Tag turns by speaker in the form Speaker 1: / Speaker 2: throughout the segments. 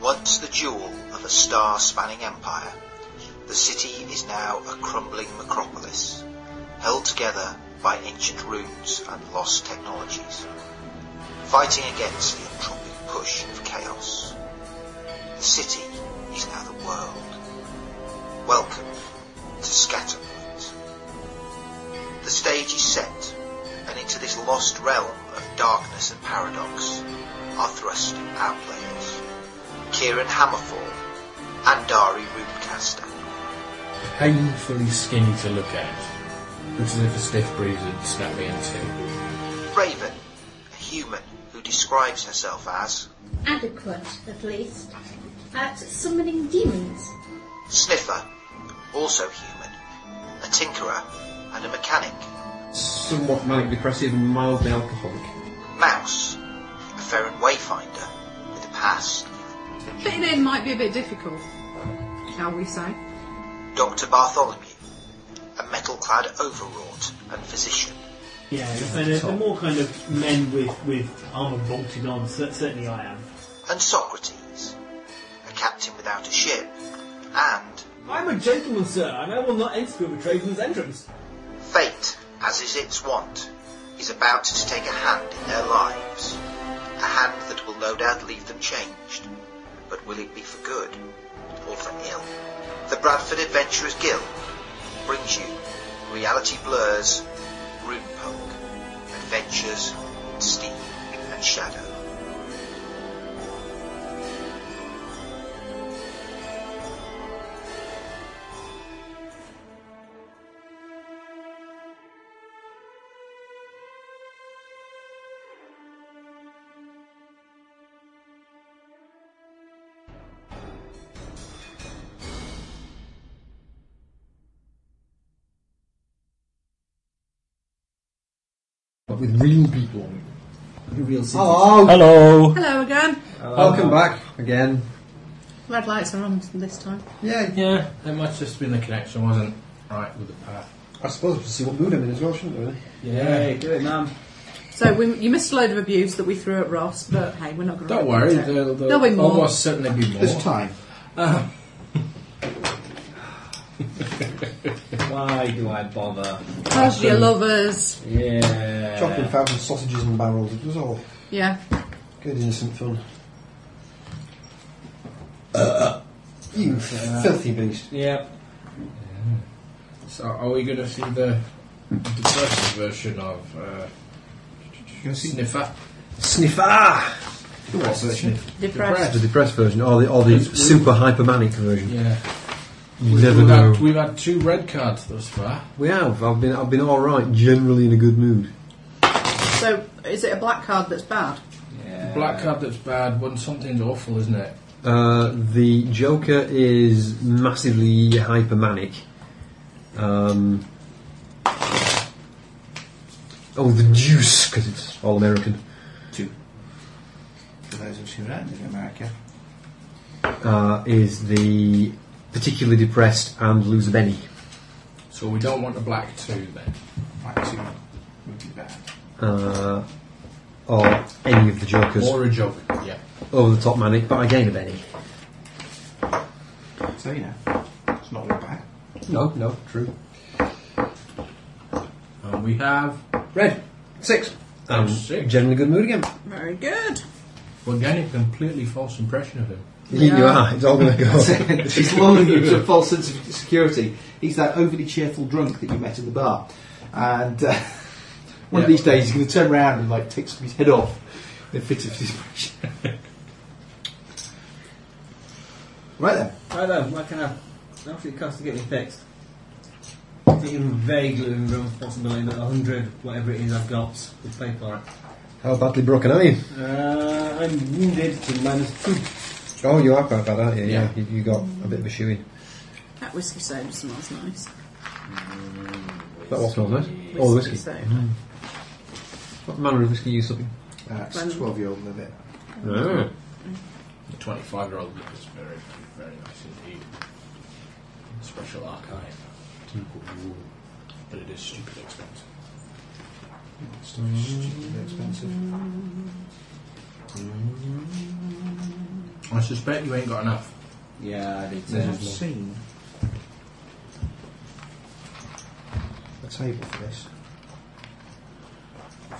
Speaker 1: Once the jewel of a star-spanning empire, the city is now a crumbling necropolis, held together by ancient runes and lost technologies, fighting against the entropic push of chaos. The city is now the world. Welcome to Scatterpoint. The stage is set, and into this lost realm of darkness and paradox are thrust our players, Kieran Hammerfall and Dari Rootcaster.
Speaker 2: Painfully skinny to look at, looks as if a stiff breeze had snapped me in two.
Speaker 1: Raven, a human who describes herself as
Speaker 3: adequate, at least, at summoning demons.
Speaker 1: Sniffer, also human, a tinkerer and a mechanic.
Speaker 4: Somewhat manic depressive and mildly alcoholic.
Speaker 1: Mouse, a Ferran wayfinder with a past.
Speaker 5: Fitting in might be a bit difficult, shall we say?
Speaker 1: Dr. Bartholomew, a metal-clad overwrought and physician.
Speaker 6: Yeah, and uh, the more kind of men with, with armour bolted on, cer- certainly I am.
Speaker 1: And Socrates, a captain without a ship, and
Speaker 7: I'm a gentleman, sir, and I will not enter with a tradesman's entrance.
Speaker 1: Fate, as is its wont, is about to take a hand in their lives. A hand that will no doubt leave them changed. But will it be for good or for ill? The Bradford Adventurers Guild brings you Reality Blurs, Rune Poke, Adventures in Steam and Shadow.
Speaker 4: But with real people.
Speaker 7: Real
Speaker 4: Hello!
Speaker 2: Hello!
Speaker 5: Hello again.
Speaker 2: Um,
Speaker 4: Welcome Oh, back again.
Speaker 5: Red lights are on this time.
Speaker 4: Yeah,
Speaker 2: Yeah, that must just been the connection wasn't right with the path.
Speaker 4: I suppose we should see what mood I'm in as well, shouldn't we?
Speaker 7: Yay, do it, man.
Speaker 5: So we, you missed a load of abuse that we threw at Ross, but hey, we're not going to.
Speaker 2: Don't worry, there'll, there'll
Speaker 5: There'll be more.
Speaker 2: almost certainly be more.
Speaker 4: This time.
Speaker 7: Why do I bother?
Speaker 5: Love your lovers.
Speaker 7: Yeah.
Speaker 4: Chopping fountain sausages and barrels. It was all
Speaker 5: Yeah.
Speaker 4: good innocent fun. you filthy beast.
Speaker 7: Yeah.
Speaker 2: So are we going to see the depressed version of uh, Sniffer?
Speaker 4: Sniffer!
Speaker 2: The what version?
Speaker 5: Depressed.
Speaker 4: The depressed version, or the, or the
Speaker 2: It's-
Speaker 4: super hypermanic version.
Speaker 2: Yeah.
Speaker 4: You
Speaker 2: We've-
Speaker 4: never
Speaker 2: we've
Speaker 4: know.
Speaker 2: Had, we've had two red cards thus far.
Speaker 4: We have. I've been, I've been alright, generally in a good mood.
Speaker 5: So is it a black card that's bad?
Speaker 7: Yeah.
Speaker 2: Black card that's bad, one something's awful, isn't it?
Speaker 4: Uh, the Joker is massively hypermanic. Um, oh, the juice, because it's all American.
Speaker 8: For those of us who don't live in America.
Speaker 4: Uh, is the particularly depressed and loser Benny.
Speaker 2: So we don't want a black two then.
Speaker 8: Like two would be bad.
Speaker 4: Uh, or any of the Jokers.
Speaker 2: Or a joke. Yeah.
Speaker 4: Over the top manic, but again a Benny.
Speaker 8: So you know, it's not all bad.
Speaker 4: No, no, true.
Speaker 2: And we have.
Speaker 4: Red, six. Um,
Speaker 2: Six.
Speaker 4: Generally good mood again.
Speaker 5: Very good.
Speaker 2: We're getting a completely false impression of him.
Speaker 4: Yeah. You are, it's all going to go.
Speaker 9: He's lulling you to a false sense of security. He's that overly cheerful drunk that you met in the bar. And uh, one of
Speaker 2: Yeah.
Speaker 9: these days he's going to turn around and like take somebody's head off in a fit of desperation. right then.
Speaker 7: I know, what can I... How much it cost to get me fixed? Even vaguely remember the possibility that 100, whatever it is I've got, would pay for it.
Speaker 4: How badly broken are you?
Speaker 7: Uh, I'm wounded to minus two.
Speaker 4: Oh, you are quite bad, aren't you?
Speaker 2: Yeah.
Speaker 4: Yeah, you, you got a bit of a shoe in.
Speaker 5: That whiskey soda smells nice.
Speaker 4: That all smells nice. Oh, whiskey.
Speaker 5: soda.
Speaker 4: What manner of whiskey are you Ah. supping?
Speaker 9: Uh, it's
Speaker 5: Fun.
Speaker 9: 12 year old limit.
Speaker 4: No.
Speaker 2: The 25 year old look is very, very nice indeed. Special archive. But it is stupid expensive.
Speaker 9: Stupidly expensive.
Speaker 2: I suspect you ain't got enough.
Speaker 7: Yeah, I did
Speaker 8: There's
Speaker 7: too.
Speaker 8: I've seen
Speaker 9: a table for this.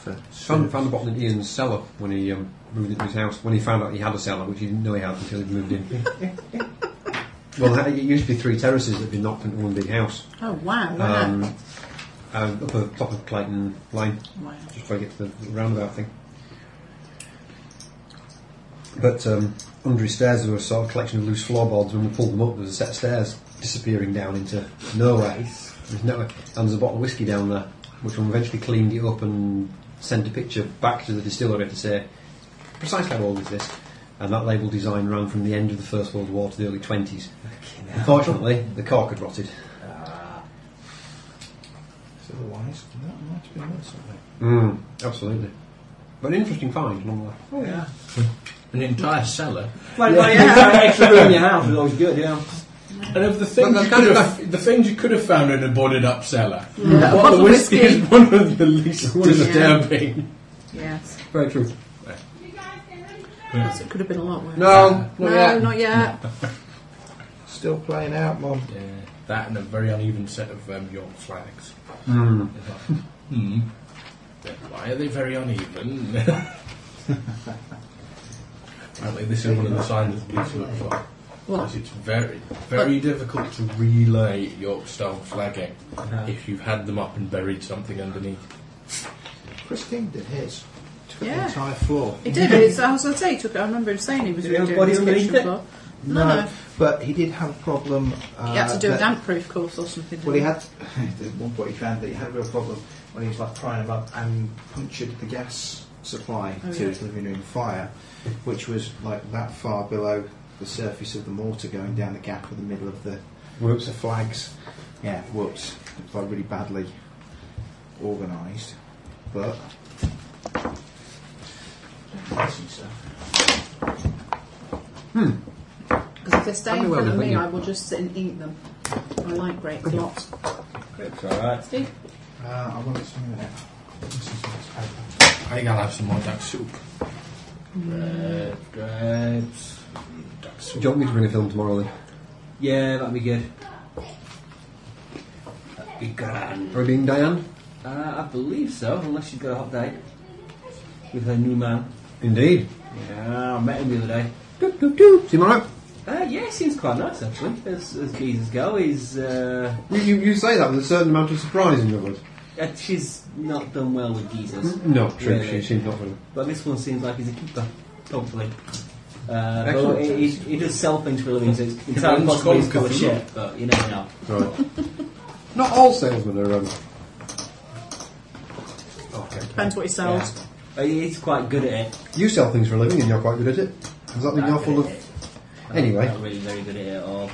Speaker 4: So Son found the bottle in Ian's cellar when he um, moved into his house. When he found out he had a cellar, which he didn't know he had until he moved in. well, it used to be three terraces that had been knocked into one big house.
Speaker 5: Oh, wow. look at
Speaker 4: Um, uh, up at the top of Clayton Lane,
Speaker 5: that. wow.
Speaker 4: just before you get to the roundabout thing. But um, under his stairs there was a sort of collection of loose floorboards. When we pulled them up, there was a set of stairs disappearing down into nowhere. There's no, and there's a bottle of whiskey down there, which one eventually cleaned it up and sent a picture back to the distillery to say precisely how old is this. And that label design ran from the end of the First World War to the early 20s. Unfortunately, the cork had rotted.
Speaker 8: So otherwise, that might have been worth something.
Speaker 7: Hmm.
Speaker 4: Mm, absolutely. But an interesting find, nonetheless.
Speaker 7: Oh, yeah.
Speaker 2: An entire cellar.
Speaker 7: Like, like, yeah. extra room in your house is always good, yeah.
Speaker 2: And of the things,
Speaker 4: Well,
Speaker 2: you
Speaker 4: that's
Speaker 2: could
Speaker 4: kind
Speaker 2: have, the things you could have found in a boarded up cellar,
Speaker 5: Yeah.
Speaker 2: Mm. bottle of
Speaker 5: Bottle of
Speaker 2: whiskey
Speaker 5: whiskey.
Speaker 2: is one of the least disturbing.
Speaker 5: Yes.
Speaker 4: Very true.
Speaker 5: Perhaps it could have been a lot worse.
Speaker 4: No,
Speaker 5: No, not yet.
Speaker 8: Still playing out, Mum.
Speaker 2: Yeah, that and a very uneven set of um, York flags. It's like, hmm. Why are they very uneven? Apparently, this is one of the signs that police look for.
Speaker 5: What?
Speaker 2: Because it's very, very difficult to relay York style flagging if you've had them up and buried something underneath.
Speaker 8: Christine did his. Took
Speaker 5: Yeah.
Speaker 8: the entire floor.
Speaker 5: He did. It's, I was going to say, he took it. I remember him saying he was
Speaker 7: Did he have
Speaker 5: redoing
Speaker 7: body
Speaker 5: his
Speaker 7: underneath
Speaker 5: kitchen
Speaker 7: it?
Speaker 5: floor. No, no.
Speaker 8: But he did have a problem. Uh,
Speaker 5: He had to do a
Speaker 8: that-
Speaker 5: damp proof course or something. didn't
Speaker 8: Well, he had. At one point, he found that he had a real problem when he was like prying about and punctured the gas supply
Speaker 5: Oh,
Speaker 8: to
Speaker 5: yeah.
Speaker 8: his living room fire, which was like that far below the surface of the mortar going down the gap of the middle of the
Speaker 4: Whoops.
Speaker 8: the flags. Yeah, whoops. It's like really badly organised, but.
Speaker 5: Because if they stay
Speaker 4: I'd be
Speaker 5: in
Speaker 4: well
Speaker 5: front of
Speaker 4: with
Speaker 5: me,
Speaker 4: you.
Speaker 5: I will just sit and eat them. I like grapes a lot.
Speaker 7: It's alright.
Speaker 5: Steve?
Speaker 8: Uh, I wanted some of that. This is what's happened.
Speaker 2: I think I'll have some more duck soup. Red grapes, duck
Speaker 4: Do
Speaker 2: soup.
Speaker 4: you want me to bring a film tomorrow then?
Speaker 7: Yeah, that'd be good. That'd be grand.
Speaker 4: Are we being Diane?
Speaker 7: Uh, I believe so, unless she's got a hot date with her new man.
Speaker 4: Indeed.
Speaker 7: Yeah, I met him the other day.
Speaker 4: Doop, doop, doop. See, Mark?
Speaker 7: Uh, yeah, he seems quite nice actually. As, as geezers go, he's uh,
Speaker 4: You, you, you say that with a certain amount of surprise in your voice.
Speaker 7: uh, she's not done well with geezers,
Speaker 4: No,
Speaker 7: Mm-hmm.
Speaker 4: true.
Speaker 7: Yeah, yeah.
Speaker 4: she seems not funny.
Speaker 7: but this one seems like he's a keeper. Hopefully, uh, but
Speaker 4: Excellent.
Speaker 7: he, he, he does self into a living, so it's entirely
Speaker 2: Everyone's
Speaker 7: possible he's full
Speaker 2: called
Speaker 7: of
Speaker 2: Cthulhu.
Speaker 7: shit. But you never know.
Speaker 4: Right. not all salesmen are. Um, okay.
Speaker 5: Depends what he sells.
Speaker 7: Uh, he's quite good at it.
Speaker 4: You sell things for a living and you're quite good at it. Does that mean you're
Speaker 7: Not
Speaker 4: full
Speaker 7: good
Speaker 4: of.
Speaker 7: at it. Not-
Speaker 4: Anyway.
Speaker 7: not really very good at it at all.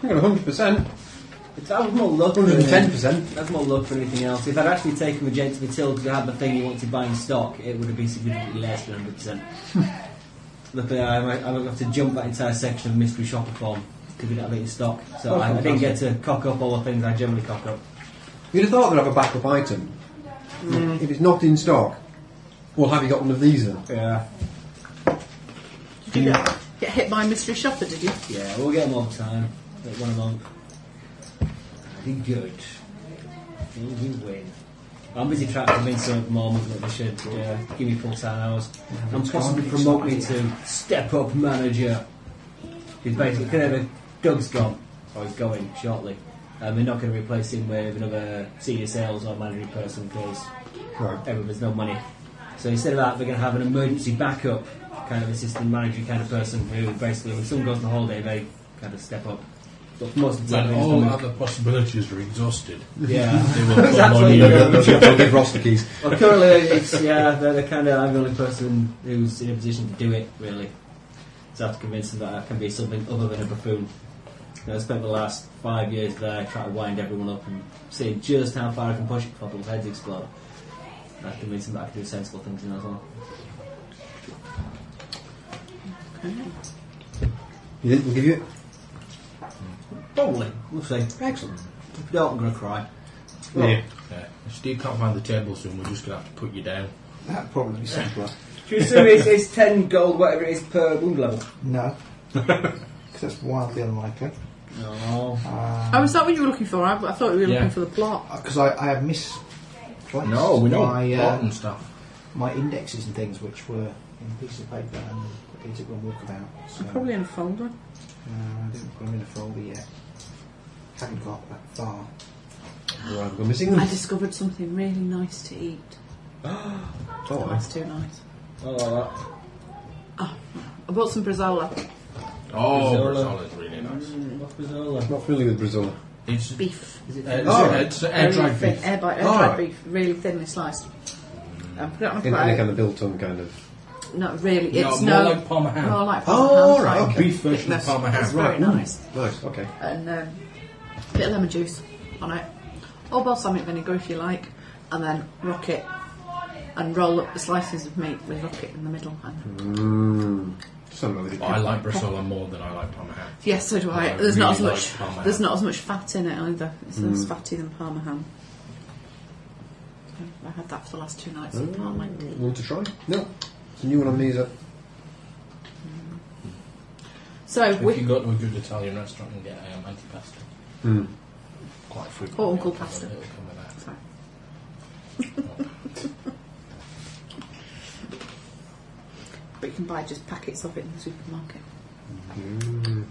Speaker 4: Hang on, 100%.
Speaker 7: It's, that was more luck. than-
Speaker 4: 110%.
Speaker 7: That's more luck than anything else. If I'd actually taken Magenta Matilda to have the thing he wanted to buy in stock, it would have been significantly less than 100%. Luckily, I, I would have to jump that entire section of Mystery Shopper form because we didn't have it in stock. So I, I didn't get to cock up all the things I generally cock up.
Speaker 4: You'd have thought they'd have a backup item.
Speaker 7: Mm.
Speaker 4: If it's not in stock, well, have you got one of these then?
Speaker 7: Yeah.
Speaker 5: Did you get, get hit by a mystery shopper, did you?
Speaker 7: Yeah, we'll get them all the time. Like one a month. Be good. Will you win? I'm busy trying to convince them at the moment that they should uh, give me full time hours and possibly promote me to step up manager. Because basically, clearly, Doug's gone, or he's going shortly. Um, they're not going to replace him with another senior sales or managing person because
Speaker 4: Right.
Speaker 7: everyone has no money. So instead of that, they're going to have an emergency backup kind of assistant manager kind of person who basically, when someone goes on holiday, they kind of step up. But most of the time,
Speaker 2: When
Speaker 7: they just
Speaker 2: all
Speaker 7: don't-
Speaker 2: other possibilities are exhausted,
Speaker 7: yeah.
Speaker 2: they will put
Speaker 7: Exactly.
Speaker 2: money
Speaker 7: Yeah.
Speaker 2: over.
Speaker 4: I'll give Ross the keys.
Speaker 7: Well, currently, it's yeah, they're the kind of I'm the only person who's in a position to do it really. So I have to convince them that I can be something other than a buffoon. And I spent the last five years there trying to wind everyone up and seeing just how far I can push it before people's heads explode. And I convinced them that I can do sensible things in as well.
Speaker 4: You think we'll give you it?
Speaker 7: Probably, we'll see. Excellent. If not, I'm going to cry.
Speaker 4: Yeah.
Speaker 2: Yeah. If Steve can't find the table soon, we're just going to have to put you down.
Speaker 8: That'd probably be simpler.
Speaker 7: Should we assume it's, it's 10 gold, whatever it is, per wound level?
Speaker 8: No. Because that's wildly unlikely.
Speaker 7: No.
Speaker 5: Oh, is that what you were looking for? I, I thought we were
Speaker 2: Yeah.
Speaker 5: looking for the plot.
Speaker 8: Because Uh, I, I have misplaced
Speaker 2: No, we know
Speaker 8: my,
Speaker 2: plot
Speaker 8: uh,
Speaker 2: and stuff.
Speaker 8: my indexes and things, which were in pieces of paper and I took one walk about. So,
Speaker 5: I'm probably in a folder.
Speaker 8: uh, I didn't put them in a folder yet. Haven't got that far.
Speaker 4: Or I've gone missing them.
Speaker 5: I discovered something really nice to eat.
Speaker 4: Oh,
Speaker 5: Oh, it's too nice.
Speaker 7: Oh,
Speaker 5: I bought some Brazzola.
Speaker 2: Oh,
Speaker 7: Brazil.
Speaker 2: Brazil is really nice.
Speaker 7: Mm, what was all
Speaker 4: I'm not familiar with Brazil.
Speaker 2: It's, uh,
Speaker 5: Beef.
Speaker 2: it's,
Speaker 4: Oh,
Speaker 2: it's air dried
Speaker 5: thin,
Speaker 2: beef.
Speaker 5: Air, bite, air
Speaker 4: Oh,
Speaker 5: dried
Speaker 4: right.
Speaker 5: beef, really thinly sliced. And put it on a
Speaker 4: In any
Speaker 5: plate.
Speaker 4: kind of biltong kind of.
Speaker 5: Not really.
Speaker 2: No,
Speaker 5: It's
Speaker 2: more
Speaker 5: no,
Speaker 2: like Parma ham.
Speaker 5: More like Parma
Speaker 4: Oh,
Speaker 5: ham,
Speaker 4: right,
Speaker 5: like
Speaker 4: okay.
Speaker 2: Beef version of
Speaker 5: thickness.
Speaker 2: Parma ham.
Speaker 5: It's very nice.
Speaker 4: Nice, okay.
Speaker 5: And um, a bit of lemon juice on it, or balsamic vinegar if you like, and then rock it and roll up the slices of meat with rocket in the middle. And
Speaker 2: Mm-hmm.
Speaker 4: Mmm. Sounds rather good.
Speaker 2: I like Brazil more than I like Parma ham.
Speaker 5: yes, so do I.
Speaker 2: I
Speaker 5: there's not as
Speaker 2: really
Speaker 5: much.
Speaker 2: like Mm. Parma
Speaker 5: there's
Speaker 2: ham.
Speaker 5: not as much fat in it either. It's less fatty than Parma ham. So I had that for the last two nights. of Parma ham.
Speaker 4: Hmm.
Speaker 2: Mm.
Speaker 4: Want to try? No. It's a new one on me, is it?
Speaker 5: So
Speaker 2: If
Speaker 5: we,
Speaker 2: you go to a good Italian restaurant and get um, antipasto,
Speaker 4: Hmm.
Speaker 2: quite frequently.
Speaker 5: Or Uncle
Speaker 2: it'll come
Speaker 5: Pasta.
Speaker 2: with- it'll come with that.
Speaker 5: Sorry. but you can buy just packets of it in the supermarket.
Speaker 4: Hmm.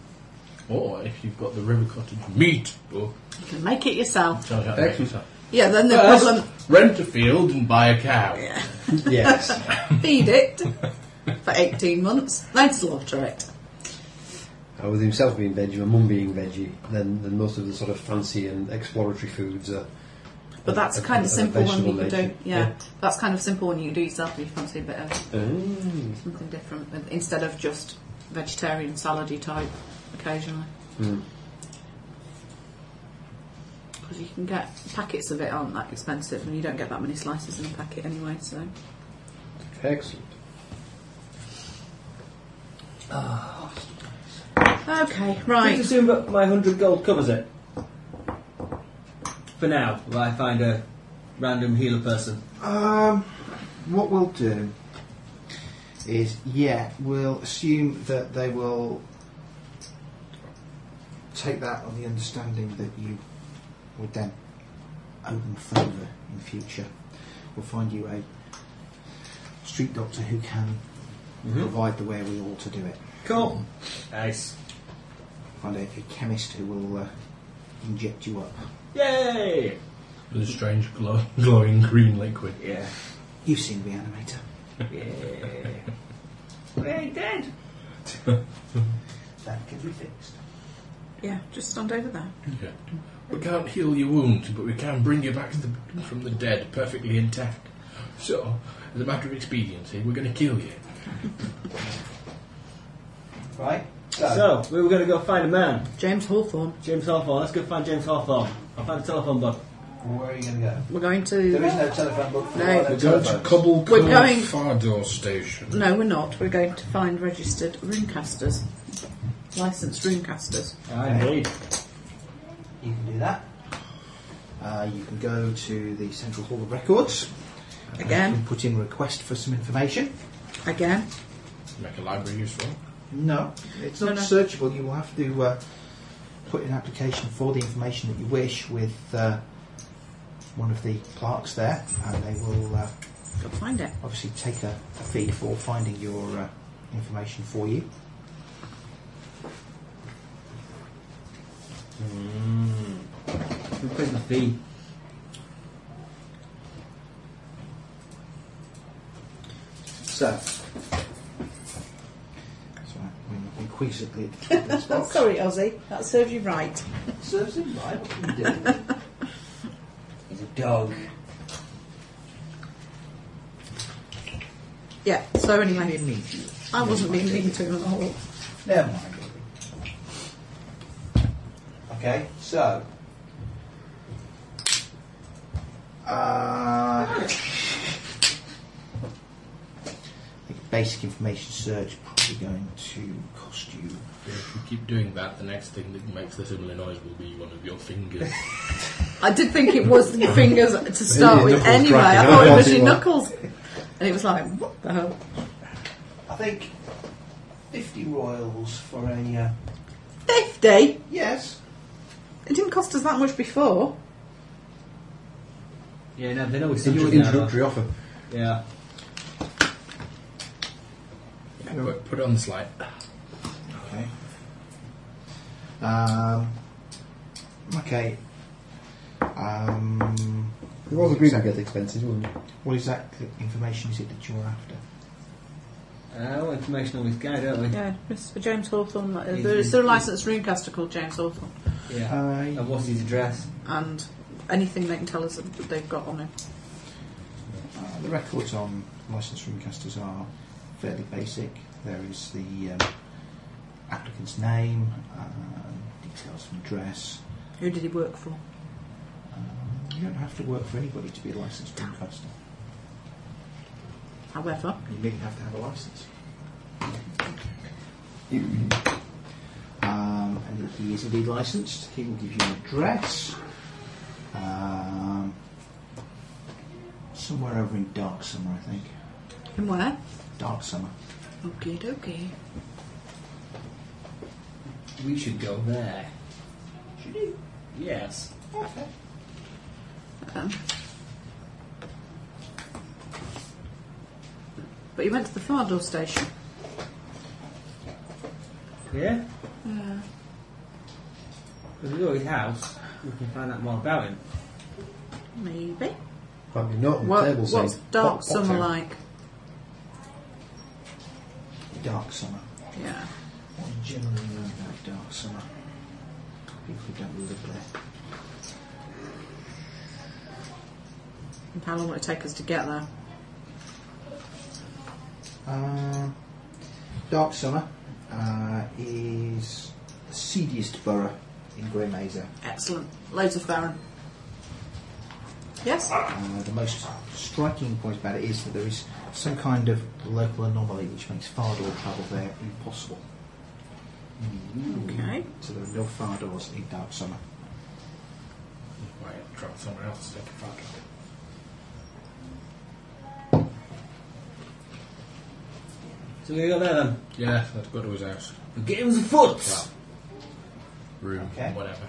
Speaker 2: Or if you've got the River Cottage meat book,
Speaker 5: You can make it yourself.
Speaker 2: tell you how to make
Speaker 4: Excellent.
Speaker 2: yourself.
Speaker 5: Yeah, then the
Speaker 2: First,
Speaker 5: problem
Speaker 2: rent a field and buy a cow.
Speaker 4: Yes.
Speaker 5: feed it for 18 months, then slaughter it.
Speaker 4: Uh, with himself being veggie, my mum being veggie, then, then most of the sort of fancy and exploratory foods are.
Speaker 5: But that's
Speaker 4: are-
Speaker 5: kind
Speaker 4: are
Speaker 5: of simple one you can
Speaker 4: vegetable
Speaker 5: do.
Speaker 4: nature.
Speaker 5: Yeah. that's kind of simple one you can do yourself if you fancy a bit of
Speaker 4: Yeah. Mm.
Speaker 5: something different but instead of just vegetarian salady type occasionally.
Speaker 9: Hmm.
Speaker 4: Mm.
Speaker 5: Because you can get packets of it aren't that expensive and you don't get that many slices in a packet anyway, so.
Speaker 4: Excellent.
Speaker 5: Okay,
Speaker 7: Let's
Speaker 5: right.
Speaker 7: assume that my 100 gold covers it. For now, if I find a random healer person.
Speaker 8: Um, what we'll do is, yeah, we'll assume that they will take that on the understanding that you would then open further in the future. We'll find you a street doctor who can
Speaker 7: Mm-hmm.
Speaker 8: provide the way we all to do it.
Speaker 7: Cool. Nice.
Speaker 8: Find a, a chemist who will uh, inject you up.
Speaker 7: Yay!
Speaker 2: With a strange glow- glowing green liquid.
Speaker 7: Yeah.
Speaker 8: You've seen the animator.
Speaker 7: Yeah. We're dead.
Speaker 8: That can be fixed.
Speaker 5: Yeah, just stand over there.
Speaker 2: Yeah. We can't heal your wounds, but we can bring you back to the, from the dead perfectly intact. So, as a matter of expediency, we're going to kill you.
Speaker 9: Right?
Speaker 7: So, we were going to go find a man.
Speaker 5: James Hawthorne.
Speaker 7: James Hawthorne. Let's go find James Hawthorne. I'll find a telephone book.
Speaker 9: where are you going to go?
Speaker 5: We're going
Speaker 9: There is
Speaker 5: to.
Speaker 9: no telephone book for
Speaker 5: No.
Speaker 9: all
Speaker 5: We're
Speaker 9: those telephones.
Speaker 2: Cobble
Speaker 5: We're going-
Speaker 2: Fardor Station.
Speaker 5: No, we're not. We're going to find registered runecasters, licensed runecasters.
Speaker 7: Ah, indeed.
Speaker 8: You can do that. Uh, you can go to the Central Hall of Records. Uh,
Speaker 5: Again.
Speaker 8: you can put in request for some information.
Speaker 5: Again,
Speaker 2: Make a library useful.
Speaker 8: No, it's
Speaker 5: No,
Speaker 8: not
Speaker 5: no.
Speaker 8: searchable. You will have to uh, put in an application for the information that you wish with uh, one of the clerks there, and they will uh,
Speaker 5: go find it.
Speaker 8: obviously take a, a fee for finding your uh, information for you.
Speaker 7: Who pays the fee?
Speaker 8: So, so I'm increasingly at the top of this box.
Speaker 5: Oh, Sorry, Ozzy, that serves you right.
Speaker 9: Serves him right. What can you do? He's a dog.
Speaker 5: Yeah. So anyway, I wasn't being mean to him at all.
Speaker 9: Never mind. Okay, so.
Speaker 8: Uh, like basic information search probably going to cost you.
Speaker 2: If you keep doing that, the next thing that makes this similar noise will be one of your fingers.
Speaker 5: I did think it was the fingers to start
Speaker 4: Your
Speaker 5: with.
Speaker 4: knuckles
Speaker 5: Anyway, I
Speaker 4: cracking.
Speaker 5: thought
Speaker 4: I
Speaker 5: it was
Speaker 4: thought
Speaker 5: your
Speaker 4: it was.
Speaker 5: knuckles. And it was like, what the hell?
Speaker 8: I think 50 royals for a. Uh,
Speaker 5: 50?
Speaker 8: yes.
Speaker 5: It didn't cost us that much before.
Speaker 7: Yeah, no, they know it's
Speaker 4: It's an introductory offer.
Speaker 7: Yeah.
Speaker 2: Yeah, put, put it on the slide.
Speaker 8: Okay. Um, okay. Um,
Speaker 4: It was agreed I'd get the expenses, wasn't it?
Speaker 8: what exact information is it that you're after?
Speaker 7: Uh, well, information on this guy, don't we?
Speaker 5: Yeah, Mr. James Hawthorne. uh,
Speaker 7: He's-
Speaker 5: There is a licensed roomcaster called James Hawthorne.
Speaker 7: Yeah.
Speaker 8: Uh,
Speaker 7: and what's his address?
Speaker 5: And anything they can tell us that they've got on him.
Speaker 8: Uh, the records on licensed roomcasters are fairly basic. There is the um, applicant's name, uh, details of address.
Speaker 5: Who did he work for?
Speaker 8: Um, you don't have to work for anybody to be a licensed roomcaster.
Speaker 5: However,
Speaker 8: You didn't have to have a license. Um, and if he is indeed licensed, he will give you an address um, somewhere over in Dark Summer, I think.
Speaker 5: him where?
Speaker 8: Dark Summer.
Speaker 5: Okay, okay.
Speaker 7: We should go there. Should you? Yes.
Speaker 5: Um, but he went to the Fardor station.
Speaker 7: Yeah?
Speaker 5: Yeah.
Speaker 7: If we go to his house, we can find out more about him.
Speaker 5: Maybe.
Speaker 4: Might be not on
Speaker 5: What,
Speaker 4: the table saying,
Speaker 5: what's dark
Speaker 4: "Pop- pop
Speaker 5: summer
Speaker 4: town."
Speaker 5: like?
Speaker 8: Dark Summer.
Speaker 5: Yeah.
Speaker 8: What do you generally know about Dark Summer? People who don't live there.
Speaker 5: And how long will it take us to get there?
Speaker 8: Uh, Dark Summer uh, is the seediest borough in Grey Mesa.
Speaker 5: Excellent. Loads of Farron. Yes?
Speaker 8: Uh, the most striking point about it is that there is some kind of local anomaly which makes Fardor travel there impossible. Mm.
Speaker 5: Okay.
Speaker 8: So there are no Fardors in Dark Summer.
Speaker 2: Might have to travel somewhere else to take a far trip.
Speaker 7: So we go there then.
Speaker 2: Yeah, let's go to his house.
Speaker 7: We get him the foot!
Speaker 2: Well, room,
Speaker 8: Okay.
Speaker 2: whatever.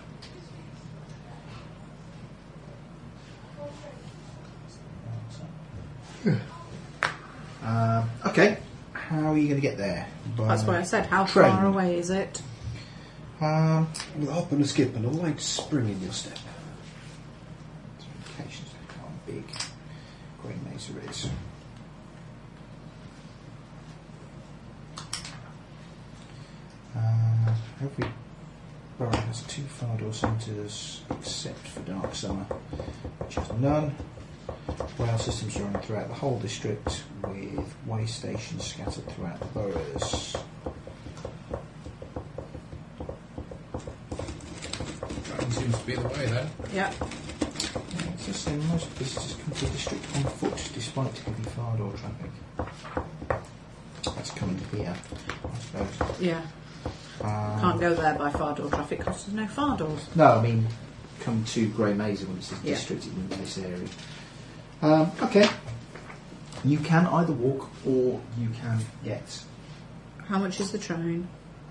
Speaker 8: Um, okay, how are you going to get there? By,
Speaker 5: That's why I said, how
Speaker 8: Train.
Speaker 5: far away is it?
Speaker 8: Um,
Speaker 4: With a hop and a skip and a light spring in your step.
Speaker 8: locations, how big Grey Mesa is. Uh, every borough has two Fardor centres except for Dark Summer, which has none. Rail systems are run throughout the whole district with way stations scattered throughout the boroughs.
Speaker 2: That seems to be the way then.
Speaker 5: Yeah.
Speaker 8: It's the same, most visitors come to the district on foot despite heavy Fardor traffic. That's coming here, I suppose.
Speaker 5: Yeah.
Speaker 8: Um,
Speaker 5: Can't go there by Fardor traffic because there's no Fardors.
Speaker 8: No, I mean, come to Grey Mesa when it's this
Speaker 5: Yeah.
Speaker 8: district, it wouldn't be this area. Um, okay. You can either walk or you can get.
Speaker 5: How much is the train?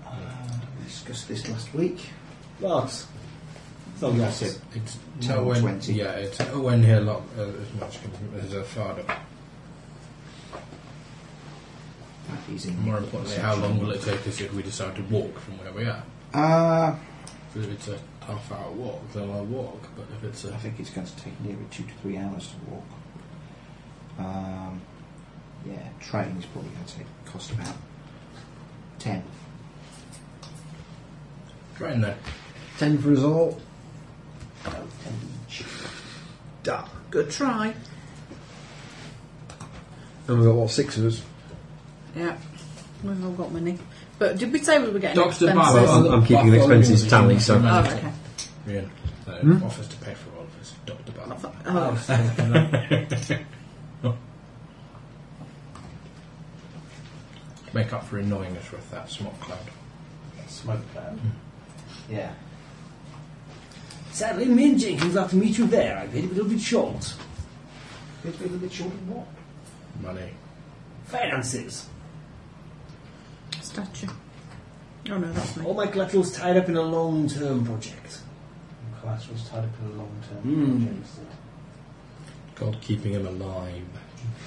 Speaker 8: Uh, we discussed this last week.
Speaker 7: Lots.
Speaker 2: Oh,
Speaker 7: So
Speaker 8: That's
Speaker 7: lots.
Speaker 8: it.
Speaker 2: It's
Speaker 8: 10 or
Speaker 2: nowhere,
Speaker 8: 20.
Speaker 2: yeah, it's nowhere near lot, uh, as much as a far up.
Speaker 8: That is in
Speaker 2: More importantly, how long will it take us if we decide to walk from where we are?
Speaker 8: Uh,
Speaker 2: Because if it's a half hour walk, then I'll walk. But if it's
Speaker 8: I
Speaker 2: a
Speaker 8: think it's going to take nearly two to three hours to walk. Um, yeah, train is probably going to take cost about ten.
Speaker 2: train then,
Speaker 4: Ten for us all.
Speaker 8: About ten each.
Speaker 4: Done.
Speaker 5: Good try.
Speaker 4: And we've got what, six of us?
Speaker 5: Yeah. We've all got money. But did we say we were getting
Speaker 2: Doctor
Speaker 5: expenses?
Speaker 4: Barrow. I'm- I'm keeping the expenses tally, so- Hmm?
Speaker 5: Oh, okay.
Speaker 2: Yeah, uh, offers to pay for all of us. Doctor Barlow.
Speaker 5: Oh,
Speaker 2: Make up for annoying us with that smoke cloud.
Speaker 7: Smoke cloud.
Speaker 8: Yeah.
Speaker 7: Sadly, me and Jake would like to meet you there. I bet it'll be short.
Speaker 8: It's been a bit short of what?
Speaker 2: money.
Speaker 10: Finances.
Speaker 5: Statue. Oh no, that's me.
Speaker 7: All my collateral's tied up in a long-term project.
Speaker 8: Collateral's tied up in a long term
Speaker 7: Hmm.
Speaker 2: God keeping him alive.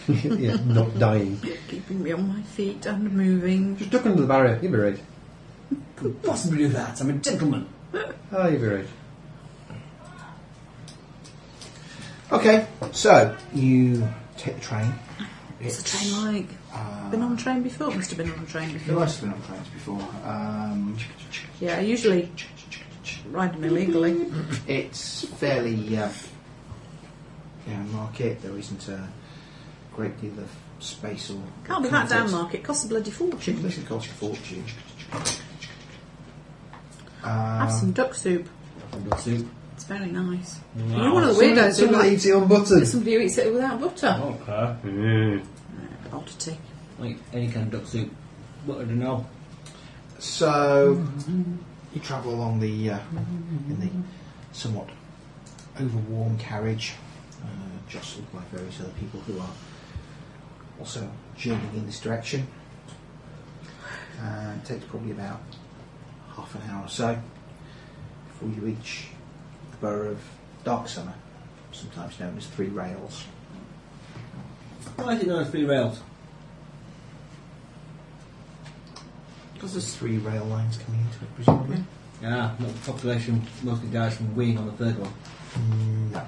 Speaker 4: yeah, not dying.
Speaker 5: Keeping me on my feet and moving.
Speaker 4: Just duck under the barrier. You'll be right.
Speaker 7: Couldn't possibly do that. I'm a gentleman.
Speaker 4: Ah, you'll be right.
Speaker 8: Okay, so you take the train.
Speaker 5: What's the train like? been on a train before? Must have been on a train
Speaker 8: The
Speaker 5: before.
Speaker 8: life's been on trains before. Um,
Speaker 5: Yeah, I usually ride them illegally.
Speaker 8: it's fairly uh, down market. There isn't a great deal of space or.
Speaker 5: Can't be that down market. Costs a bloody fortune.
Speaker 8: This is cost a fortune.
Speaker 5: Have some duck soup.
Speaker 7: Duck soup.
Speaker 5: It's very nice. You're
Speaker 8: Um,
Speaker 5: one of the weirdos who
Speaker 4: Somebody
Speaker 5: like
Speaker 4: eats it on butter.
Speaker 5: somebody who eats it without butter.
Speaker 7: Okay.
Speaker 5: Oddity.
Speaker 7: Like any kind of duck soup. But I don't know.
Speaker 8: So you travel along the uh, in the somewhat overwarm carriage, uh, jostled by various other people who are also journeying in this direction. Uh, it takes probably about half an hour or so before you reach the borough of Dark Summer, sometimes known as Three Rails.
Speaker 7: Why is it known as three rails?
Speaker 8: Because there's three rail lines coming into it, presumably.
Speaker 7: Ah, not the population mostly dies from weeing on the third one.
Speaker 8: No.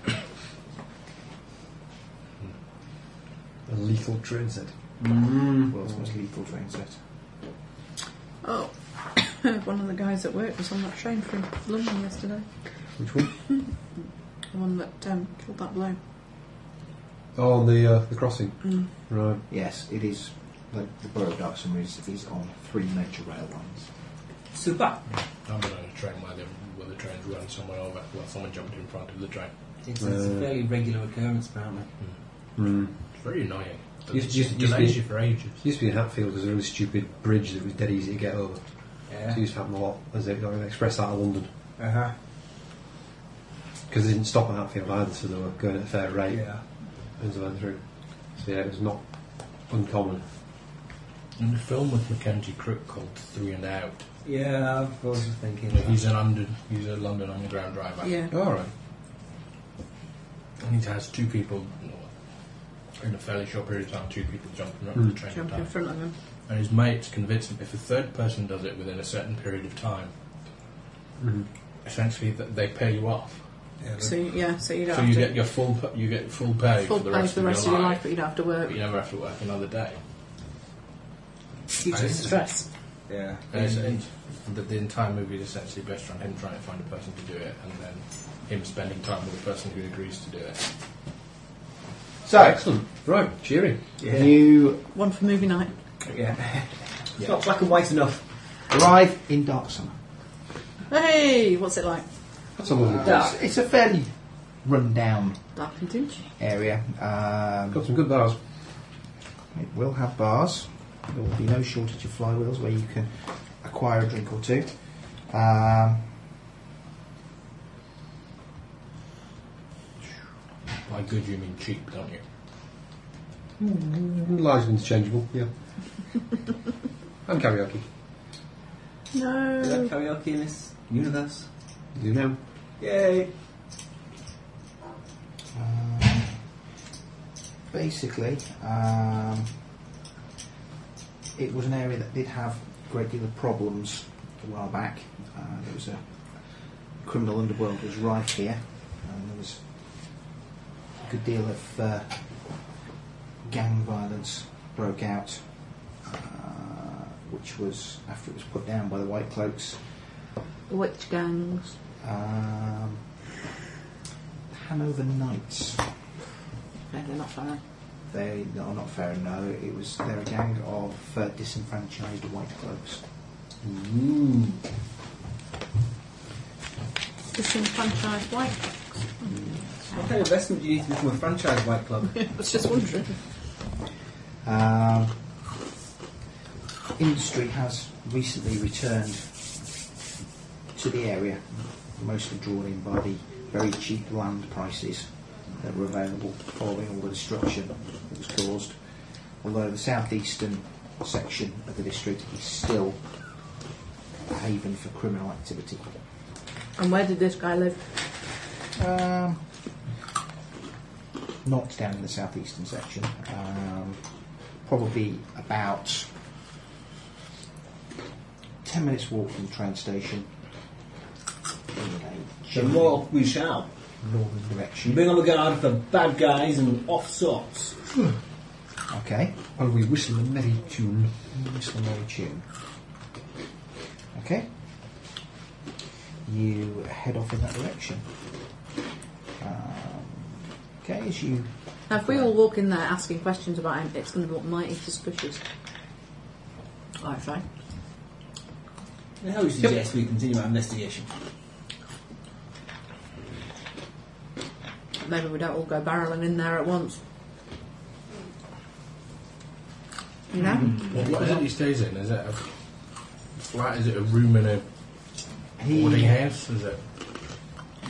Speaker 4: A lethal train set.
Speaker 7: Mm.
Speaker 8: World's most lethal train set.
Speaker 5: Oh, one of the guys at work was on that train from London yesterday.
Speaker 4: Which one?
Speaker 5: The one that um, killed that blow.
Speaker 4: Oh, on the uh, the crossing.
Speaker 5: Mm.
Speaker 4: Right.
Speaker 8: Yes, it is. The, the borough of Darksummer is, is on three major rail lines.
Speaker 7: Super.
Speaker 2: I've been on a train where the, where the trains run someone over. Well, someone jumped in front of the train.
Speaker 7: It's, it's a fairly regular occurrence, apparently.
Speaker 4: Mm.
Speaker 2: It's very annoying.
Speaker 4: You-
Speaker 2: It
Speaker 4: you- you
Speaker 2: delays
Speaker 4: speak-
Speaker 2: you for ages.
Speaker 4: Used to be in Hatfield, there's a really stupid bridge that was dead easy to get over. It
Speaker 7: Yeah.
Speaker 4: used to happen a lot as it got an express out of London.
Speaker 7: Uh huh.
Speaker 4: Because they didn't stop at Hatfield either, so they were going at a fair rate
Speaker 7: Yeah.
Speaker 4: as they went through. So yeah, it was not uncommon.
Speaker 2: In the film with Mackenzie Crook called Three and Out,
Speaker 7: Yeah, I was just thinking.
Speaker 2: he's a London, he's a London underground driver.
Speaker 5: Yeah.
Speaker 4: All right.
Speaker 2: And he has two people, you know, in a fairly short period of time, two people jumping up the train. at a
Speaker 5: Jump in
Speaker 2: time.
Speaker 5: front of him.
Speaker 2: And his mates convince him if a third person does it within a certain period of time, essentially that they pay you off.
Speaker 5: So you- yeah, so you don't
Speaker 2: so
Speaker 5: have
Speaker 2: you
Speaker 5: to
Speaker 2: get your full p- you get full pay
Speaker 5: full
Speaker 2: for the
Speaker 5: pay
Speaker 2: rest,
Speaker 5: for the rest of your life,
Speaker 2: life.
Speaker 5: but you don't have to work.
Speaker 2: But you never have to work another day.
Speaker 7: Future
Speaker 2: Nice.
Speaker 7: stress. Yeah.
Speaker 2: And it's, it's, the, the entire movie is essentially based on him trying to find a person to do it, and then him spending time with the person who agrees to do it.
Speaker 8: So,
Speaker 4: Excellent. Right, cheering.
Speaker 8: you
Speaker 5: One for movie night.
Speaker 7: Yeah. It's not black and white enough.
Speaker 8: arrive in Darksummer.
Speaker 5: Hey, what's it like?
Speaker 4: That's a lovely place.
Speaker 8: It's, it's a fairly run-down
Speaker 5: Dark and dingy.
Speaker 8: area. Um,
Speaker 4: Got some good bars.
Speaker 8: it will have bars. There will be no shortage of flywheels where you can acquire a drink or two. Um,
Speaker 2: By good, you mean cheap, don't you?
Speaker 4: Largely interchangeable, yeah. and karaoke.
Speaker 7: Is
Speaker 5: No.
Speaker 7: that karaoke in this universe?
Speaker 4: You know.
Speaker 7: Yay.
Speaker 8: Um, basically, um, it was an area that did have a great deal of problems a while back. Uh, there was a criminal underworld was rife here, and there was a good deal of uh, gang violence broke out, uh, which was after it was put down by the White Cloaks.
Speaker 5: The witch gangs.
Speaker 8: Um, Hanover Knights.
Speaker 5: No, they're not fine.
Speaker 8: They are not fair. No, it was they're a gang of uh, disenfranchised white cloaks.
Speaker 7: Ooh.
Speaker 5: Disenfranchised white.
Speaker 7: What kind of investment do you need to become a franchise white club?
Speaker 5: I was just wondering.
Speaker 8: Um, industry has recently returned to the area, mostly drawn in by the very cheap land prices that were available following all the destruction that was caused. although the southeastern section of the district is still a haven for criminal activity.
Speaker 5: And where did this guy live?
Speaker 8: Um, not down in the southeastern section. Um, probably about 10 minutes walk from the train station in
Speaker 7: The
Speaker 8: a
Speaker 7: more we shout.
Speaker 8: northern direction.
Speaker 7: Bring on the guard for bad guys and off sorts.
Speaker 8: Okay.
Speaker 4: While Oh, we whistle a merry tune.
Speaker 8: Whistle another tune. Okay. You head off in that direction. Um, okay, as you
Speaker 5: Now, if we all walk in there asking questions about him, it's going to look mighty suspicious. Alright, fine.
Speaker 7: How would you suggest we continue our investigation?
Speaker 5: Maybe we don't all go barreling in there at once. You know?
Speaker 2: What, what is it he stays in? Is it a flat? Is it a room in a
Speaker 8: he
Speaker 2: boarding house? Is it?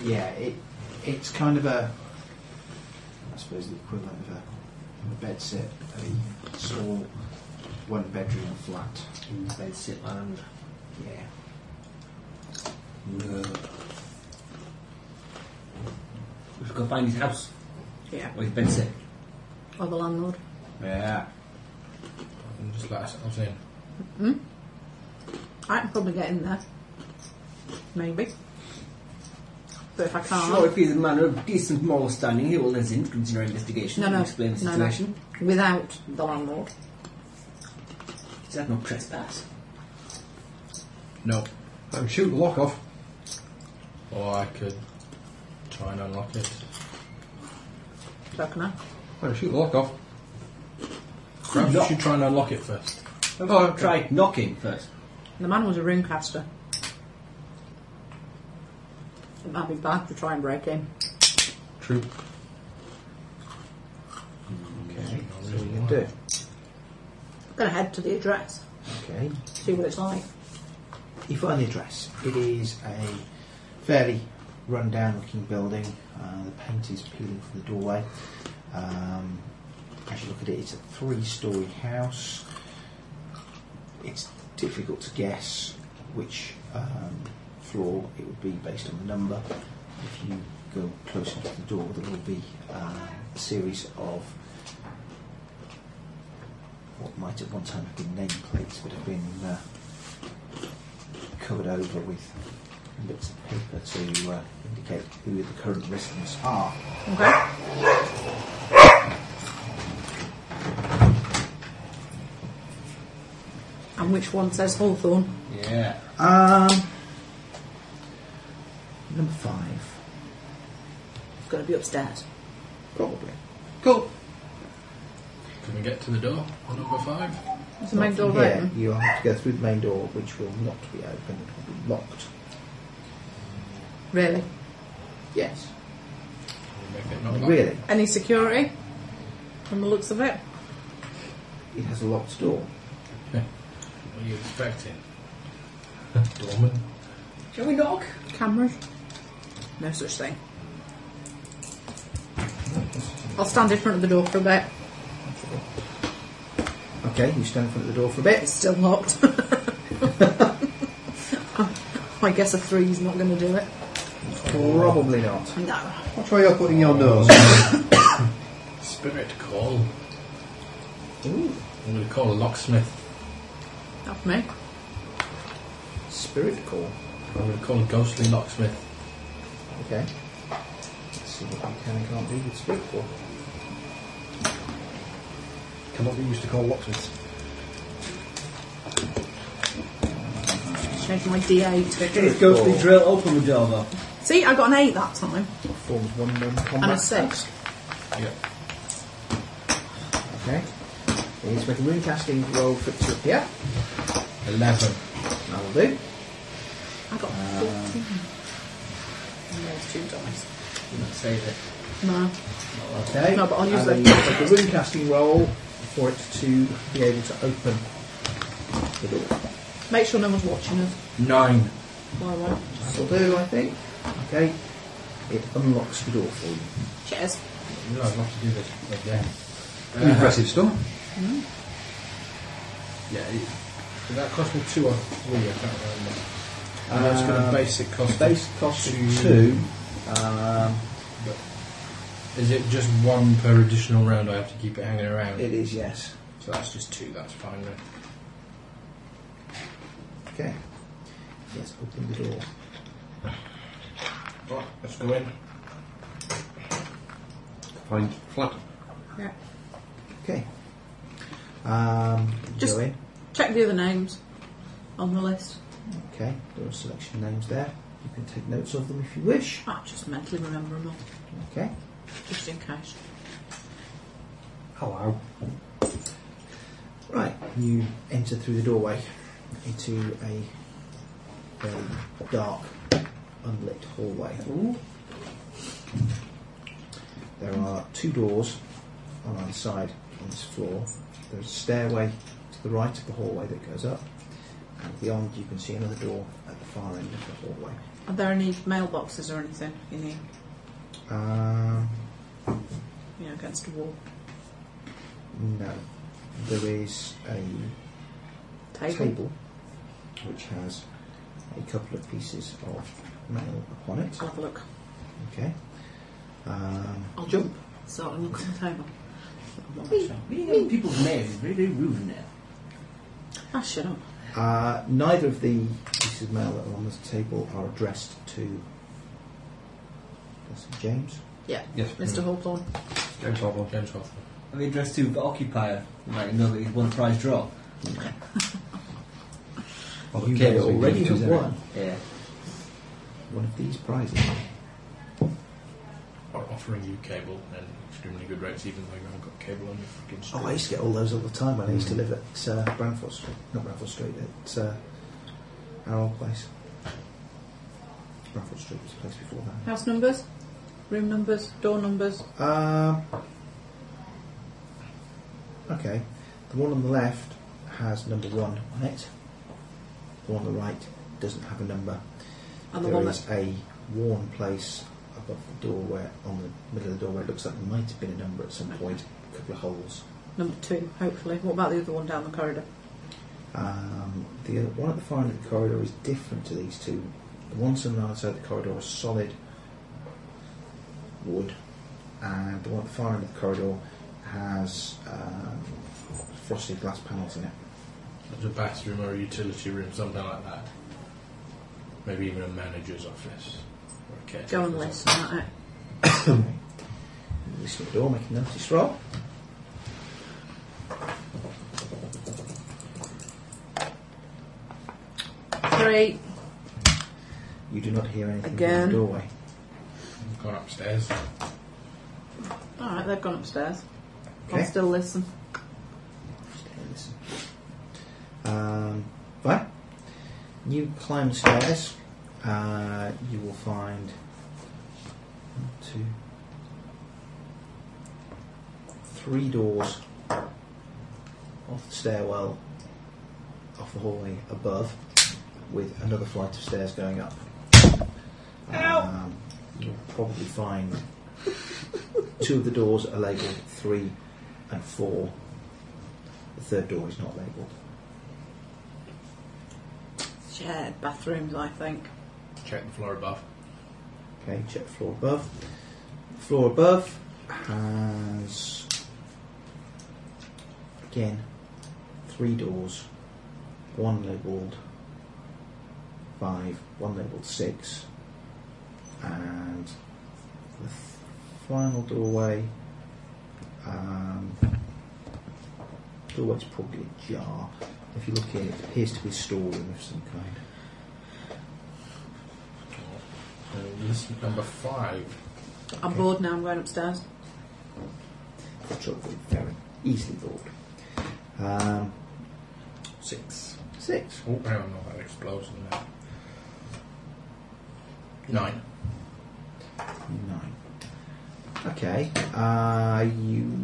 Speaker 8: yeah, it it's kind of a I suppose the equivalent of a, a bed sit, a small one bedroom flat.
Speaker 7: In
Speaker 8: Mm.
Speaker 7: bed sit land.
Speaker 8: Yeah.
Speaker 7: No. We should go find his house.
Speaker 5: Yeah.
Speaker 7: Or his bed sit.
Speaker 5: Or the landlord.
Speaker 8: Yeah.
Speaker 2: And just let ourselves in.
Speaker 5: I can probably get in there. Maybe. But if I can't.
Speaker 7: Sure, if he's a man of decent moral standing, he will let us in to continue our investigation
Speaker 5: no,
Speaker 7: and
Speaker 5: no.
Speaker 7: explain the
Speaker 5: no, no.
Speaker 7: situation.
Speaker 5: Without the landlord.
Speaker 7: Is that not trespass?
Speaker 2: No.
Speaker 4: I can shoot the lock off.
Speaker 2: Or I could try and unlock it.
Speaker 5: So can I?
Speaker 4: I can shoot the lock off.
Speaker 2: Perhaps you should try and unlock it first.
Speaker 4: Oh, okay.
Speaker 7: Try knocking first.
Speaker 5: The man was a runecaster. It might be bad to try and break in.
Speaker 4: True.
Speaker 8: That's what you can do.
Speaker 5: I'm going to head to the address,
Speaker 8: Okay.
Speaker 5: see what it's like.
Speaker 8: You find the address. It is a fairly run-down looking building. Uh, the paint is peeling from the doorway. Um, as you look at it, it's a three-storey house. It's difficult to guess which um, floor it would be based on the number. If you go closer to the door, there will be um, a series of what might at one time have been nameplates, but have been uh, covered over with bits of paper to uh, indicate who the current residents are.
Speaker 5: Okay. And which one says Hawthorne?
Speaker 7: Yeah.
Speaker 8: Um, number five,
Speaker 5: It's going to be upstairs.
Speaker 8: probably.
Speaker 5: Cool.
Speaker 2: Can we get to the door? On number five?
Speaker 5: Is the main
Speaker 8: Not from
Speaker 5: door
Speaker 8: here.
Speaker 5: open?
Speaker 8: You'll have to go through the main door, which will not be open. It will be locked.
Speaker 5: Really?
Speaker 8: Yes.
Speaker 2: Can we make it not lock?
Speaker 8: Really?
Speaker 5: Any security? From the looks of it?
Speaker 8: It has a locked door.
Speaker 2: What are you expecting? Dorman?
Speaker 5: Shall we knock? Cameras? No such thing. I'll stand in front of the door for a bit.
Speaker 8: Okay, you stand in front of the door for a bit.
Speaker 5: It's still locked. I guess a three's not going to do it.
Speaker 8: Probably not.
Speaker 5: No.
Speaker 4: Watch where you're putting your nose.
Speaker 2: Spirit call. I'm going to call a locksmith.
Speaker 5: Not me.
Speaker 8: Spirit call.
Speaker 2: I'm going to call a ghostly locksmith.
Speaker 8: Okay. Let's see what you can and can't do with spirit call.
Speaker 4: Cannot be used to call locksmiths.
Speaker 5: Change my D8.
Speaker 7: Let's go to the drill, open the door though.
Speaker 5: See, I got an 8 that time.
Speaker 8: Forms one non-combat.
Speaker 5: And a 6.
Speaker 2: Yeah.
Speaker 8: Okay. You need to make a moon casting roll for it to appear.
Speaker 2: Eleven.
Speaker 8: That will do.
Speaker 5: I got 14. And there's two dice.
Speaker 7: Save it.
Speaker 5: No.
Speaker 8: Okay.
Speaker 5: No, but I'll use
Speaker 8: and then
Speaker 5: that.
Speaker 8: you make a moon casting roll for it to be able to open the door.
Speaker 5: Make sure no one's watching us.
Speaker 2: Nine.
Speaker 5: Why won't?
Speaker 8: That will do, I think. Okay. It unlocks the door for you.
Speaker 5: Cheers.
Speaker 2: You know, I'd love to do this again.
Speaker 4: Impressive stuff.
Speaker 2: Yeah, it- did that cost me two or three? I can't remember. And that's going to
Speaker 8: Um,
Speaker 2: basic cost.
Speaker 8: Base cost
Speaker 2: two.
Speaker 8: two. Um,
Speaker 2: Is it just one per additional round? I have to keep it hanging around.
Speaker 8: it is yes.
Speaker 2: so that's just two. That's fine. Then.
Speaker 8: Okay. Let's open the door.
Speaker 2: Right, let's go in.
Speaker 4: Find flat.
Speaker 8: Okay. Um,
Speaker 5: Just-
Speaker 8: go in.
Speaker 5: Check the other names on the list.
Speaker 8: Okay. There are selection names there. You can take notes of them if you wish.
Speaker 5: I just mentally remember them all,
Speaker 8: Okay.
Speaker 5: just in case.
Speaker 4: Hello.
Speaker 8: Right, you enter through the doorway into a very dark, unlit hallway. There are two doors on either side on this floor. There's a stairway to the right of the hallway that goes up, and beyond you can see another door at the far end of the hallway.
Speaker 5: Are there any mailboxes or anything in here?
Speaker 8: Um,
Speaker 5: You know, against a wall,
Speaker 8: no, there is a
Speaker 5: table.
Speaker 8: table which has a couple of pieces of mail upon it.
Speaker 5: I'll have a look.
Speaker 8: Okay. Um,
Speaker 5: I'll jump. So I'll look on the table.
Speaker 7: Reading other people's names is very, very rude now.
Speaker 5: Ah, shut up.
Speaker 8: uh, neither of the pieces of mail that are on this table are addressed to that's James.
Speaker 5: Yeah,
Speaker 4: Yes.
Speaker 5: Mr. Hawthorne.
Speaker 4: James Hobble.
Speaker 2: James Hawthorne.
Speaker 7: Are they addressed to the occupier? You might know that he's won a prize draw.
Speaker 4: Well,
Speaker 8: You
Speaker 4: okay,
Speaker 8: guys
Speaker 4: so we
Speaker 8: already
Speaker 4: give
Speaker 8: have
Speaker 4: two
Speaker 8: won
Speaker 7: Yeah.
Speaker 8: one of these prizes.
Speaker 2: Are offering you cable at extremely good rates, even though you haven't got cable on your freaking
Speaker 8: Oh,
Speaker 2: street.
Speaker 8: I used to get all those all the time when I used to live at uh, Branford Street, not Branford Street, at uh, our old place. Branford Street was the place before that.
Speaker 5: House numbers, room numbers, door numbers.
Speaker 8: Um, okay. The one on the left has number one on it. The one on the right doesn't have a number.
Speaker 5: And the
Speaker 8: There
Speaker 5: one
Speaker 8: is a worn place above the door where, on the middle of the door where it looks like there might have been a number at some point, a couple of holes.
Speaker 5: that number two, hopefully. What about the other one down the corridor?
Speaker 8: Um, the other- one at the far end of the corridor is different to these two. The ones on the other side of the corridor are solid wood, and the one at the far end of the corridor has um, frosted glass panels in it.
Speaker 2: There's a bathroom or a utility room, something like that. Maybe even a manager's office. Or a caretaker's
Speaker 5: Go and
Speaker 2: office.
Speaker 5: listen at it.
Speaker 8: Listen to the door, make a notice roll.
Speaker 5: Three.
Speaker 8: You do not hear anything
Speaker 5: Again.
Speaker 8: from the doorway.
Speaker 2: I've gone upstairs.
Speaker 5: Alright, they've gone upstairs.
Speaker 8: Okay.
Speaker 5: I'll still listen.
Speaker 8: Don't listen. Um, but you climb the stairs. Uh, you will find one, two, three doors off the stairwell, off the hallway above, with another flight of stairs going up. Um, you'll probably find two of the doors are labelled three and four. The third door is not labelled.
Speaker 5: Shared bathrooms, I think.
Speaker 2: Check the floor above.
Speaker 8: Okay, check floor above. Floor above has again three doors, one labelled five, one labelled six, and the th- final doorway. Um, doorway's probably ajar. If you look in, it appears to be a storeroom of some kind.
Speaker 2: Uh, list number five.
Speaker 5: I'm
Speaker 8: Okay.
Speaker 5: bored now, I'm going upstairs.
Speaker 8: which will be very easily bored. Um,
Speaker 2: Six.
Speaker 8: six.
Speaker 2: Oh, hang on, no, that explodes in there. Nine.
Speaker 8: Nine. Okay. Uh, you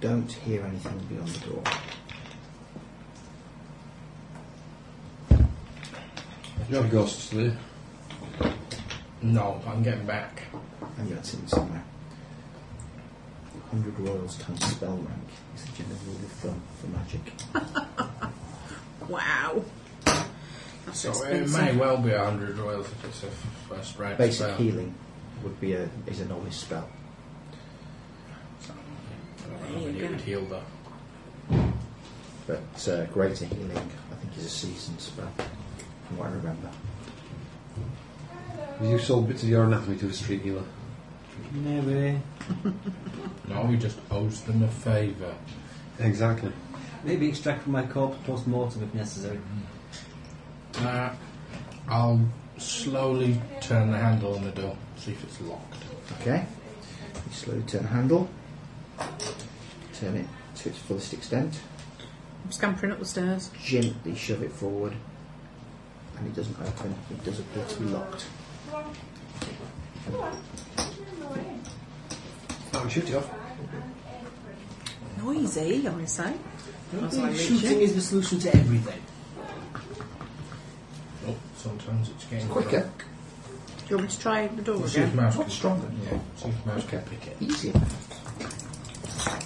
Speaker 8: don't hear anything beyond the door.
Speaker 4: You have ghosts there.
Speaker 2: No, I'm getting back.
Speaker 8: I'm going to sit somewhere. 100 royals times spell rank is the general rule of thumb for magic.
Speaker 5: Wow. That's
Speaker 2: So uh, it
Speaker 5: expensive.
Speaker 2: may well be 100 royals if it's a f- first rank
Speaker 8: Basic
Speaker 2: spell.
Speaker 8: healing would be a is a novice spell.
Speaker 2: I don't
Speaker 5: There
Speaker 2: know when
Speaker 5: you
Speaker 2: you
Speaker 5: go.
Speaker 2: would heal though.
Speaker 8: But uh, greater healing, I think, is a seasoned spell, from what I remember.
Speaker 4: Have you sold bits of your anatomy to a street healer?
Speaker 7: Never.
Speaker 2: No, he just owes them a favour.
Speaker 4: Exactly.
Speaker 7: Maybe extract from my corpse post mortem if necessary.
Speaker 2: Uh, I'll slowly turn the handle on the door, see if it's locked.
Speaker 8: Okay. You slowly turn the handle, turn it to its fullest extent,
Speaker 5: I'm scampering up the stairs.
Speaker 8: gently shove it forward, and it doesn't open. It does appear to be locked.
Speaker 4: Oh, shoot it off.
Speaker 5: Noisy, I say. As I reach
Speaker 7: Shooting
Speaker 5: it.
Speaker 7: is the solution to everything.
Speaker 2: Oh, sometimes it's getting
Speaker 8: Quicker,
Speaker 2: dark.
Speaker 5: Do you want me to try the door
Speaker 2: See if
Speaker 5: again?
Speaker 2: mouse
Speaker 8: not
Speaker 2: can,
Speaker 8: stronger,
Speaker 2: yeah, see if mouse can
Speaker 8: Okay.
Speaker 2: pick it.
Speaker 8: easier.
Speaker 5: I've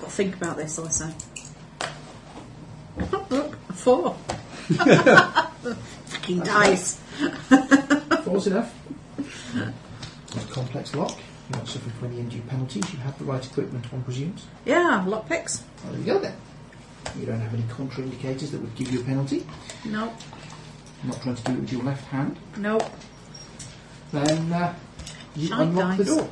Speaker 5: got to think about this, I say. Oh, look, a four. Fucking dice.
Speaker 8: Four's enough. It's a complex lock. You're not suffering from any undue penalties. You have the right equipment, one presumes.
Speaker 5: Yeah, lockpicks.
Speaker 8: Well, there we go then. You don't have any contraindicators that would give you a penalty.
Speaker 5: Nope,
Speaker 8: I'm not trying to do it with your left hand.
Speaker 5: nope.
Speaker 8: Then uh, you
Speaker 5: Shite dice.
Speaker 8: unlock the door.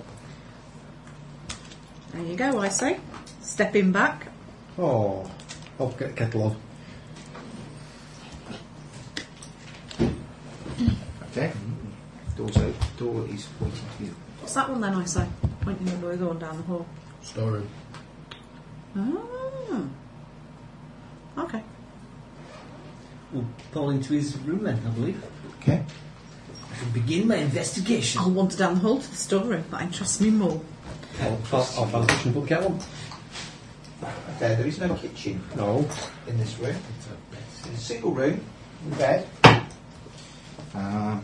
Speaker 5: There you go, I say. Stepping back.
Speaker 4: Oh, I'll get the kettle on.
Speaker 8: Okay. Door's open. Door is waiting to be
Speaker 5: What's that one then, I say? Pointing the boy going down the hall.
Speaker 2: Storeroom.
Speaker 5: Oh. Okay.
Speaker 7: We'll pull into his room then, I believe.
Speaker 8: Okay.
Speaker 7: I shall begin my investigation.
Speaker 5: I'll wander down the hall to the storeroom. That interests me more.
Speaker 4: I'll, I'll, I'll transition put the kettle on.
Speaker 8: Okay, there is no kitchen
Speaker 4: No.
Speaker 8: in this room. It's a single room with bed. Um,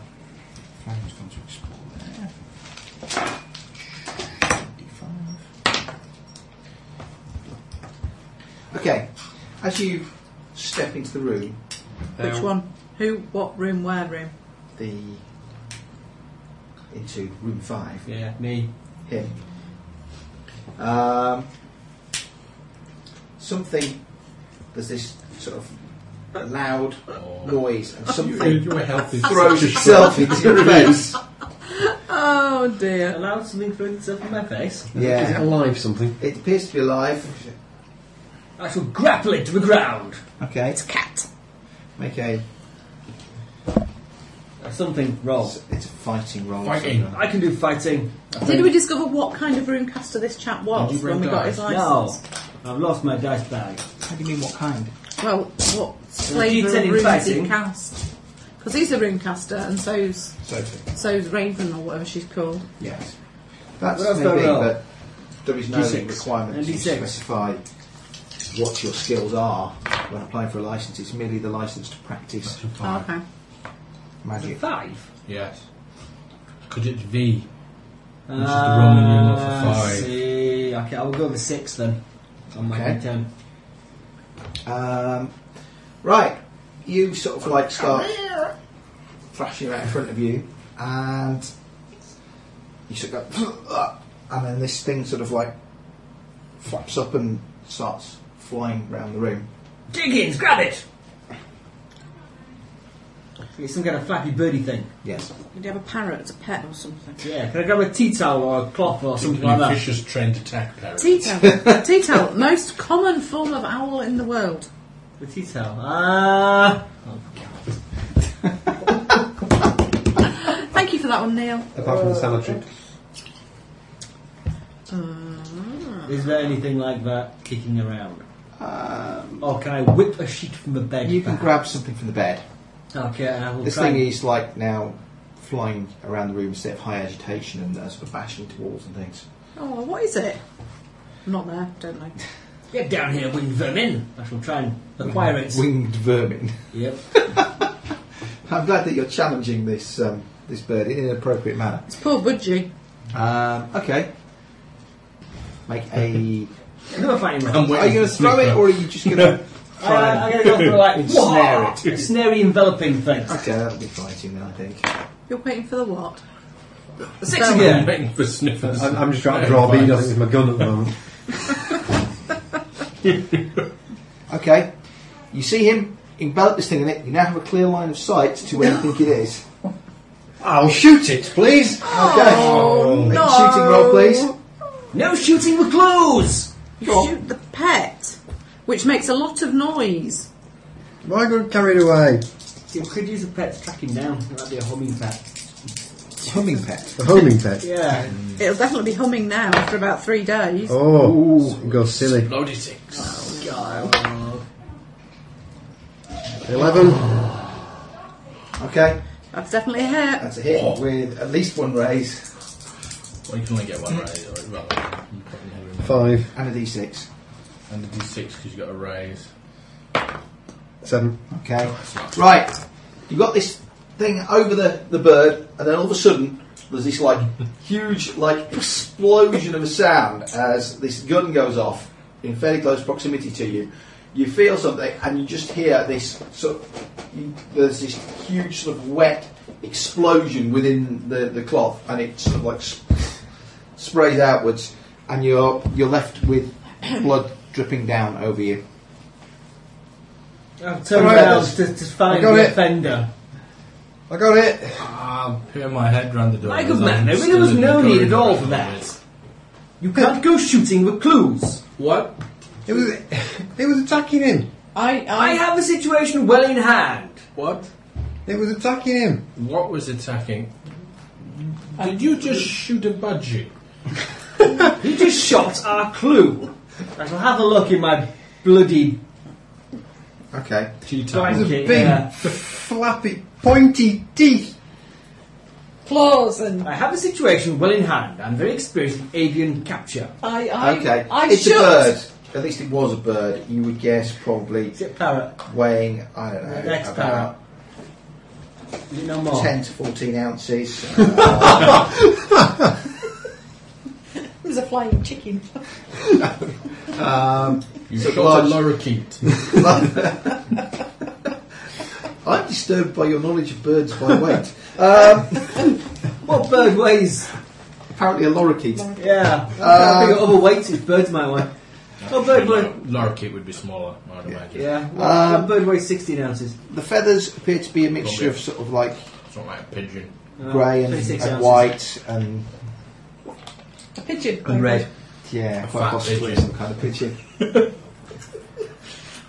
Speaker 8: flames going to explore there. 25. Okay, as you step into the room,
Speaker 5: Which one? Who, what room, where room?
Speaker 8: the into room five,
Speaker 7: Yeah, me.
Speaker 8: him. Um, something. There's this sort of loud noise, and something
Speaker 2: Your health is
Speaker 8: throws itself into your face.
Speaker 5: Oh dear.
Speaker 7: Allowed something thrown itself in my face.
Speaker 4: Is it
Speaker 8: Yeah,
Speaker 4: alive something?
Speaker 8: it appears to be alive.
Speaker 7: I shall grapple it to the ground.
Speaker 8: Okay,
Speaker 5: It's a cat.
Speaker 8: make a.
Speaker 7: Something roll.
Speaker 8: It's, it's a fighting roll.
Speaker 2: Fighting.
Speaker 8: so-
Speaker 7: I can do fighting. I
Speaker 5: Did
Speaker 7: think.
Speaker 5: we discover what kind of roomcaster this chap
Speaker 2: Did
Speaker 5: was
Speaker 2: you bring
Speaker 5: when we got his
Speaker 2: dice?
Speaker 7: No,
Speaker 5: license?
Speaker 7: I've lost my dice bag.
Speaker 8: How do you mean what kind?
Speaker 5: Well, what flavour
Speaker 7: D10
Speaker 5: of room
Speaker 7: in
Speaker 5: did he
Speaker 7: fighting.
Speaker 5: cast? Because he's a roomcaster, and so's
Speaker 8: Sophie.
Speaker 5: so's Raven or whatever she's called.
Speaker 8: Yes. That's
Speaker 7: What else do I
Speaker 8: maybe,
Speaker 7: roll?
Speaker 8: but there is no
Speaker 7: D6.
Speaker 8: requirement
Speaker 7: And
Speaker 8: to
Speaker 7: D6.
Speaker 8: specify what your skills are when applying for a license. It's merely the license to practice
Speaker 5: Oh, okay.
Speaker 8: magic.
Speaker 7: Five.
Speaker 2: Yes. Because it's V.
Speaker 7: Which
Speaker 2: is the Roman numeral for
Speaker 7: I
Speaker 2: five.
Speaker 7: Uh, see. Okay, I'll go with six then. On my
Speaker 8: Okay.
Speaker 7: D10.
Speaker 8: Um, right, you sort of like start thrashing around in front of you, and you sort of go, and then this thing sort of like flaps up and starts flying round the room.
Speaker 7: Diggins, grab it! It's some kind of flappy birdie thing.
Speaker 8: Yes.
Speaker 5: Did he have a parrot as a pet or something?
Speaker 7: Yeah, can I grab a tea towel or a cloth or something like that?
Speaker 2: vicious trained attack parrot.
Speaker 5: Tea towel. tea towel. Most common form of owl in the world.
Speaker 7: The tea towel. Ah!
Speaker 5: Thank you for that one, Neil.
Speaker 4: Apart from the sanitary.
Speaker 5: Uh,
Speaker 7: is there anything like that kicking around?
Speaker 8: Um,
Speaker 7: Or can I whip a sheet from the bed?
Speaker 8: you can
Speaker 7: back?
Speaker 8: grab something from the bed.
Speaker 7: Okay, and I will
Speaker 8: This
Speaker 7: try.
Speaker 8: thing is like now flying around the room instead of high agitation and uh, sort of bashing into walls and things.
Speaker 5: Oh, well, what is it? I'm not there. Don't know.
Speaker 7: Get down here, winged vermin! I shall try and acquire it.
Speaker 8: Winged vermin.
Speaker 7: Yep.
Speaker 8: I'm glad that you're challenging this um, this bird in an appropriate manner.
Speaker 5: It's poor Budgie.
Speaker 8: Um, okay. Make a.
Speaker 7: Who am I fighting?
Speaker 2: I'm
Speaker 7: Rob?
Speaker 2: waiting
Speaker 8: Are you going to
Speaker 2: for
Speaker 8: throw
Speaker 2: the
Speaker 8: it or are you just going to
Speaker 7: I,
Speaker 8: try
Speaker 7: I,
Speaker 8: and.
Speaker 7: I'm going to go for like
Speaker 8: Snare
Speaker 7: snare it. Snary enveloping thing.
Speaker 8: Okay, that'll be fighting then, I think.
Speaker 5: You're waiting for the what?
Speaker 7: Six
Speaker 5: Spell.
Speaker 2: I'm
Speaker 7: again.
Speaker 2: waiting for sniffers.
Speaker 4: I'm, I'm just trying to draw a bead on it with my gun at the moment.
Speaker 8: Okay, you see him envelop this thing in it. You now have a clear line of sight to where you think it is.
Speaker 4: I'll shoot it, please.
Speaker 8: Okay. Make a shooting roll, please.
Speaker 7: No shooting with clues.
Speaker 5: You shoot the pet, which makes a lot of noise.
Speaker 4: Why got it carried away?
Speaker 7: See, we could use a pet to track him down. That'd be a homing pet.
Speaker 8: Humming pet.
Speaker 4: The homing pet.
Speaker 7: Yeah.
Speaker 5: It'll definitely be humming now after about three days.
Speaker 4: Oh, it goes silly.
Speaker 2: Bloody six.
Speaker 4: Eleven.
Speaker 8: Okay,
Speaker 5: That's definitely a hit.
Speaker 8: that's a hit with at least one raise
Speaker 2: Well, you can only get one raise. Or, well, you probably never remember.
Speaker 4: Five.
Speaker 8: and a d6.
Speaker 2: And a d6 because you got a raise.
Speaker 4: Seven.
Speaker 8: Okay, right. You got this thing over the, the bird, and then all of a sudden there's this like huge like explosion of a sound as this gun goes off in fairly close proximity to you. You feel something, and you just hear this sort. Of, you, there's this huge sort of wet explosion within the, the cloth, and it sort of like sp- sprays outwards, and you're you're left with blood dripping down over you.
Speaker 7: I've turned
Speaker 4: Right,
Speaker 7: around
Speaker 4: that's-
Speaker 7: to, to find
Speaker 4: got
Speaker 7: the
Speaker 4: it.
Speaker 7: offender.
Speaker 4: I got it.
Speaker 2: Ah, I'm peering my head round the door.
Speaker 7: My good man, there really was no need at all for that. You can't go shooting with clues.
Speaker 2: What?
Speaker 4: It was. It was attacking him.
Speaker 5: I,
Speaker 7: I
Speaker 5: I,
Speaker 7: have a situation well in hand.
Speaker 2: What?
Speaker 4: It was attacking him.
Speaker 2: What was attacking? Did you just shoot a budgie?
Speaker 7: You just shot our clue. I shall have a look in my bloody
Speaker 8: Okay.
Speaker 2: Cheetah.
Speaker 7: blanket.
Speaker 4: Big,
Speaker 7: yeah.
Speaker 4: flappy, pointy teeth.
Speaker 5: claws and
Speaker 7: I have a situation well in hand. I'm very experienced in avian capture.
Speaker 5: I, I,
Speaker 8: Okay,
Speaker 5: I
Speaker 8: it's
Speaker 5: shoot.
Speaker 8: a bird. At least it was a bird. You would guess probably
Speaker 7: Is it parrot?
Speaker 8: weighing I don't know
Speaker 7: Next Oh. parrot.
Speaker 8: about
Speaker 7: Is it no more?
Speaker 8: ten to fourteen ounces. Uh,
Speaker 5: It was a flying chicken.
Speaker 2: You
Speaker 8: So
Speaker 2: shot a
Speaker 8: large.
Speaker 2: lorikeet.
Speaker 8: I'm disturbed by your knowledge of birds by weight.
Speaker 7: What bird weighs?
Speaker 8: Apparently, a lorikeet.
Speaker 7: Yeah. I
Speaker 8: Uh,
Speaker 7: think of weighted birds might weigh. What bird weighs?
Speaker 2: lorikeet would be smaller, I'd imagine.
Speaker 7: Yeah. What,
Speaker 8: Um,
Speaker 7: what bird weighs 16 ounces?
Speaker 8: The feathers appear to be a mixture of sort of like
Speaker 2: It's not like a pigeon.
Speaker 7: Uh,
Speaker 8: grey and,
Speaker 7: 26
Speaker 8: and
Speaker 7: ounces.
Speaker 8: white and
Speaker 5: A pigeon.
Speaker 8: yeah,
Speaker 2: A
Speaker 8: quite
Speaker 2: fat
Speaker 8: possibly
Speaker 2: pigeon.
Speaker 8: some kind of pigeon.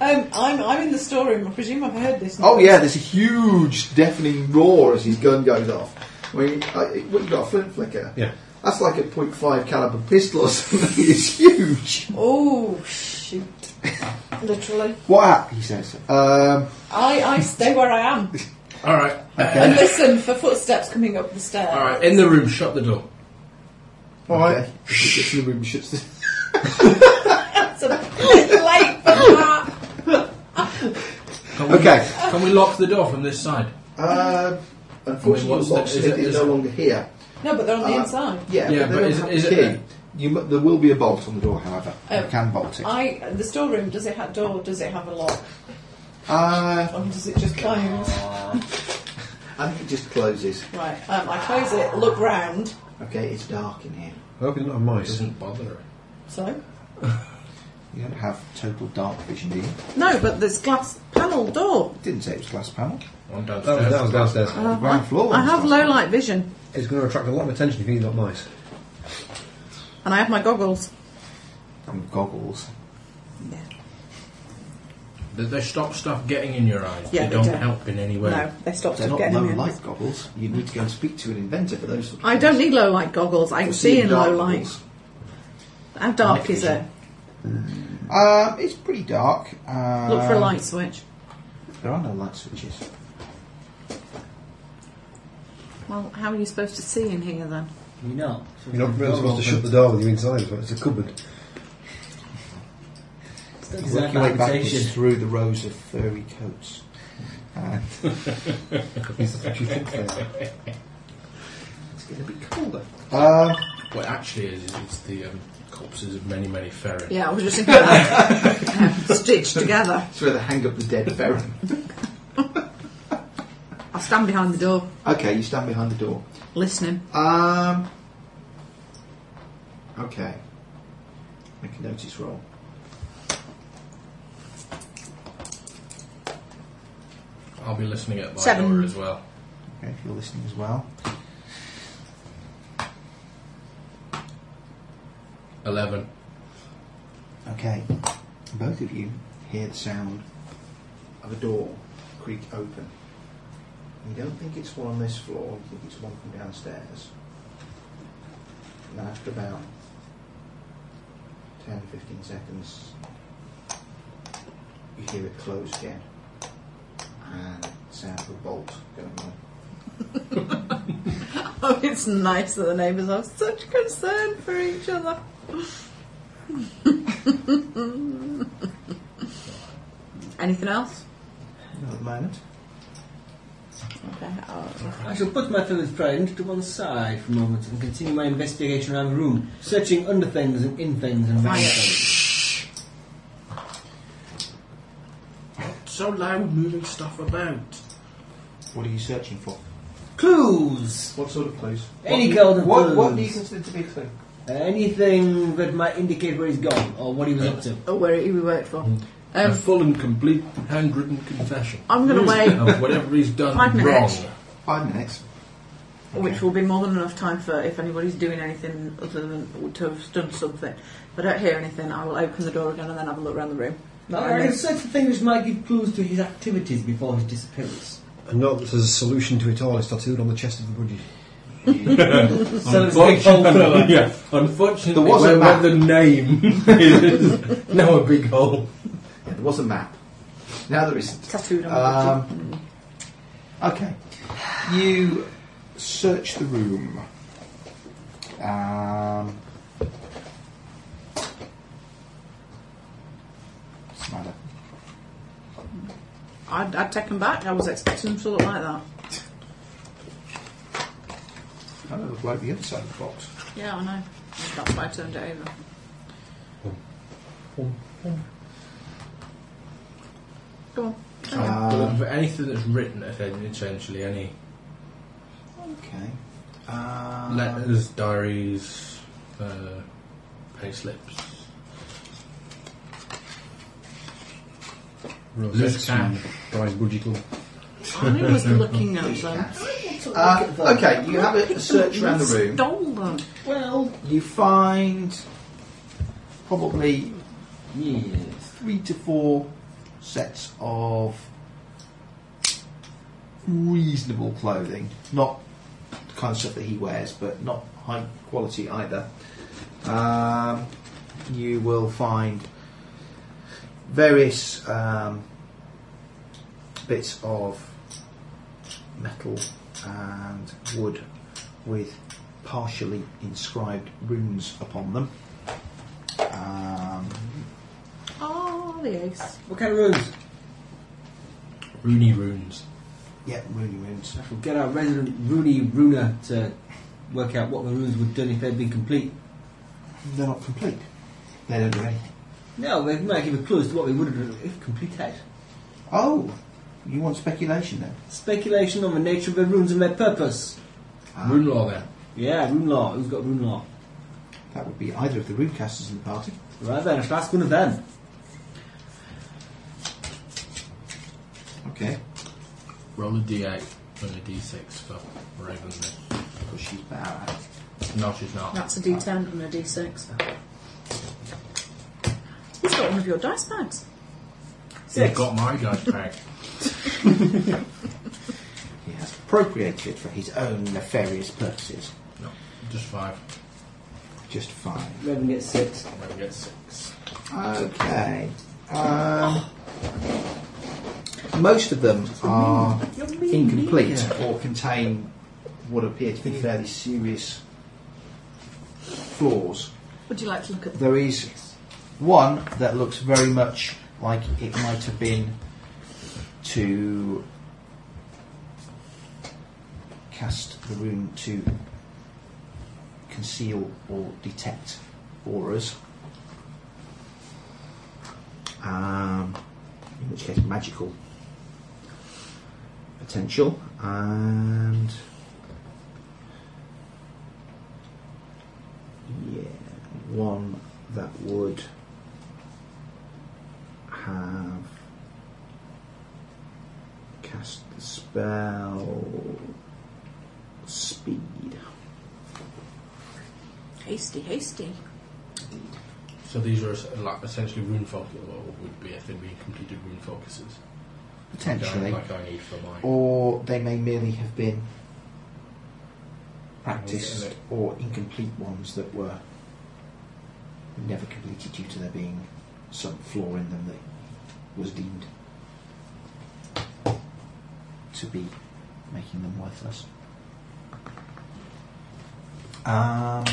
Speaker 5: Um, I'm, I'm in the storeroom. I presume I've heard this.
Speaker 8: Oh yeah, there's a huge deafening roar as his gun goes off. I mean, I, it, what, you got a flint flicker.
Speaker 4: Yeah.
Speaker 8: That's like a .5 caliber pistol or something. It's huge.
Speaker 5: Oh shoot! Literally,
Speaker 8: What happened? He says. Um,
Speaker 5: I, I stay where I am
Speaker 2: Alright.
Speaker 5: and listen for footsteps coming up the stairs.
Speaker 2: Alright, in the room, shut the door.
Speaker 8: Alright. He gets in the room and shuts the-
Speaker 5: It's a bit late for that.
Speaker 2: Can we,
Speaker 8: Okay.
Speaker 2: Can we lock the door from this side?
Speaker 8: Um, unfortunately,
Speaker 2: What's
Speaker 8: the
Speaker 2: the-
Speaker 8: locksmith
Speaker 2: is it-
Speaker 8: is
Speaker 2: is
Speaker 8: no
Speaker 2: it-
Speaker 8: longer here.
Speaker 5: No, but they're on the
Speaker 8: Uh,
Speaker 5: inside.
Speaker 8: Yeah,
Speaker 2: Yeah,
Speaker 8: but, they
Speaker 2: but
Speaker 8: don't
Speaker 2: is it-
Speaker 8: have
Speaker 2: is
Speaker 8: the
Speaker 2: it
Speaker 8: key.
Speaker 2: then?
Speaker 8: You mu- there will be a bolt on the door, however.
Speaker 5: Oh.
Speaker 8: You can bolt it.
Speaker 5: I the storeroom does it have door? Does it have a lock?
Speaker 8: Uh,
Speaker 5: Or does it just close?
Speaker 8: I think it just closes.
Speaker 5: Right. Um, I close it. Look round.
Speaker 8: Okay, it's dark in here.
Speaker 4: I hope it's not a mice.
Speaker 2: doesn't bother her.
Speaker 5: So
Speaker 8: You don't have total dark vision, do you?
Speaker 5: no, but there's glass panel door.
Speaker 8: Didn't say it was glass panel.
Speaker 2: One
Speaker 4: That
Speaker 2: downstairs.
Speaker 4: was, that was downstairs.
Speaker 8: The ground floor.
Speaker 5: I
Speaker 8: was
Speaker 5: have
Speaker 8: glass
Speaker 5: low
Speaker 8: panel.
Speaker 5: light vision
Speaker 4: It's going to attract a lot of attention if you got mice.
Speaker 5: and I have my goggles.
Speaker 8: And goggles.
Speaker 2: They, they stop stuff getting in your eyes.
Speaker 5: Yeah,
Speaker 2: they
Speaker 5: they
Speaker 2: don't
Speaker 5: do.
Speaker 2: help in any way.
Speaker 5: No, they stopped
Speaker 8: They're not
Speaker 5: getting
Speaker 8: low
Speaker 5: me in.
Speaker 8: light goggles. You need to go and speak to an inventor for those. sort of
Speaker 5: I don't
Speaker 8: things.
Speaker 5: need low light goggles. I can
Speaker 8: Or
Speaker 5: see in
Speaker 8: dark
Speaker 5: low light.
Speaker 8: goggles.
Speaker 5: How dark is it?
Speaker 8: Uh, it's pretty dark. Uh,
Speaker 5: Look for a light switch.
Speaker 8: There are no light switches.
Speaker 5: Well, how are you supposed to see in here then?
Speaker 7: You're not.
Speaker 4: You're not really supposed to shut the door when you're inside. But it's a cupboard.
Speaker 7: Is
Speaker 8: Work
Speaker 7: that
Speaker 8: your way
Speaker 7: habitation?
Speaker 8: backwards through the rows of furry coats. And
Speaker 4: Is that what you think they are?
Speaker 8: it's going to be colder. Um,
Speaker 2: What it actually is, is it's the um, corpses of many, many ferrets.
Speaker 5: Yeah, I was just thinking that. Stitched together.
Speaker 8: It's where they hang up the dead Baron.
Speaker 5: I stand behind the door,
Speaker 8: okay, you stand behind the door.
Speaker 5: listening.
Speaker 8: Um. Okay. Make a notice roll.
Speaker 2: I'll be listening at my
Speaker 5: Seven.
Speaker 2: door as well.
Speaker 8: Okay, if you're listening as well.
Speaker 2: 11.
Speaker 8: Okay. Both of you hear the sound of a door creak open. You don't think it's one on this floor, you think it's one from downstairs. And after about 10 15 seconds, you hear it close again. And the sound of a bolt going on.
Speaker 5: Oh, it's nice that the neighbours have such concern for each other. Anything else?
Speaker 8: Not at the moment.
Speaker 5: Okay. I'll-
Speaker 7: I shall put my feathered friend to one side for a moment and continue my investigation around the room, searching under things and in things and around
Speaker 5: Quiet.
Speaker 7: things.
Speaker 2: So loud moving stuff about.
Speaker 8: What are you searching for?
Speaker 7: Clues!
Speaker 8: What sort of clues?
Speaker 7: Any golden
Speaker 8: what,
Speaker 7: clues.
Speaker 8: what do you consider to be a clue?
Speaker 7: Anything that might indicate where he's gone or what he was up to.
Speaker 5: Oh, where he worked
Speaker 8: Mm.
Speaker 5: for.
Speaker 8: Uh,
Speaker 2: a
Speaker 5: Um,
Speaker 2: full and complete handwritten confession
Speaker 5: I'm going to wait,
Speaker 2: of whatever he's done
Speaker 5: Five
Speaker 2: wrong.
Speaker 5: minutes.
Speaker 8: Five minutes.
Speaker 5: which will be more than enough time for if anybody's doing anything other than to have done something. If I don't hear anything, I will open the door again and then have a look around the room. Not
Speaker 7: Or
Speaker 5: only-
Speaker 7: any such thing which might give clues to his activities before his disappearance.
Speaker 4: I know that there's a solution to it all. It's tattooed on the chest of the budgie.
Speaker 7: So it's a big hole
Speaker 2: Unfortunately,
Speaker 7: filler.
Speaker 2: yeah, unfortunately,
Speaker 8: There was a
Speaker 2: where-
Speaker 8: map.
Speaker 2: where the name is now a big hole.
Speaker 8: Yeah, there was a map. Now there isn't.
Speaker 5: tattooed on the budgie.
Speaker 8: Um, okay. You search the room. Um, what's the matter?
Speaker 5: I'd, I'd take them back. I was expecting them to look like that.
Speaker 8: Oh, it looked like the other side of the box.
Speaker 5: Yeah, I know. That's why I turned it over. Go on. Uh,
Speaker 8: Um,
Speaker 2: For anything that's written, essentially, any
Speaker 8: okay.
Speaker 5: Uh-huh.
Speaker 8: Um,
Speaker 2: letters, diaries, uh, pay slips.
Speaker 4: Rosettes
Speaker 2: Loose
Speaker 4: from Brian's Budgie Club.
Speaker 5: I was looking at them.
Speaker 8: uh, okay, you have a, a search around the room.
Speaker 5: Stole them.
Speaker 8: Well, you find probably
Speaker 7: Yes.
Speaker 8: three to four sets of reasonable clothing. Not the kind of stuff that he wears, but not high quality either. Um, you will find various um, bits of metal and wood with partially inscribed runes upon them. Um,
Speaker 5: Oh, the ace.
Speaker 7: What kind of rooms?
Speaker 2: Rooney runes.
Speaker 8: yeah, rune runes.
Speaker 7: We'll get our resident Rooney Runa to work out what the runes would have done if they'd been complete.
Speaker 8: They're not complete. They don't do anything.
Speaker 7: No, they might give a clue as to what we would have done if completed.
Speaker 8: Oh, you want speculation then?
Speaker 7: Speculation on the nature of the runes and their purpose.
Speaker 5: Ah.
Speaker 2: Rune law then.
Speaker 7: Yeah, rune law. Who's got rune law?
Speaker 8: That would be either of the runecasters in the party.
Speaker 7: Right then, I shall ask one of them.
Speaker 8: Okay.
Speaker 2: Roll a d8 and a d6 for Raven.
Speaker 8: Because she's better at it.
Speaker 2: No, she's not.
Speaker 5: That's a D10 and a D6. He's got one of your dice bags.
Speaker 2: You've got my dice bag.
Speaker 8: He has appropriated it for his own nefarious purposes.
Speaker 2: No, just five.
Speaker 8: Just fine.
Speaker 7: Raven gets six.
Speaker 2: Raven gets six.
Speaker 8: Okay. Um, most of them are incomplete or contain what appear to be fairly serious flaws.
Speaker 5: Would you like to look at them?
Speaker 8: There is one that looks very much like it might have been to cast the rune to conceal or detect or us. Um, in which case, magical potential and yeah, one that would have cast the spell speed.
Speaker 5: Hasty, hasty.
Speaker 2: So these are es- like essentially rune focus, or would be if they'd been completed rune focuses. Like I-
Speaker 8: Potentially.
Speaker 2: Like I need for my.
Speaker 8: Or they may merely have been practiced or incomplete ones that were never completed due to there being some flaw in them that was deemed to be making them worthless. Um,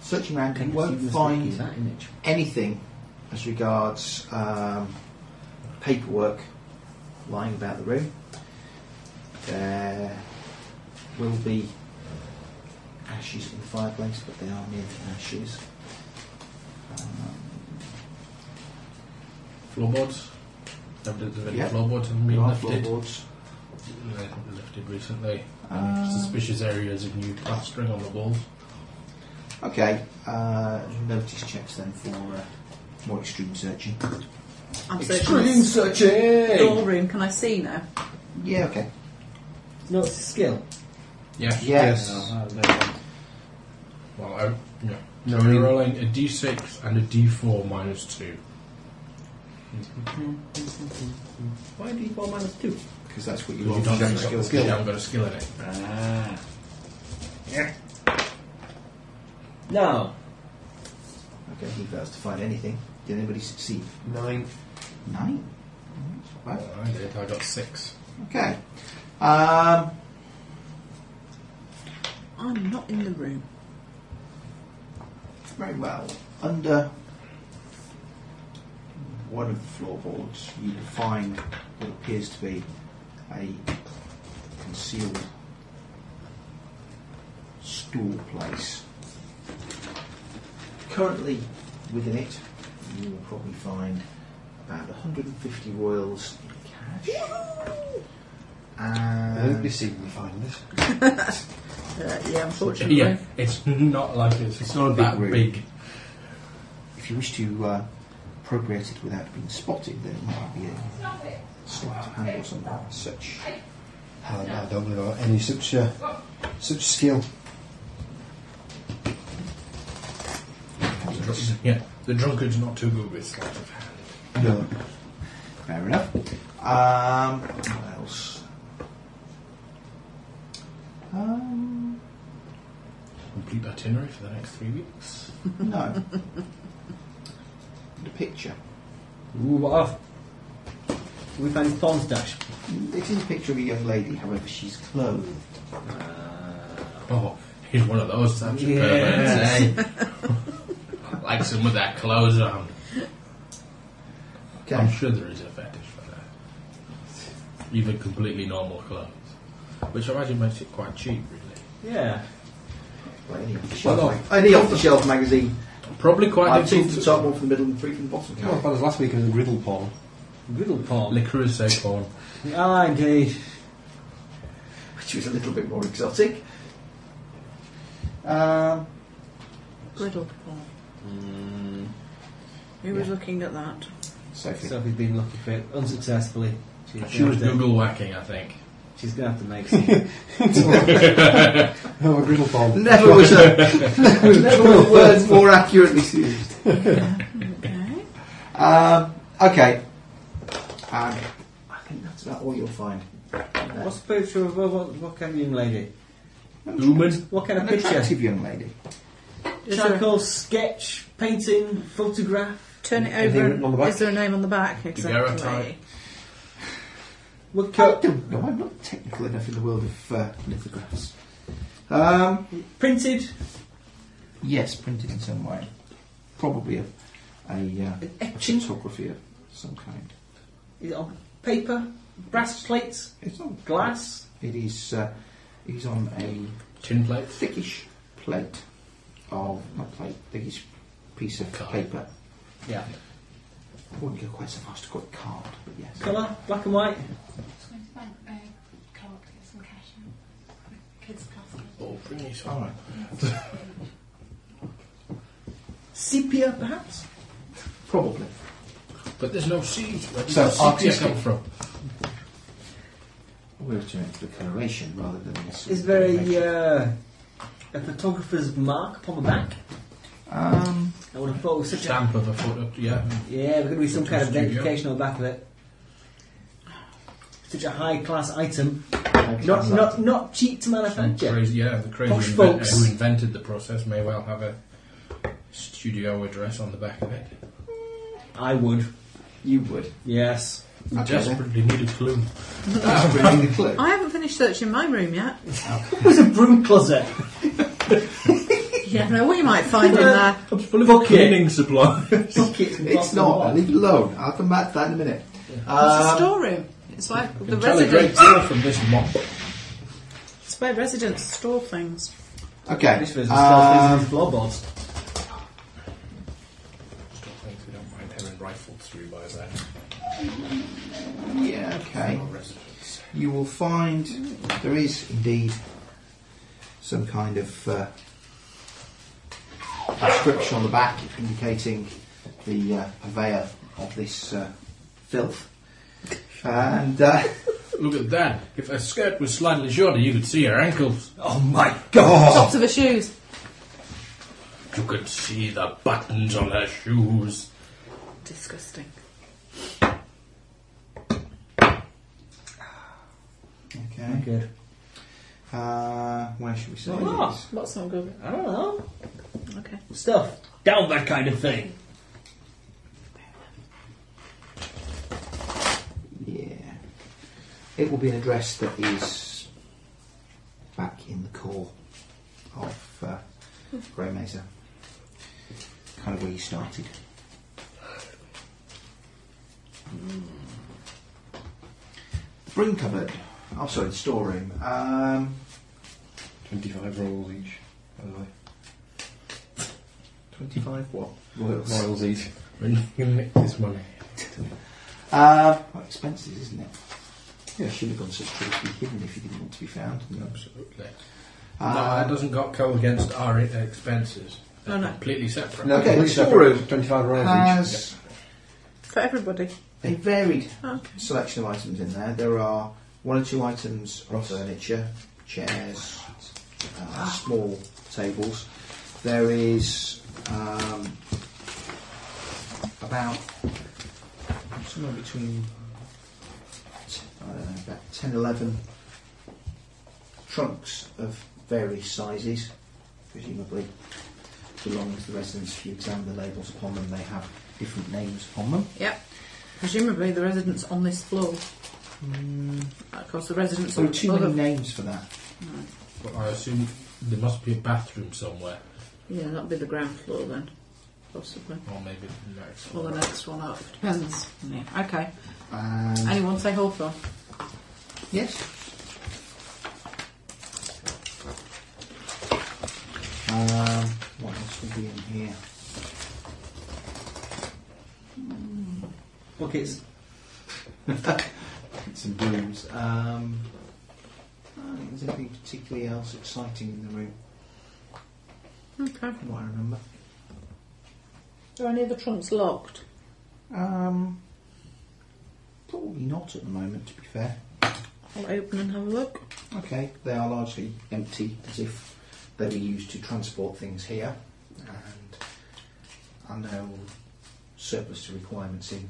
Speaker 8: searching around, you won't find
Speaker 7: that image.
Speaker 8: anything as regards um, paperwork lying about the room. There will be ashes in the fireplace, but they are merely ashes. Um,
Speaker 2: Floorboards? Evidence of any
Speaker 8: Yeah.
Speaker 2: floorboards haven't
Speaker 8: there
Speaker 2: been
Speaker 8: are
Speaker 2: lifted?
Speaker 8: floorboards.
Speaker 2: They haven't lifted recently.
Speaker 8: Um,
Speaker 4: Ah.
Speaker 2: Any suspicious areas of new plastering on the walls?
Speaker 8: Okay, uh, notice checks then for uh, more extreme searching.
Speaker 5: I'm searching
Speaker 8: Extreme
Speaker 5: this door
Speaker 8: searching!
Speaker 5: room. Can I see now?
Speaker 8: Yeah, okay.
Speaker 7: No, it's a skill.
Speaker 2: Yeah.
Speaker 8: Yes.
Speaker 7: No, no, no.
Speaker 2: Well, I, yeah. so
Speaker 4: No, I mean-
Speaker 2: we're rolling a d6 and a d4 minus 2.
Speaker 7: Why do you four minus two?
Speaker 8: Because that's what you
Speaker 2: Because you don't
Speaker 8: want to
Speaker 2: have a
Speaker 8: skill.
Speaker 2: skill. You haven't got a skill in it.
Speaker 7: Ah. Yeah. No.
Speaker 8: Okay, he fails to find anything. Did anybody succeed?
Speaker 4: Nine.
Speaker 8: Nine? Right.
Speaker 2: Well, I did. I got 6.
Speaker 8: Okay. Um,
Speaker 5: I'm not in the room.
Speaker 8: very well. Under one of the floorboards, you will find what appears to be a concealed stool place. Currently, within it, you will probably find about 150 royals in cash.
Speaker 4: Nobody
Speaker 8: And
Speaker 4: seemed to find this.
Speaker 5: Uh, yeah, unfortunately.
Speaker 2: Yeah, it's not like it's, it's not that
Speaker 8: room.
Speaker 2: big.
Speaker 8: if you wish to uh, appropriate it without being spotted, then it might be a sleight of hand or something such.
Speaker 4: I, I don't know any such uh, such skill.
Speaker 2: The dr- yeah, the drunkard's not too good with sleight of hand.
Speaker 4: No.
Speaker 8: Fair enough. Um, what else? Um,
Speaker 2: Complete itinerary for the next three weeks.
Speaker 8: no. the picture.
Speaker 7: Ooh, what off? We found his pawn stash.
Speaker 8: It is a picture of a young lady, however, she's clothed.
Speaker 2: Oh, he's one of those types of perverts, eh? like some with that clothes on.
Speaker 8: Okay.
Speaker 2: I'm sure there is a fetish for that. Even completely normal clothes. Which I imagine makes it quite cheap, really.
Speaker 7: Yeah.
Speaker 8: Well, any off the shelf,
Speaker 2: Well,
Speaker 8: mag- any off the shelf magazine.
Speaker 2: Probably quite
Speaker 8: I've
Speaker 2: difficult.
Speaker 8: two from the top, one from the middle, and three from the bottom.
Speaker 4: Well, that was last week in the griddle pawn.
Speaker 7: Griddle pawn.
Speaker 2: Licorice acorn.
Speaker 7: ah, indeed.
Speaker 8: Which was a little bit more exotic. Um,
Speaker 5: Griddle Paul. Who was looking at that?
Speaker 8: Sophie.
Speaker 7: Sophie's been looking for it unsuccessfully. She's
Speaker 2: She was
Speaker 7: gonna have to-
Speaker 2: Google whacking, I think.
Speaker 7: She's gonna have to make some.
Speaker 4: Oh, a griddle pawn.
Speaker 8: Never was a, never were words more accurately used.
Speaker 5: Okay.
Speaker 8: Um, okay. Um, I think that's about all you'll find.
Speaker 7: What's the picture of what, what, what kind of young lady?
Speaker 2: Human.
Speaker 7: What kind of
Speaker 8: An
Speaker 7: picture?
Speaker 8: attractive young lady.
Speaker 5: Is there-
Speaker 7: Charcoal sketch, painting, photograph.
Speaker 5: Turn it
Speaker 4: Anything written on the
Speaker 5: over.
Speaker 4: back?
Speaker 5: Is there a name on the back? Exactly.
Speaker 2: Daguerreotype.
Speaker 7: What
Speaker 8: I
Speaker 7: co-
Speaker 8: don't know. I'm not technical enough in the world of uh, lithographs. Um,
Speaker 7: printed?
Speaker 8: yes, printed in some way. Probably a, a, uh,
Speaker 7: An
Speaker 8: a
Speaker 7: etching?
Speaker 8: photography of some kind.
Speaker 7: Is it on paper? Brass plates?
Speaker 8: It's on
Speaker 7: Glass?
Speaker 8: It is. Uh, it is on a
Speaker 2: Tin plate.
Speaker 8: thickish plate of not plate, thickish piece of
Speaker 2: Card.
Speaker 8: paper.
Speaker 7: Yeah.
Speaker 8: Wouldn't go quite so fast to call it card, but yes.
Speaker 7: Colour, black and white.
Speaker 11: Just going to bank uh, co-op to get some cash in. for Kids' class.
Speaker 2: Oh, bring you some.
Speaker 8: All right.
Speaker 7: Sepia, perhaps?
Speaker 8: Probably.
Speaker 2: But there's no seeds. Where did
Speaker 8: So,
Speaker 2: the sepia
Speaker 8: artistic.
Speaker 2: come from?
Speaker 8: We're to the coloration rather than this.
Speaker 7: Is there a, uh, a photographer's mark upon the back?
Speaker 8: Um,
Speaker 7: I would have thought it was such a
Speaker 2: Stamp of a photo. Yeah.
Speaker 7: Yeah, there's going to be some kind of
Speaker 2: Studio.
Speaker 7: identification on the back of it. Such a high class item, not
Speaker 8: not,
Speaker 7: not not cheap to
Speaker 2: Some
Speaker 7: manufacture.
Speaker 2: crazy, yeah, the crazy
Speaker 7: Posh
Speaker 2: inventor
Speaker 7: folks.
Speaker 2: who invented the process may well have a studio address on the back of it.
Speaker 7: I would,
Speaker 8: You would.
Speaker 7: yes.
Speaker 2: We
Speaker 8: Okay,
Speaker 2: desperately need a clue.
Speaker 8: Bring the clue.
Speaker 5: I haven't finished searching my room yet.
Speaker 7: It was a broom closet,
Speaker 5: You never know what you might find in there.
Speaker 2: Full of
Speaker 7: Bucket.
Speaker 2: cleaning supplies.
Speaker 7: buckets, and bottles
Speaker 8: It's not.
Speaker 7: and
Speaker 8: Leave it alone. I'll come back to that in a minute.
Speaker 5: It's a
Speaker 8: Um,
Speaker 5: storeroom. It's like the
Speaker 2: Tell a great
Speaker 5: residence.
Speaker 2: deal from this mop.
Speaker 5: It's where residents store things.
Speaker 8: okay.
Speaker 7: This was
Speaker 8: um,
Speaker 7: floorboards.
Speaker 2: Still thinks we don't mind having rifled through by that.
Speaker 8: uh, yeah. Okay.
Speaker 2: Our residence.
Speaker 8: You will find there is indeed some kind of uh, inscription on the back indicating the uh, purveyor of this uh, filth. And uh,
Speaker 2: Look at that. If her skirt was slightly shorter, you could see her ankles.
Speaker 8: oh my god!
Speaker 5: Tops of her shoes.
Speaker 2: You could see the buttons on her shoes.
Speaker 5: Disgusting.
Speaker 8: Okay.
Speaker 7: Good.
Speaker 8: Uh, where should we say
Speaker 7: What?
Speaker 8: this?
Speaker 5: What's not good?
Speaker 7: I don't know.
Speaker 5: Okay.
Speaker 7: Stuff. Down that kind of thing.
Speaker 8: Yeah. It will be an address that is back in the core of uh, Grey Mesa. Kind of where you started. The broom cupboard. Oh, sorry, the storeroom. Um,
Speaker 4: 25 rolls each, by the way.
Speaker 8: 25 what?
Speaker 4: Royals each.
Speaker 2: We're not going to nick this money.
Speaker 8: Uh, well, expenses, isn't it?
Speaker 4: Yeah.
Speaker 8: You should have gone such trouble to be hidden if you didn't want to be found.
Speaker 2: Absolutely. no,
Speaker 8: Uh,
Speaker 2: that doesn't go go against our expenses. They're
Speaker 5: No, no.
Speaker 2: Completely separate.
Speaker 4: No,
Speaker 8: Okay,
Speaker 4: completely
Speaker 8: the
Speaker 4: separate,
Speaker 8: storeroom
Speaker 4: 25 royals each.
Speaker 8: has
Speaker 5: For everybody.
Speaker 8: a varied
Speaker 5: Oh, Okay.
Speaker 8: selection of items in there. There are one or two items of furniture, chairs, uh, small tables. There is um, about somewhere between I don't know, about 10, 11 trunks of various sizes, presumably belonging to the residents. If you examine the labels upon them, they have different names upon them.
Speaker 5: Yep. Presumably the residents on this floor. Hmm. Of course, the residents
Speaker 8: There
Speaker 5: on
Speaker 8: are too
Speaker 5: other.
Speaker 8: many names for that.
Speaker 2: But I assume there must be a bathroom somewhere,
Speaker 5: Yeah, that'd be the ground floor then, possibly.
Speaker 2: or maybe the next
Speaker 5: Or the
Speaker 2: one.
Speaker 5: next one up. Depends. Yeah. Okay.
Speaker 8: And
Speaker 5: Anyone say Hawthorne?
Speaker 8: yes. Um, what else would be in here?
Speaker 7: Buckets.
Speaker 8: Some brooms. Um, I don't think there's anything particularly else exciting in the room.
Speaker 5: Okay.
Speaker 8: From what I remember.
Speaker 5: Are any of the trunks locked?
Speaker 8: Um, probably not at the moment, to be fair.
Speaker 5: I'll open and have a look.
Speaker 8: Okay, they are largely empty, as if they were used to transport things here, and are now surplus to requirements in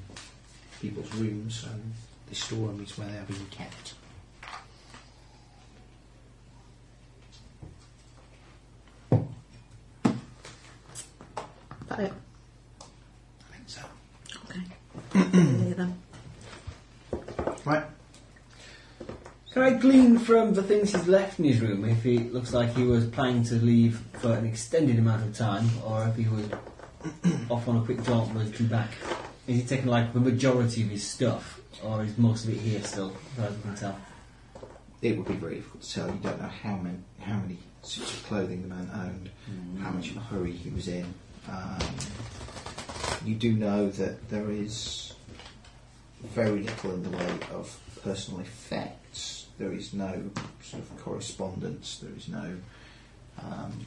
Speaker 8: people's rooms, and the storeroom is where they are being kept.
Speaker 5: That it.
Speaker 8: I think so.
Speaker 5: Okay. there then.
Speaker 8: Right.
Speaker 7: Can I glean from the things he's left in his room if he looks like he was planning to leave for an extended amount of time or if he was off on a quick jaunt and was due back? Is he taking like the majority of his stuff or is most of it here still, as far as we can tell?
Speaker 8: It would be very difficult to tell. You don't know how many, how many suits of clothing the man owned, how much of a hurry he was in, Um, you do know that there is very little in the way of personal effects. There is no sort of correspondence. There is no, um,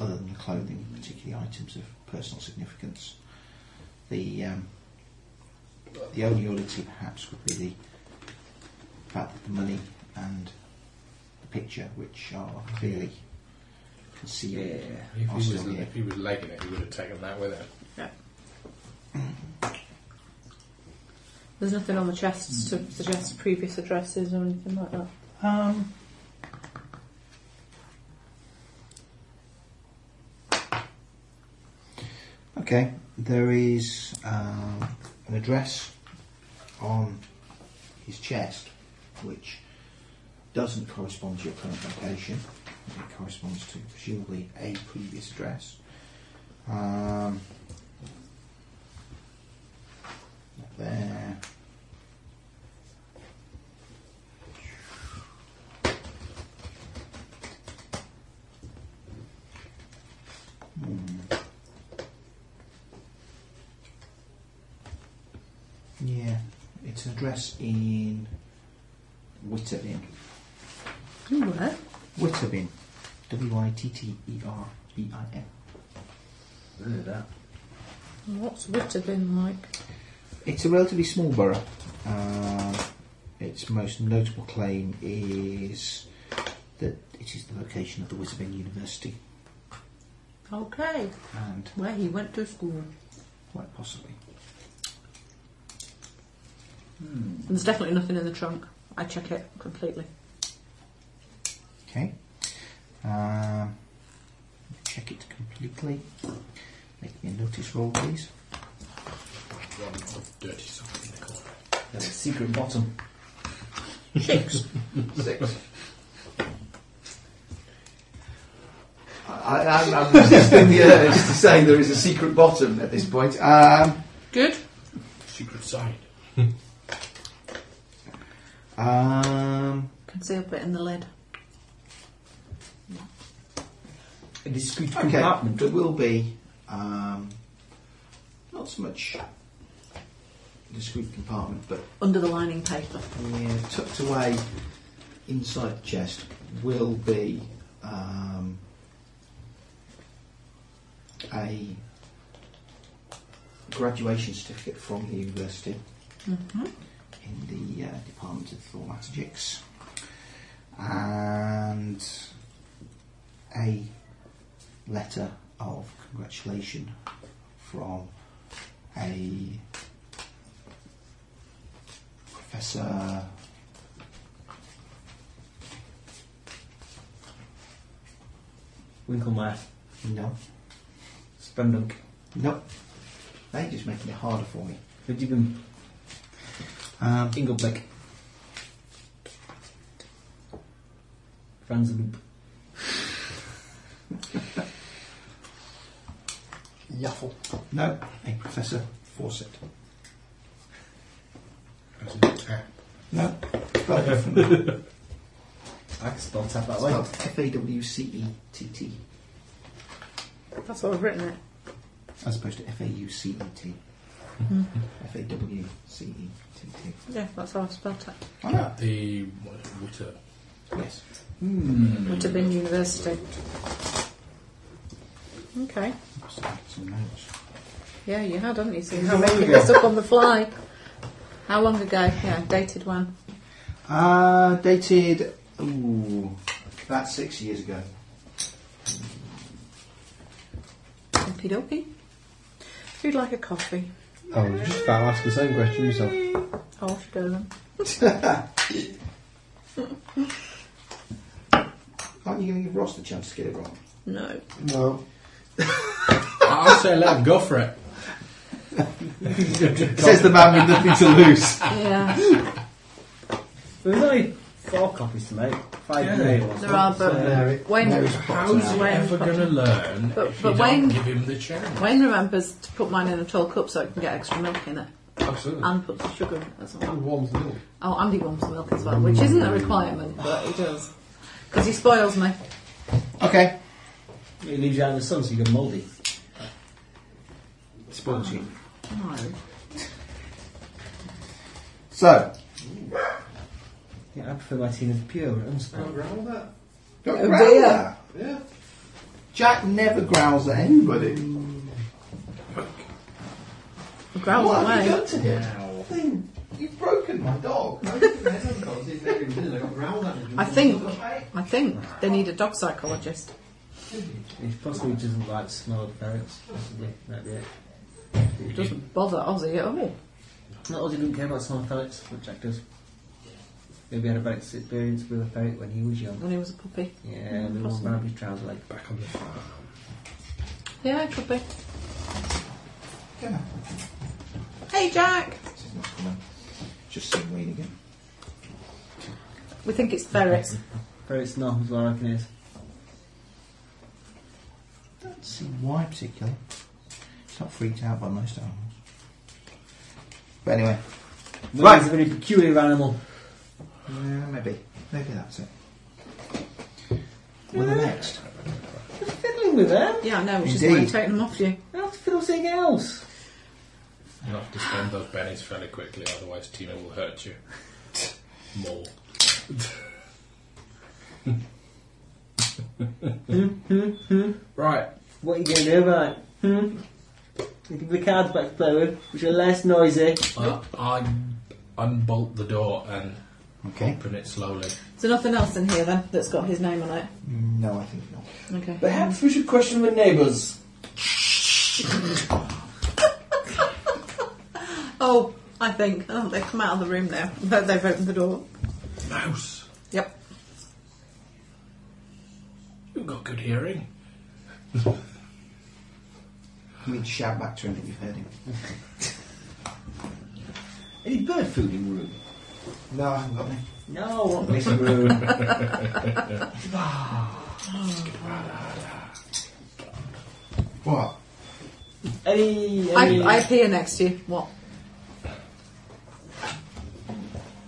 Speaker 8: other than clothing, particularly items of personal significance. The um, the only oddity perhaps would be the fact that the money and the picture, which are clearly concealed,
Speaker 2: If
Speaker 8: are
Speaker 2: he, was,
Speaker 8: still here.
Speaker 2: if he was legging it, he would have taken that with him.
Speaker 5: There's nothing on the chests to suggest previous addresses or anything like that.
Speaker 8: Um, okay, there is um, an address on his chest which doesn't correspond to your current location. It corresponds to presumably a previous address. Um, up there. Yeah, it's an address in Witterbin.
Speaker 5: You were?
Speaker 8: Witterbin. W I T T E R B I N.
Speaker 7: Look at that.
Speaker 5: What's would have been like?
Speaker 8: It's a relatively small borough. Um, its most notable claim is that it is the location of the Witterbin University.
Speaker 5: Okay,
Speaker 8: And,
Speaker 5: where he went to school.
Speaker 8: quite possibly,
Speaker 5: And there's definitely nothing in the trunk. I check it completely.
Speaker 8: Okay. Um, check it completely. Make me a notice roll, please.
Speaker 2: One of dirty sock in the corner.
Speaker 7: There's a secret bottom.
Speaker 5: Six.
Speaker 8: Six. I, I'm, I'm resisting the urge to say there is a secret bottom at this point. Um,
Speaker 5: Good.
Speaker 2: Secret side.
Speaker 8: um,
Speaker 5: Conceal bit in the lid.
Speaker 7: A discreet
Speaker 8: okay,
Speaker 7: compartment.
Speaker 8: there will be um, not so much discrete compartment, but
Speaker 5: Under the lining paper.
Speaker 8: Yeah, tucked away inside the chest will be um, a graduation certificate from the university
Speaker 5: Mm-hmm.
Speaker 8: in the uh, Department of Thaumaturgics and a letter of congratulation from a Professor.
Speaker 7: Winkelmeyer.
Speaker 8: No.
Speaker 7: Spendunk.
Speaker 8: Nope. They're just making it harder for me.
Speaker 7: Vidigan.
Speaker 8: Um,
Speaker 7: Inglebeck. Franzenloop.
Speaker 8: Yaffle. No, a Professor Fawcett.
Speaker 2: As an attack.
Speaker 8: No, spelled differently.
Speaker 7: I can spell tap that way.
Speaker 8: Spelled F A W C E T T
Speaker 5: That's what I've written it.
Speaker 8: as opposed to F A U C E T. Mm-hmm. F A W C E T T.
Speaker 5: Yeah, that's how I spelt it.
Speaker 8: Why not?
Speaker 2: The what, Witter.
Speaker 8: Yes.
Speaker 5: Would have been university. Okay.
Speaker 8: Must have had Some notes.
Speaker 5: Yeah, you had, haven't you? So you're making this up on the fly. How long ago? Yeah, dated one.
Speaker 8: Uh, dated. Ooh, about six years ago.
Speaker 5: Okie dokie. Who'd like a coffee?
Speaker 4: I was Oh, just about to ask the same question yourself.
Speaker 5: Oh, off you go then.
Speaker 8: Aren't you going to give Ross the chance to get it wrong?
Speaker 5: No.
Speaker 4: No.
Speaker 2: I'll say let him go for it.
Speaker 8: Says the man with nothing to lose.
Speaker 5: Yeah,
Speaker 7: There was only four copies to make. Five
Speaker 2: Yeah.
Speaker 7: today, wasn't
Speaker 5: there are, but
Speaker 8: Mary.
Speaker 5: Wayne,
Speaker 8: Mary's popped
Speaker 2: How's
Speaker 8: out.
Speaker 2: he
Speaker 5: Wayne
Speaker 2: ever
Speaker 5: fucking-
Speaker 2: going to learn
Speaker 5: But-
Speaker 2: if
Speaker 5: but
Speaker 2: you
Speaker 5: Wayne-
Speaker 2: don't give him the chance?
Speaker 5: Wayne remembers to put mine in a tall cup so it can get extra milk in it
Speaker 2: Absolutely.
Speaker 4: Um,
Speaker 5: and put some sugar in it as well.
Speaker 4: One's nil.
Speaker 5: Oh, and he wants milk as well, which isn't a requirement, but he does. Because he spoils me.
Speaker 8: Okay.
Speaker 7: It leaves you out in the sun so you go mouldy.
Speaker 8: Spongy.
Speaker 5: No.
Speaker 8: So,
Speaker 7: Yeah, I prefer my tea as pure and unspoiled.
Speaker 8: don't
Speaker 5: Oh,
Speaker 8: growl
Speaker 5: dear.
Speaker 8: there.
Speaker 2: Yeah.
Speaker 8: Jack never growls at anybody.
Speaker 5: Growl
Speaker 8: what have you
Speaker 5: away.
Speaker 8: done to him? Thing, You've broken my dog.
Speaker 5: I think, I think they need a dog psychologist.
Speaker 7: It possibly doesn't like the smell of ferrets. Possibly, might be it.
Speaker 5: It doesn't bother Ozzy at all.
Speaker 7: Not Ozzy didn't care about the smell of ferrets, but Jack does. Maybe had a bad experience with a ferret when he was young.
Speaker 5: When he was a puppy.
Speaker 7: Yeah, the one around his trouser leg.
Speaker 2: Back on the farm.
Speaker 5: Yeah, it could be. Hey, Jack.
Speaker 8: Just seen Wayne again.
Speaker 5: We think it's ferrets.
Speaker 7: Ferrets not as well, I reckon it is.
Speaker 8: Don't see why particularly. It's not freaked out by most animals. But anyway, Right.
Speaker 7: It's a very peculiar animal.
Speaker 8: yeah, maybe, maybe that's it. Well, the next.
Speaker 7: Fiddling with them.
Speaker 5: Yeah, I know, which is why I'm
Speaker 8: Indeed.
Speaker 5: taking them off you.
Speaker 7: I have to fiddle something else.
Speaker 2: You have to spend those bennies fairly quickly, otherwise Tina will hurt you. More. right.
Speaker 7: What are you going to do about it? Hmm? You give the cards back to play with, which are less noisy.
Speaker 2: I, I unbolt the door and
Speaker 8: Okay.
Speaker 2: open it slowly.
Speaker 5: Is there nothing else in here then that's got his name on it?
Speaker 8: No, I think not.
Speaker 5: Okay.
Speaker 12: Perhaps we should question the neighbours.
Speaker 5: Oh, I think. Oh, they've come out of the room now. They've opened the door.
Speaker 2: Mouse,
Speaker 5: Yep.
Speaker 2: you've got good hearing.
Speaker 8: You mean shout back to him that you've heard him?
Speaker 7: Any bird food in the room?
Speaker 8: No, I haven't got any.
Speaker 7: No, what missing room?
Speaker 8: What?
Speaker 7: Any,
Speaker 5: I,
Speaker 7: any
Speaker 5: I appear next to you. What?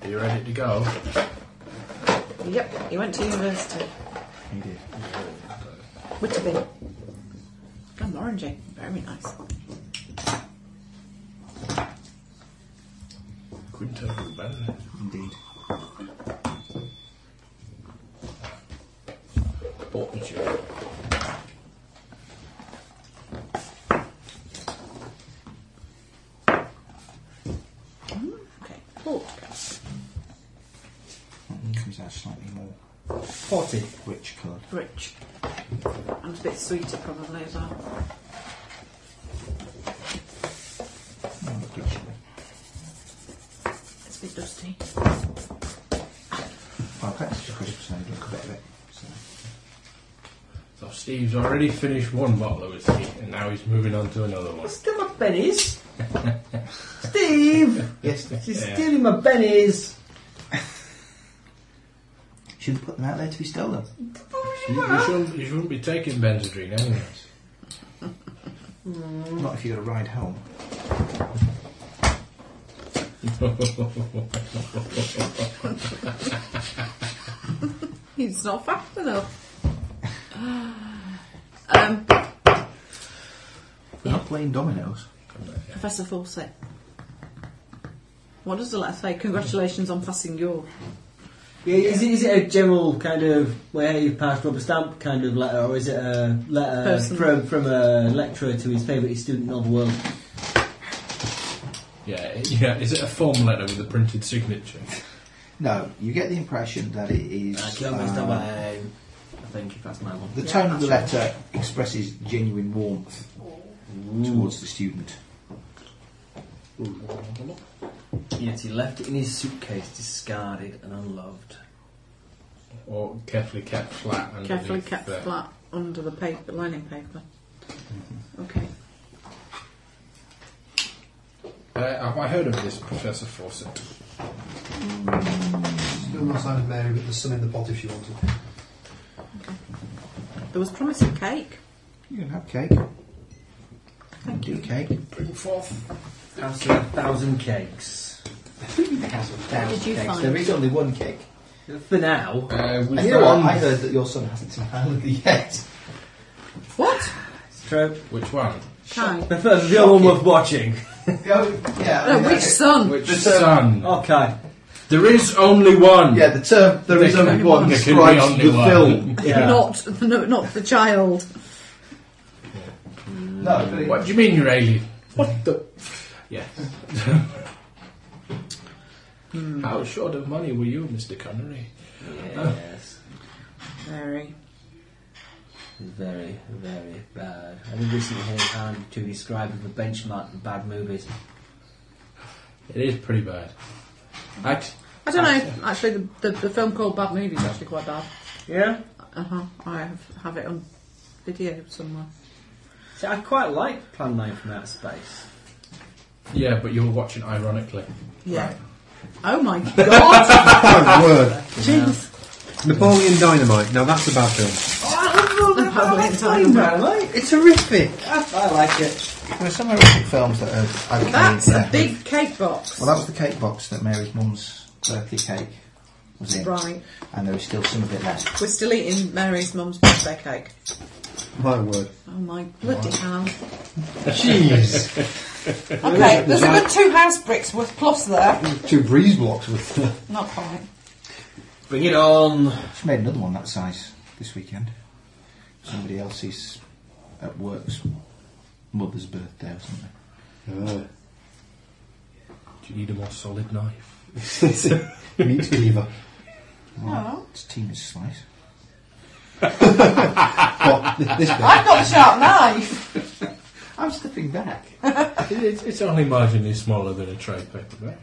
Speaker 2: Are you ready to go?
Speaker 5: Yep, you went to university.
Speaker 8: He did.
Speaker 5: Whitby. I'm orangey. Very nice.
Speaker 2: Quinto Ruben.
Speaker 8: Indeed.
Speaker 2: Bought me you.
Speaker 5: Okay. Portrait.
Speaker 8: That one comes out slightly more
Speaker 7: potted?
Speaker 8: rich coloured.
Speaker 5: Rich. And a bit sweeter probably as well.
Speaker 8: Oh, look, it's chilly.
Speaker 5: It's a bit dusty.
Speaker 8: Well, that's just crisp, so you look a bit of it. So.
Speaker 2: So Steve's already finished one bottle of whiskey, and now he's moving on to another one.
Speaker 7: Still my bennies. Steve!
Speaker 8: Yes,
Speaker 7: She's
Speaker 2: Yeah.
Speaker 7: stealing my bennies.
Speaker 8: should we put them out there to be stolen?
Speaker 2: You, you shouldn't, you shouldn't be taking Benzedrine, anyways.
Speaker 8: Not if you're going to ride home.
Speaker 5: He's not fast enough. um,
Speaker 8: We're not playing dominoes.
Speaker 5: Professor Fawcett. What does the letter say? Congratulations on passing your.
Speaker 7: Yeah, is, it, is it a general kind of where you pass rubber stamp kind of letter, or is it a letter
Speaker 5: Personal.
Speaker 7: from, from a lecturer to his favourite student in all the world?
Speaker 2: yeah, it- yeah. Is it a form letter with a printed signature?
Speaker 8: No, you get the impression that it is. uh,
Speaker 7: Um, I think if that's my one.
Speaker 8: the tone of the letter expresses genuine warmth towards the student.
Speaker 7: Yet he left it in his suitcase, discarded and unloved.
Speaker 2: Or carefully kept flat underneath
Speaker 5: Carefully kept
Speaker 2: the-
Speaker 5: flat under the paper, lining paper. Okay.
Speaker 2: Uh, have I heard of this Professor Fawcett?
Speaker 4: Still not Simon Mary, but there's some in the pot if you want it.
Speaker 5: There was promise of cake.
Speaker 8: You can have cake.
Speaker 5: Thank
Speaker 8: Do
Speaker 5: you.
Speaker 8: cake.
Speaker 2: Bring forth.
Speaker 7: House of a thousand cakes.
Speaker 8: The house of thousand
Speaker 5: Did you
Speaker 8: cakes.
Speaker 5: find-
Speaker 8: There is only one cake.
Speaker 7: For now.
Speaker 2: Uh, we
Speaker 8: And you know what? I heard that your son hasn't found it yet.
Speaker 5: What?
Speaker 7: True.
Speaker 2: Which one?
Speaker 5: Kai.
Speaker 7: The first, the other one worth watching.
Speaker 5: Oh, which son?
Speaker 2: Which
Speaker 7: The term-
Speaker 2: son?
Speaker 7: Okay.
Speaker 2: There is only one.
Speaker 8: Yeah, the term there is
Speaker 2: There can
Speaker 8: only
Speaker 2: be
Speaker 8: one
Speaker 2: one.
Speaker 8: strikes
Speaker 2: There can be
Speaker 8: the
Speaker 2: only one.
Speaker 8: film.
Speaker 7: Yeah.
Speaker 5: Not, no, not the child.
Speaker 8: No, but it-
Speaker 2: What do you mean you're alien? What the? Yes. How short of money were you, Mr. Connery?
Speaker 7: Yes.
Speaker 5: Very.
Speaker 7: Very, very bad. I did recently hear Han to describe the benchmark of bad movies.
Speaker 2: It is pretty bad. Act.
Speaker 5: I don't know. Actually, the, the, the film called Bad Movie is actually quite bad.
Speaker 7: Yeah.
Speaker 5: Uh huh. I have, have it on video somewhere.
Speaker 7: See, I quite like Plan 9 from Outer Space.
Speaker 2: Yeah, but you're watching ironically.
Speaker 5: Yeah. Oh my god!
Speaker 4: Bad word.
Speaker 5: Jeez.
Speaker 4: Napoleon Dynamite. Now that's a bad film.
Speaker 7: Oh,
Speaker 5: Napoleon Dynamite.
Speaker 4: It's horrific.
Speaker 7: I like it.
Speaker 8: There are some horrific films that are okay.
Speaker 5: That's
Speaker 8: yeah.
Speaker 5: a big cake box.
Speaker 8: Well, that was the cake box that Mary's mum's birthday cake was in.
Speaker 5: Right.
Speaker 8: And there is still some of it left.
Speaker 5: We're still eating Mary's mum's birthday cake.
Speaker 4: My word.
Speaker 5: Oh my bloody hell.
Speaker 4: Jeez.
Speaker 5: Okay, there's a good two house bricks worth plus there.
Speaker 4: Two breeze blocks with.
Speaker 5: Not quite.
Speaker 7: Bring it on.
Speaker 8: She made another one that size this weekend. Somebody else's at work's mother's birthday or something.
Speaker 4: Oh.
Speaker 2: Do you need a more solid knife?
Speaker 4: Meat cleaver.
Speaker 5: Oh.
Speaker 8: It's Tina's slice.
Speaker 4: What? This this bit.
Speaker 5: I've got a sharp knife.
Speaker 8: I'm stepping back.
Speaker 2: It's, it's only marginally smaller than a trade paperback.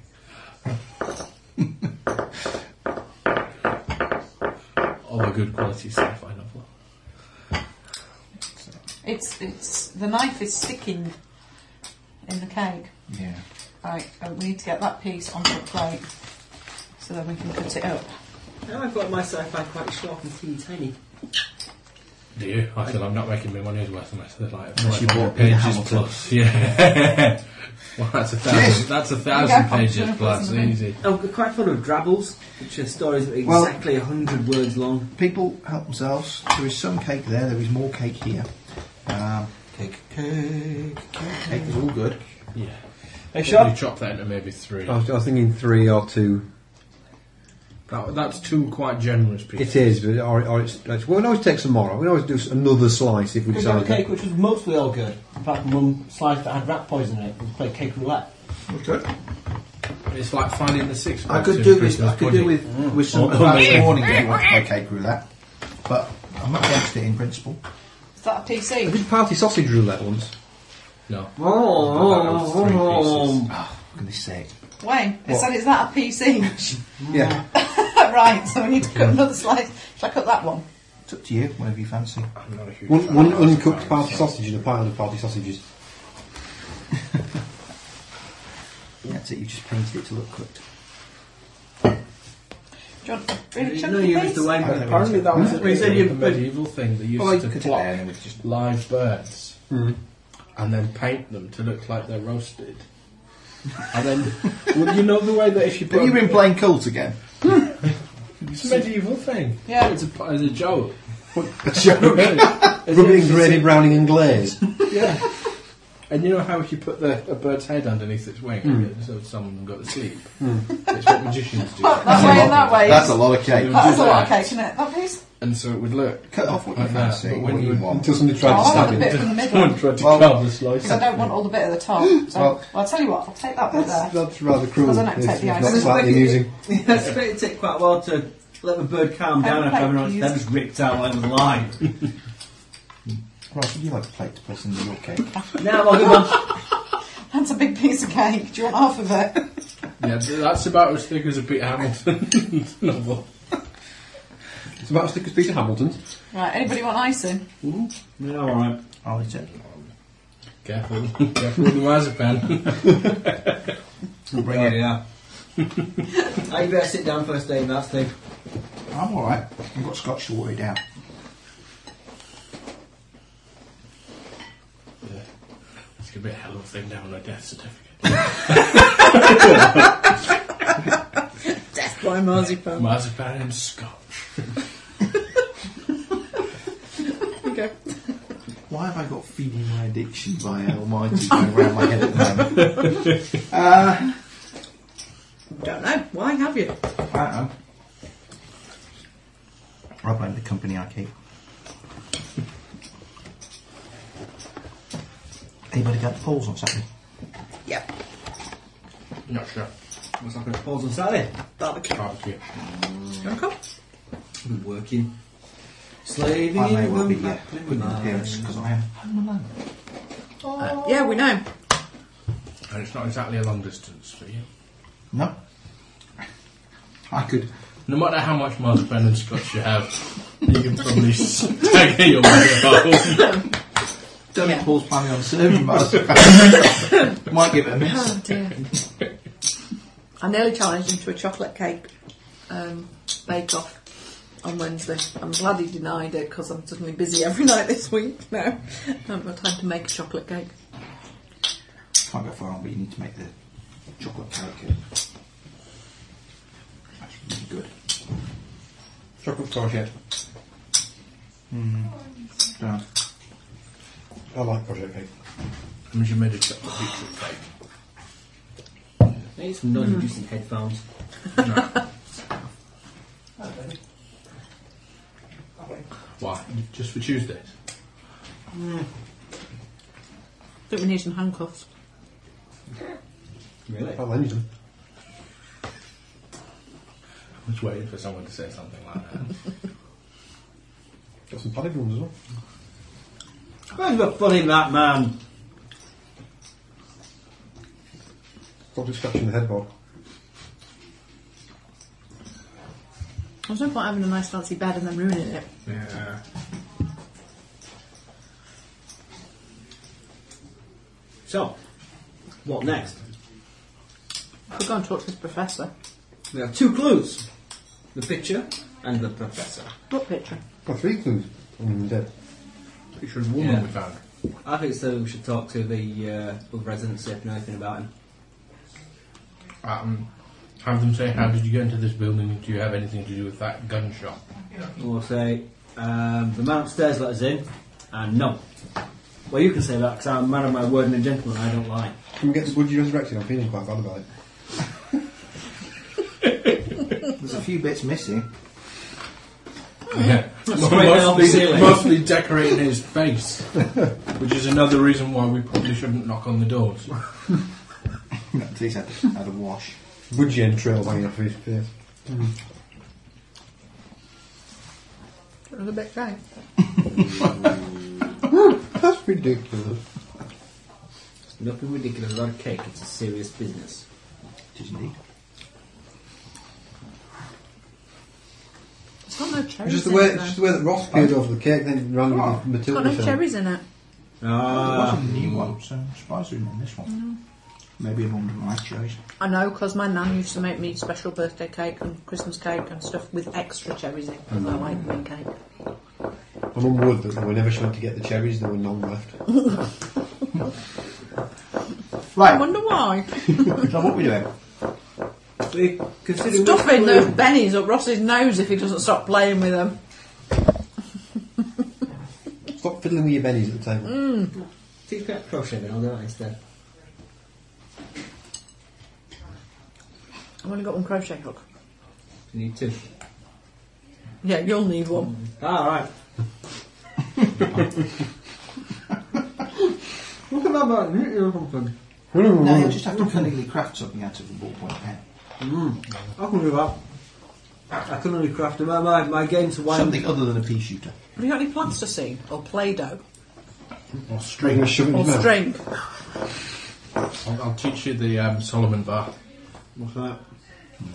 Speaker 2: of a good quality sci-fi novel.
Speaker 5: It's it's the knife is sticking in the cake.
Speaker 8: Yeah.
Speaker 5: Right, uh, we need to get that piece onto a plate so then we can cut it up.
Speaker 7: Now I've got my sci-fi quite sharp and teeny tiny.
Speaker 2: Do you? I feel I'm not making my money's worth unless they're like
Speaker 8: Unless you
Speaker 2: 500
Speaker 8: bought Peter
Speaker 2: pages
Speaker 8: Hamilton.
Speaker 2: plus. Yeah. well, that's a thousand. That's a thousand pages plus. Easy.
Speaker 7: I'm quite fond of drabbles, which are stories that are
Speaker 8: Well-
Speaker 7: exactly a 100 words long.
Speaker 8: People help themselves. There is some cake there. There is more cake here. Um, cake, cake, cake. Cake is all good.
Speaker 2: Yeah.
Speaker 7: Hey,
Speaker 2: Probably chop that into maybe three.
Speaker 8: Oh.
Speaker 4: I was, I was thinking three or two.
Speaker 2: That, that's two quite generous pieces.
Speaker 4: It is, but or, or it's, it's, we can always take some more. We can always do s- another slice if we
Speaker 13: We had
Speaker 4: decide.
Speaker 13: a cake which was mostly all good, apart from one slice that had rat poison in it. We played cake roulette.
Speaker 8: good.
Speaker 2: It's like finding the six.
Speaker 8: I
Speaker 2: box in
Speaker 8: could do with
Speaker 2: Christmas
Speaker 8: I could
Speaker 2: pudding.
Speaker 8: do with with some
Speaker 2: Oh,
Speaker 8: advance
Speaker 2: yeah.
Speaker 8: warning if you want to play cake roulette, but I'm not against it in principle.
Speaker 5: Is that a
Speaker 4: I
Speaker 5: PC?
Speaker 4: did party sausage roulette once.
Speaker 2: No. oh,
Speaker 7: Oh,
Speaker 8: Ah, For goodness sake.
Speaker 5: Wayne, it said is that a PC?
Speaker 4: Yeah.
Speaker 5: right, so we need to cut another slice. Shall I cut that one?
Speaker 8: It's up to you, whatever you fancy.
Speaker 2: I'm not a huge
Speaker 4: One,
Speaker 2: fan
Speaker 4: one
Speaker 2: of those
Speaker 4: uncooked
Speaker 2: kinds.
Speaker 4: party sausage and a pile of party sausages.
Speaker 8: That's it, you just painted it to look cooked.
Speaker 5: Do you want a really
Speaker 7: no,
Speaker 5: chunky
Speaker 7: you
Speaker 5: piece?
Speaker 7: used the way.
Speaker 2: Apparently that was
Speaker 8: Well, you said
Speaker 2: a
Speaker 8: you-
Speaker 2: medieval thing. They used
Speaker 8: Well, you
Speaker 2: to
Speaker 8: could sit
Speaker 2: pluck
Speaker 8: there and it was just- Hmm.
Speaker 2: live birds
Speaker 4: Mm.
Speaker 2: and then paint them to look like they're roasted. and then, well, you know the way that if you put
Speaker 8: But you've been playing cult again.
Speaker 2: it's a medieval thing.
Speaker 5: Yeah.
Speaker 2: it's a as a joke.
Speaker 4: Rubbing and gravy, browning and glaze.
Speaker 2: Yeah. And you know how if you put the, a bird's head underneath its wing,
Speaker 8: Hmm.
Speaker 2: so someone got to sleep. It's what magicians do.
Speaker 5: Well, that way and that way.
Speaker 8: That's a lot of cake.
Speaker 2: Yeah.
Speaker 5: That's a lot of cake, isn't it? That piece?
Speaker 2: and so it would look.
Speaker 8: Cut off what you
Speaker 2: Like that,
Speaker 8: fancy,
Speaker 2: but when
Speaker 8: what
Speaker 2: you
Speaker 8: you
Speaker 2: would-
Speaker 8: want.
Speaker 4: Until somebody tried
Speaker 5: Oh,
Speaker 4: to
Speaker 5: I want
Speaker 4: stab
Speaker 5: the
Speaker 4: him.
Speaker 5: bit from the
Speaker 2: Someone
Speaker 5: middle
Speaker 2: tried to
Speaker 8: Well-
Speaker 2: carve the slice.
Speaker 5: because I don't want all the bit at the top. So, well,
Speaker 8: Well-
Speaker 5: I'll tell you what, I'll take that bit there.
Speaker 4: That's, that's rather cruel.
Speaker 5: Because I don't take
Speaker 4: It's
Speaker 5: the
Speaker 4: not
Speaker 5: ice.
Speaker 4: slightly amusing.
Speaker 7: That's a bit, it took quite a while to let the bird calm down after having
Speaker 5: Please.
Speaker 7: it was ripped out like the line.
Speaker 8: Ross, would you like a plate to place in your cake?
Speaker 7: now I'll go
Speaker 5: That's a big piece of cake. Do you want half of it?
Speaker 2: Yeah, th- that's about as thick as a Peter Hamilton novel.
Speaker 4: It's about as thick as Peter Hamilton.
Speaker 5: Right, anybody want icing?
Speaker 7: No, alright.
Speaker 8: I'll eat it.
Speaker 2: Careful, careful with the marzipan.
Speaker 7: Bring it here. I you better sit down first, Dave. That's Dave.
Speaker 8: I'm alright. I've got scotch to water it down.
Speaker 2: It's gonna be a hell of a thing down on a death certificate.
Speaker 5: Death by marzipan.
Speaker 2: Marzipan and scotch.
Speaker 5: There you go.
Speaker 8: Why have I got feeding my addiction by Almighty going around my head at the moment? Uh,
Speaker 5: Don't know. Why have you?
Speaker 8: I don't know. I blame the company I keep. Anybody got the polls on Saturday?
Speaker 5: Yep.
Speaker 2: Not sure.
Speaker 7: What's happening at Paul's on Saturday?
Speaker 5: Barbecue.
Speaker 2: Barbecue.
Speaker 5: Don't come.
Speaker 7: I've been working. Slaving
Speaker 8: I may
Speaker 7: in
Speaker 8: well
Speaker 7: one
Speaker 8: be
Speaker 7: back
Speaker 8: yeah, with my parents because I am home alone.
Speaker 5: Uh, yeah, we know.
Speaker 2: And it's not exactly a long distance for you.
Speaker 8: No. I could.
Speaker 2: No matter how much miles of Ben and Scotch you have, you can probably stagger your way home.
Speaker 8: Don't
Speaker 5: Yeah.
Speaker 8: think Paul's planning on serving, but I suppose- might give it a miss.
Speaker 5: Oh dear. I nearly challenged him to a chocolate cake um, bake off on Wednesday. I'm glad he denied it because I'm suddenly busy every night this week now. I haven't got time to make a chocolate cake.
Speaker 8: Can't go far on, but you need to make the chocolate cake. uh, Actually, really good.
Speaker 4: Chocolate project.
Speaker 8: Don't know.
Speaker 4: I like project cake.
Speaker 2: I mean, you made a chocolate pizza cake.
Speaker 7: It's some non-reducing headphones.
Speaker 2: Why? Just for Tuesdays?
Speaker 5: I think we need some handcuffs.
Speaker 7: Really?
Speaker 4: I'll lend you them.
Speaker 2: I was waiting for someone to say something like that.
Speaker 4: Got some padded ones as well.
Speaker 7: Where's the fun in that, man?
Speaker 4: Stop just scratching the headboard.
Speaker 5: There's no point having a nice fancy bed and then ruining it.
Speaker 2: yeah.
Speaker 7: So, what next?
Speaker 5: We'll go and talk to this professor.
Speaker 7: We have two clues. The picture and the professor.
Speaker 5: What picture?
Speaker 4: Got three clues. I'm dead.
Speaker 2: Picture of a woman
Speaker 7: Yeah.
Speaker 2: we found.
Speaker 7: I think so we should talk to the uh, other residents if you know anything about him.
Speaker 2: Um, have them say, how did you get into this building? Do you have anything to do with that gun shop?
Speaker 7: We'll say, um, the man upstairs let us in, and no. Well, you can say that because I'm a man of my word and a gentleman, I don't lie.
Speaker 4: Can we get the Woody resurrected? I'm feeling quite bad about it.
Speaker 8: There's a few bits missing.
Speaker 2: Yeah.
Speaker 7: Oh, right down the
Speaker 2: mostly,
Speaker 7: ceiling.
Speaker 2: mostly decorating his face, which is another reason why we probably shouldn't knock on the doors.
Speaker 8: At least had, had a wash.
Speaker 4: Woody entrails hanging off his face.
Speaker 5: Another bit guy.
Speaker 4: That's ridiculous.
Speaker 7: Nothing ridiculous about a cake, it's a serious business.
Speaker 8: It is indeed.
Speaker 5: It's got no cherries
Speaker 4: Just the
Speaker 5: in
Speaker 4: way,
Speaker 5: it. though.
Speaker 4: just the way that Ross peered over the cake, then ran with the
Speaker 5: It's got
Speaker 4: Matilda
Speaker 5: no
Speaker 4: film.
Speaker 5: cherries in it.
Speaker 8: There
Speaker 7: Ah,
Speaker 8: was a new one, Uh, so I'm surprised we didn't this one. Maybe a mum didn't like cherries.
Speaker 5: I know because my nan used to make me special birthday cake and Christmas cake and stuff with extra cherries in it because I like green cake.
Speaker 4: My mum would, but they were never sure to get the cherries, there were none left.
Speaker 5: I
Speaker 8: Right,
Speaker 5: wonder why.
Speaker 8: so what are we doing?
Speaker 7: we consider
Speaker 5: Stuffing those bennies up Ross's nose if he doesn't stop playing with them.
Speaker 4: Stop fiddling with your bennies at the table.
Speaker 7: Teach me how to crochet then, I'll do that instead.
Speaker 5: I've only got one crochet hook.
Speaker 7: You need two.
Speaker 5: Yeah, you'll need one.
Speaker 7: Ah, right. Look at that man, knit you something.
Speaker 8: No, you just have to cunningly craft something out of the ballpoint pen.
Speaker 7: I can do that. I can only craft my, my, my game's why
Speaker 8: Something other than a pea shooter.
Speaker 5: Have you got any plasticine or play doh
Speaker 2: Or string.
Speaker 4: Bring a shove in
Speaker 5: or
Speaker 4: his mouth.
Speaker 5: string?
Speaker 2: I'll, I'll teach you the um, Solomon bar.
Speaker 7: What's that?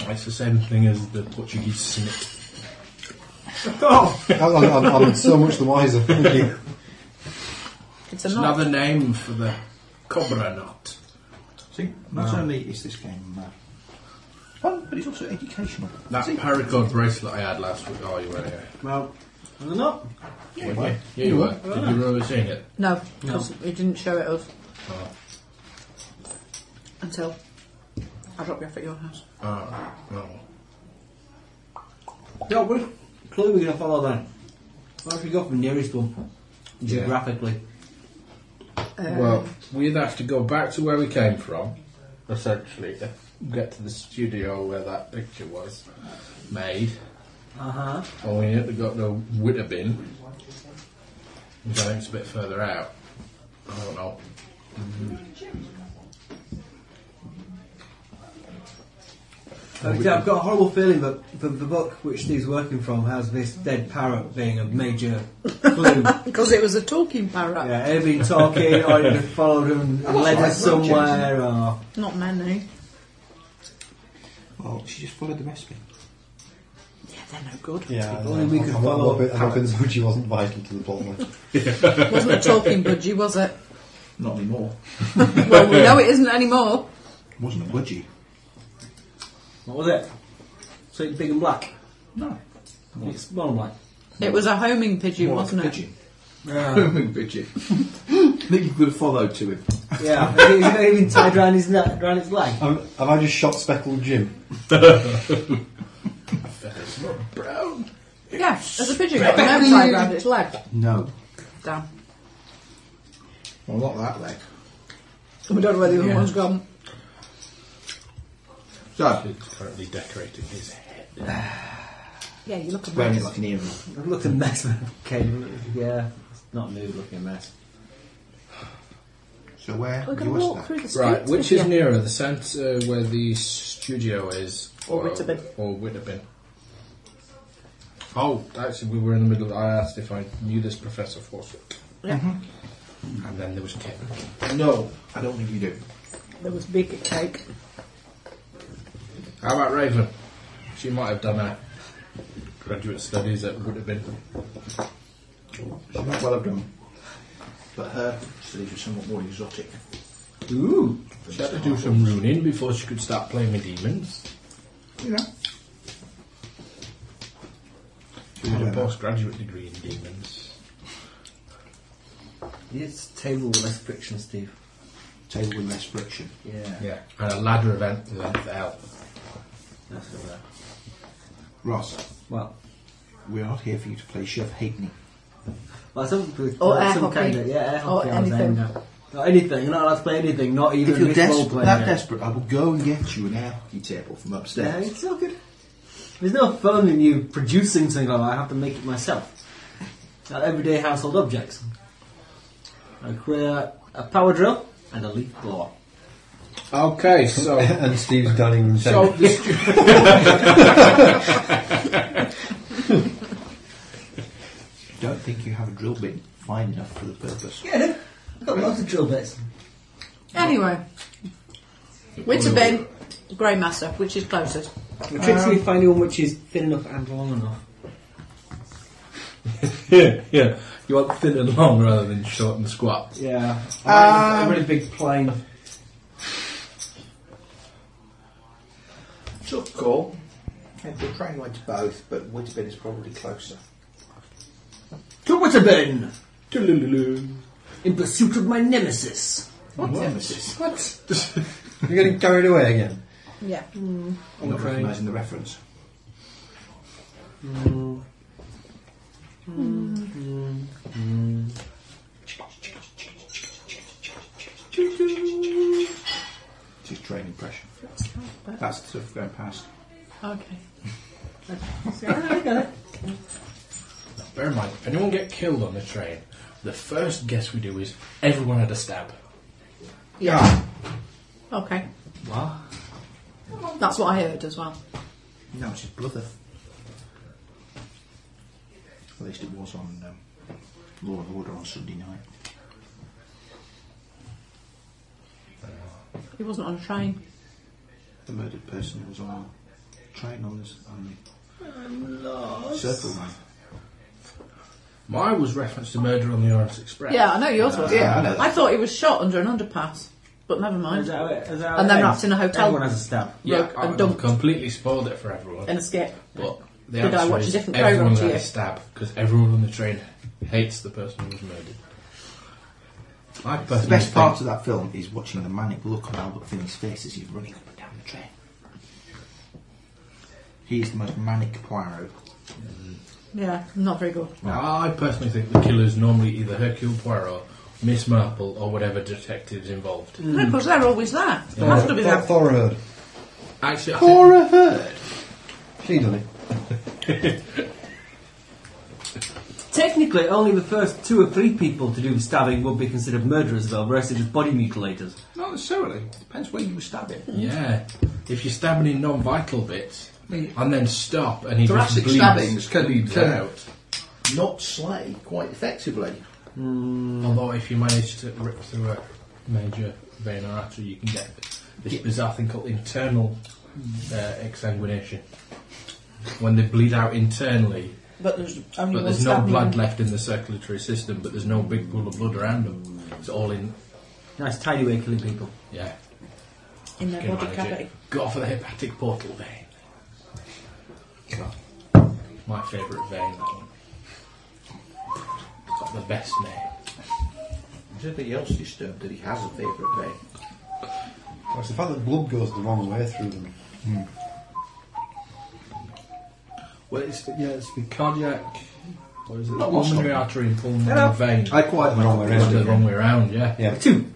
Speaker 2: It's the same thing as the Portuguese snip.
Speaker 7: Oh!
Speaker 4: I'm, I'm, I'm so much the wiser. Thank you.
Speaker 5: It's a
Speaker 2: It's
Speaker 5: knot.
Speaker 2: another name for the cobra knot.
Speaker 8: See, not only is this game uh, fun, but it's also educational.
Speaker 2: That
Speaker 8: See?
Speaker 2: paracord bracelet I had last week. Oh, you were here.
Speaker 7: Well, I'm not.
Speaker 2: Yeah, you were. Yeah, you were. Did you remember seeing it?
Speaker 5: No, because he didn't show it us until I dropped you off at your house.
Speaker 2: Oh, no.
Speaker 7: Yeah, which clue are we going to follow then? Where should we go from nearest one? Geographically.
Speaker 5: Um,
Speaker 2: well, we'd have to go back to where we came from, essentially, to get to the studio where that picture was made.
Speaker 7: Uh huh.
Speaker 2: Or we need to go to Witterbin, which I think is a bit further out. I don't know.
Speaker 14: I've got a horrible feeling that the, the book which Steve's working from has this dead parrot being a major clue.
Speaker 5: Because it was a talking parrot.
Speaker 14: yeah, it'd been talking, or it'd been followed and
Speaker 5: Well,
Speaker 14: led
Speaker 5: that's
Speaker 14: us
Speaker 5: like Rogers.
Speaker 14: somewhere, or.
Speaker 5: Not many.
Speaker 8: Well, Oh, she just followed the recipe.
Speaker 5: Yeah, they're no good.
Speaker 4: Yeah,
Speaker 14: Only we could
Speaker 4: I'm
Speaker 14: follow
Speaker 4: hoping, I'm hoping
Speaker 14: parrots.
Speaker 4: Zudgy wasn't vital to the plot line.
Speaker 5: Wasn't a talking budgie, was it?
Speaker 2: Not anymore.
Speaker 5: Well, we know it isn't anymore.
Speaker 8: Wasn't a budgie.
Speaker 7: What was it? So it's big and black?
Speaker 2: No.
Speaker 7: It's small and black.
Speaker 5: It was a homing pigeon,
Speaker 7: More like
Speaker 5: wasn't
Speaker 7: a
Speaker 5: it?
Speaker 7: pigeon.
Speaker 2: Homing pigeon.
Speaker 9: think you could have followed to him.
Speaker 7: Yeah, it's not even tied around his neck, around his leg.
Speaker 4: Have have I just shot Speckled Jim?
Speaker 2: It's not brown.
Speaker 5: Yeah, there's a pigeon got a nose tied around its leg.
Speaker 8: No.
Speaker 5: Damn.
Speaker 8: Well, not that leg.
Speaker 5: We don't know where the other
Speaker 2: Yeah.
Speaker 5: one's gone.
Speaker 8: So,
Speaker 2: Currently decorating his head.
Speaker 5: Yeah, you look a
Speaker 8: wearing it
Speaker 5: mess.
Speaker 8: like an earring.
Speaker 7: It looked a mess when it came. Yeah, it's not new looking mess.
Speaker 8: So where
Speaker 5: We're
Speaker 8: you
Speaker 5: going to
Speaker 8: was
Speaker 5: walk
Speaker 8: that?
Speaker 5: through the streets.
Speaker 2: Right, which
Speaker 5: with
Speaker 2: is
Speaker 5: you.
Speaker 2: nearer, the centre where the studio is,
Speaker 5: Or Whittabin.
Speaker 2: or Whittabin? Oh, actually, we were in the middle. I asked if I knew this Professor Fawcett,
Speaker 5: Yeah,
Speaker 2: and then there was Kit.
Speaker 8: No, I don't think you do.
Speaker 5: there was big cake.
Speaker 2: How about Raven? She might have done her graduate studies at Whittabin.
Speaker 8: She might well have done. But her studies were somewhat more exotic.
Speaker 7: Ooh,
Speaker 2: She had to do some runing before she could start playing with demons.
Speaker 8: You know.
Speaker 2: She did a postgraduate degree in demons.
Speaker 7: it's table with less friction, Steve.
Speaker 8: Table with less friction.
Speaker 7: Yeah,
Speaker 2: Yeah, and a ladder event length out.
Speaker 7: that's what that.
Speaker 8: Ross,
Speaker 7: Well,
Speaker 8: we're not here for you to play Chef Hackney.
Speaker 7: well, some,
Speaker 5: Or air
Speaker 7: some
Speaker 5: hockey.
Speaker 7: kind of yeah, air
Speaker 5: Or
Speaker 7: hockey, I was
Speaker 5: anything.
Speaker 7: aiming at. Not anything. You're not allowed to play anything. Not even
Speaker 8: If you're
Speaker 7: this role
Speaker 8: des-
Speaker 7: playing
Speaker 8: that
Speaker 7: game.
Speaker 8: desperate, I will go and get you an air hockey table from
Speaker 7: Yeah,
Speaker 8: upstairs.
Speaker 7: it's all good. There's no fun in you producing something like that. I have to make it myself. Like everyday household objects. I create a power drill and a leaf blower.
Speaker 2: Okay, so
Speaker 4: and Steve's dining room
Speaker 2: so
Speaker 4: table.
Speaker 2: the stu-
Speaker 8: Don't think you have a drill bit fine enough for the purpose.
Speaker 7: Yeah, I've got lots of drill bits.
Speaker 5: Anyway, Winterbin, Greymaster, which is closest.
Speaker 7: The trick's really finding one which is thin enough and long enough.
Speaker 2: yeah, yeah. You want thin and long rather than short and squat.
Speaker 8: Um,
Speaker 7: Yeah. A really big plane.
Speaker 8: Tough call. And the train went to both, but Whitbin is probably closer.
Speaker 7: To Witterbin!
Speaker 2: Toodaloo.
Speaker 7: In pursuit of my nemesis.
Speaker 8: What? Nemesis.
Speaker 4: What? You're getting carried away again.
Speaker 5: Yeah.
Speaker 8: I'm not recognising the reference. It's his train impression. That's the stuff going past.
Speaker 5: Okay.
Speaker 2: Bear in mind, if anyone get killed on the train, the first guess we do is everyone had a stab.
Speaker 8: Yeah.
Speaker 5: Okay. What? That's what I heard as well.
Speaker 8: No, it's his brother. At least it was on um, Law and Order on Sunday night.
Speaker 5: He wasn't on a train.
Speaker 8: The murdered person was on a train on this on the Circle line.
Speaker 2: Mine was referenced to murder on the Orient Express.
Speaker 5: Yeah, I know yours was.
Speaker 8: Yeah, I know that.
Speaker 5: I thought he was shot under an underpass, but never mind.
Speaker 7: Is that how it- is that how
Speaker 5: And
Speaker 7: it
Speaker 5: then
Speaker 7: ends?
Speaker 5: wrapped in a hotel.
Speaker 7: Everyone has a stab.
Speaker 2: yeah.
Speaker 5: Broke
Speaker 2: I
Speaker 5: and dumped.
Speaker 2: completely spoiled it for everyone.
Speaker 5: In a skip.
Speaker 2: but the
Speaker 5: Did I
Speaker 2: answer
Speaker 5: watch a
Speaker 2: is
Speaker 5: different programme
Speaker 2: everyone
Speaker 5: to
Speaker 2: had
Speaker 5: you?
Speaker 2: a stab because everyone on the train hates the person who was murdered. I personally
Speaker 8: The best
Speaker 2: think-
Speaker 8: part of that film is watching the manic look on Albert Finney's face as he's running up and down the train. He is the most manic Poirot.
Speaker 5: Yeah, not very good.
Speaker 2: I personally think the killer's normally either Hercule Poirot Miss Marple or whatever detectives involved.
Speaker 5: No, because they're always there. They have to be there.
Speaker 4: Thora Heard.
Speaker 2: Actually, I think,
Speaker 4: Thora Heard. She done it.
Speaker 7: Technically, only the first two or three people to do the stabbing would be considered murderers, though. The rest are just body mutilators.
Speaker 2: Not necessarily. Depends where you stab it. Yeah. If you're stabbing in non-vital bits and then stop and he
Speaker 15: Thoracic
Speaker 2: just bleeds,
Speaker 15: stabbings can be
Speaker 2: bleeds
Speaker 15: can
Speaker 2: out.
Speaker 15: not slay quite effectively.
Speaker 2: Although if you manage to rip through a major vein or artery, you can get this bizarre thing called internal uh, exsanguination. When they bleed out internally,
Speaker 5: But there's
Speaker 2: but
Speaker 5: only one
Speaker 2: there's no
Speaker 5: stabbing.
Speaker 2: blood left in the circulatory system, but there's no big pool of blood around them. It's all in,
Speaker 7: Nice tidy way of killing people.
Speaker 2: yeah.
Speaker 5: In their
Speaker 2: Can
Speaker 5: body
Speaker 2: manage it.
Speaker 5: cavity.
Speaker 2: Go for the hepatic portal vein. My favourite vein, that one. It's got the best name.
Speaker 15: Is anybody else disturbed that he has a favourite vein?
Speaker 4: Well, it's the fact that blood goes the wrong way through them.
Speaker 2: Well, it's yeah, it's the cardiac. What is it?
Speaker 15: Not
Speaker 2: Pulmonary
Speaker 15: muscle.
Speaker 2: artery and pulmonary
Speaker 7: Hello.
Speaker 2: vein.
Speaker 15: I quite
Speaker 4: The wrong way
Speaker 2: It's
Speaker 4: around.
Speaker 2: the wrong way around. Yeah.
Speaker 4: Yeah.
Speaker 7: Two.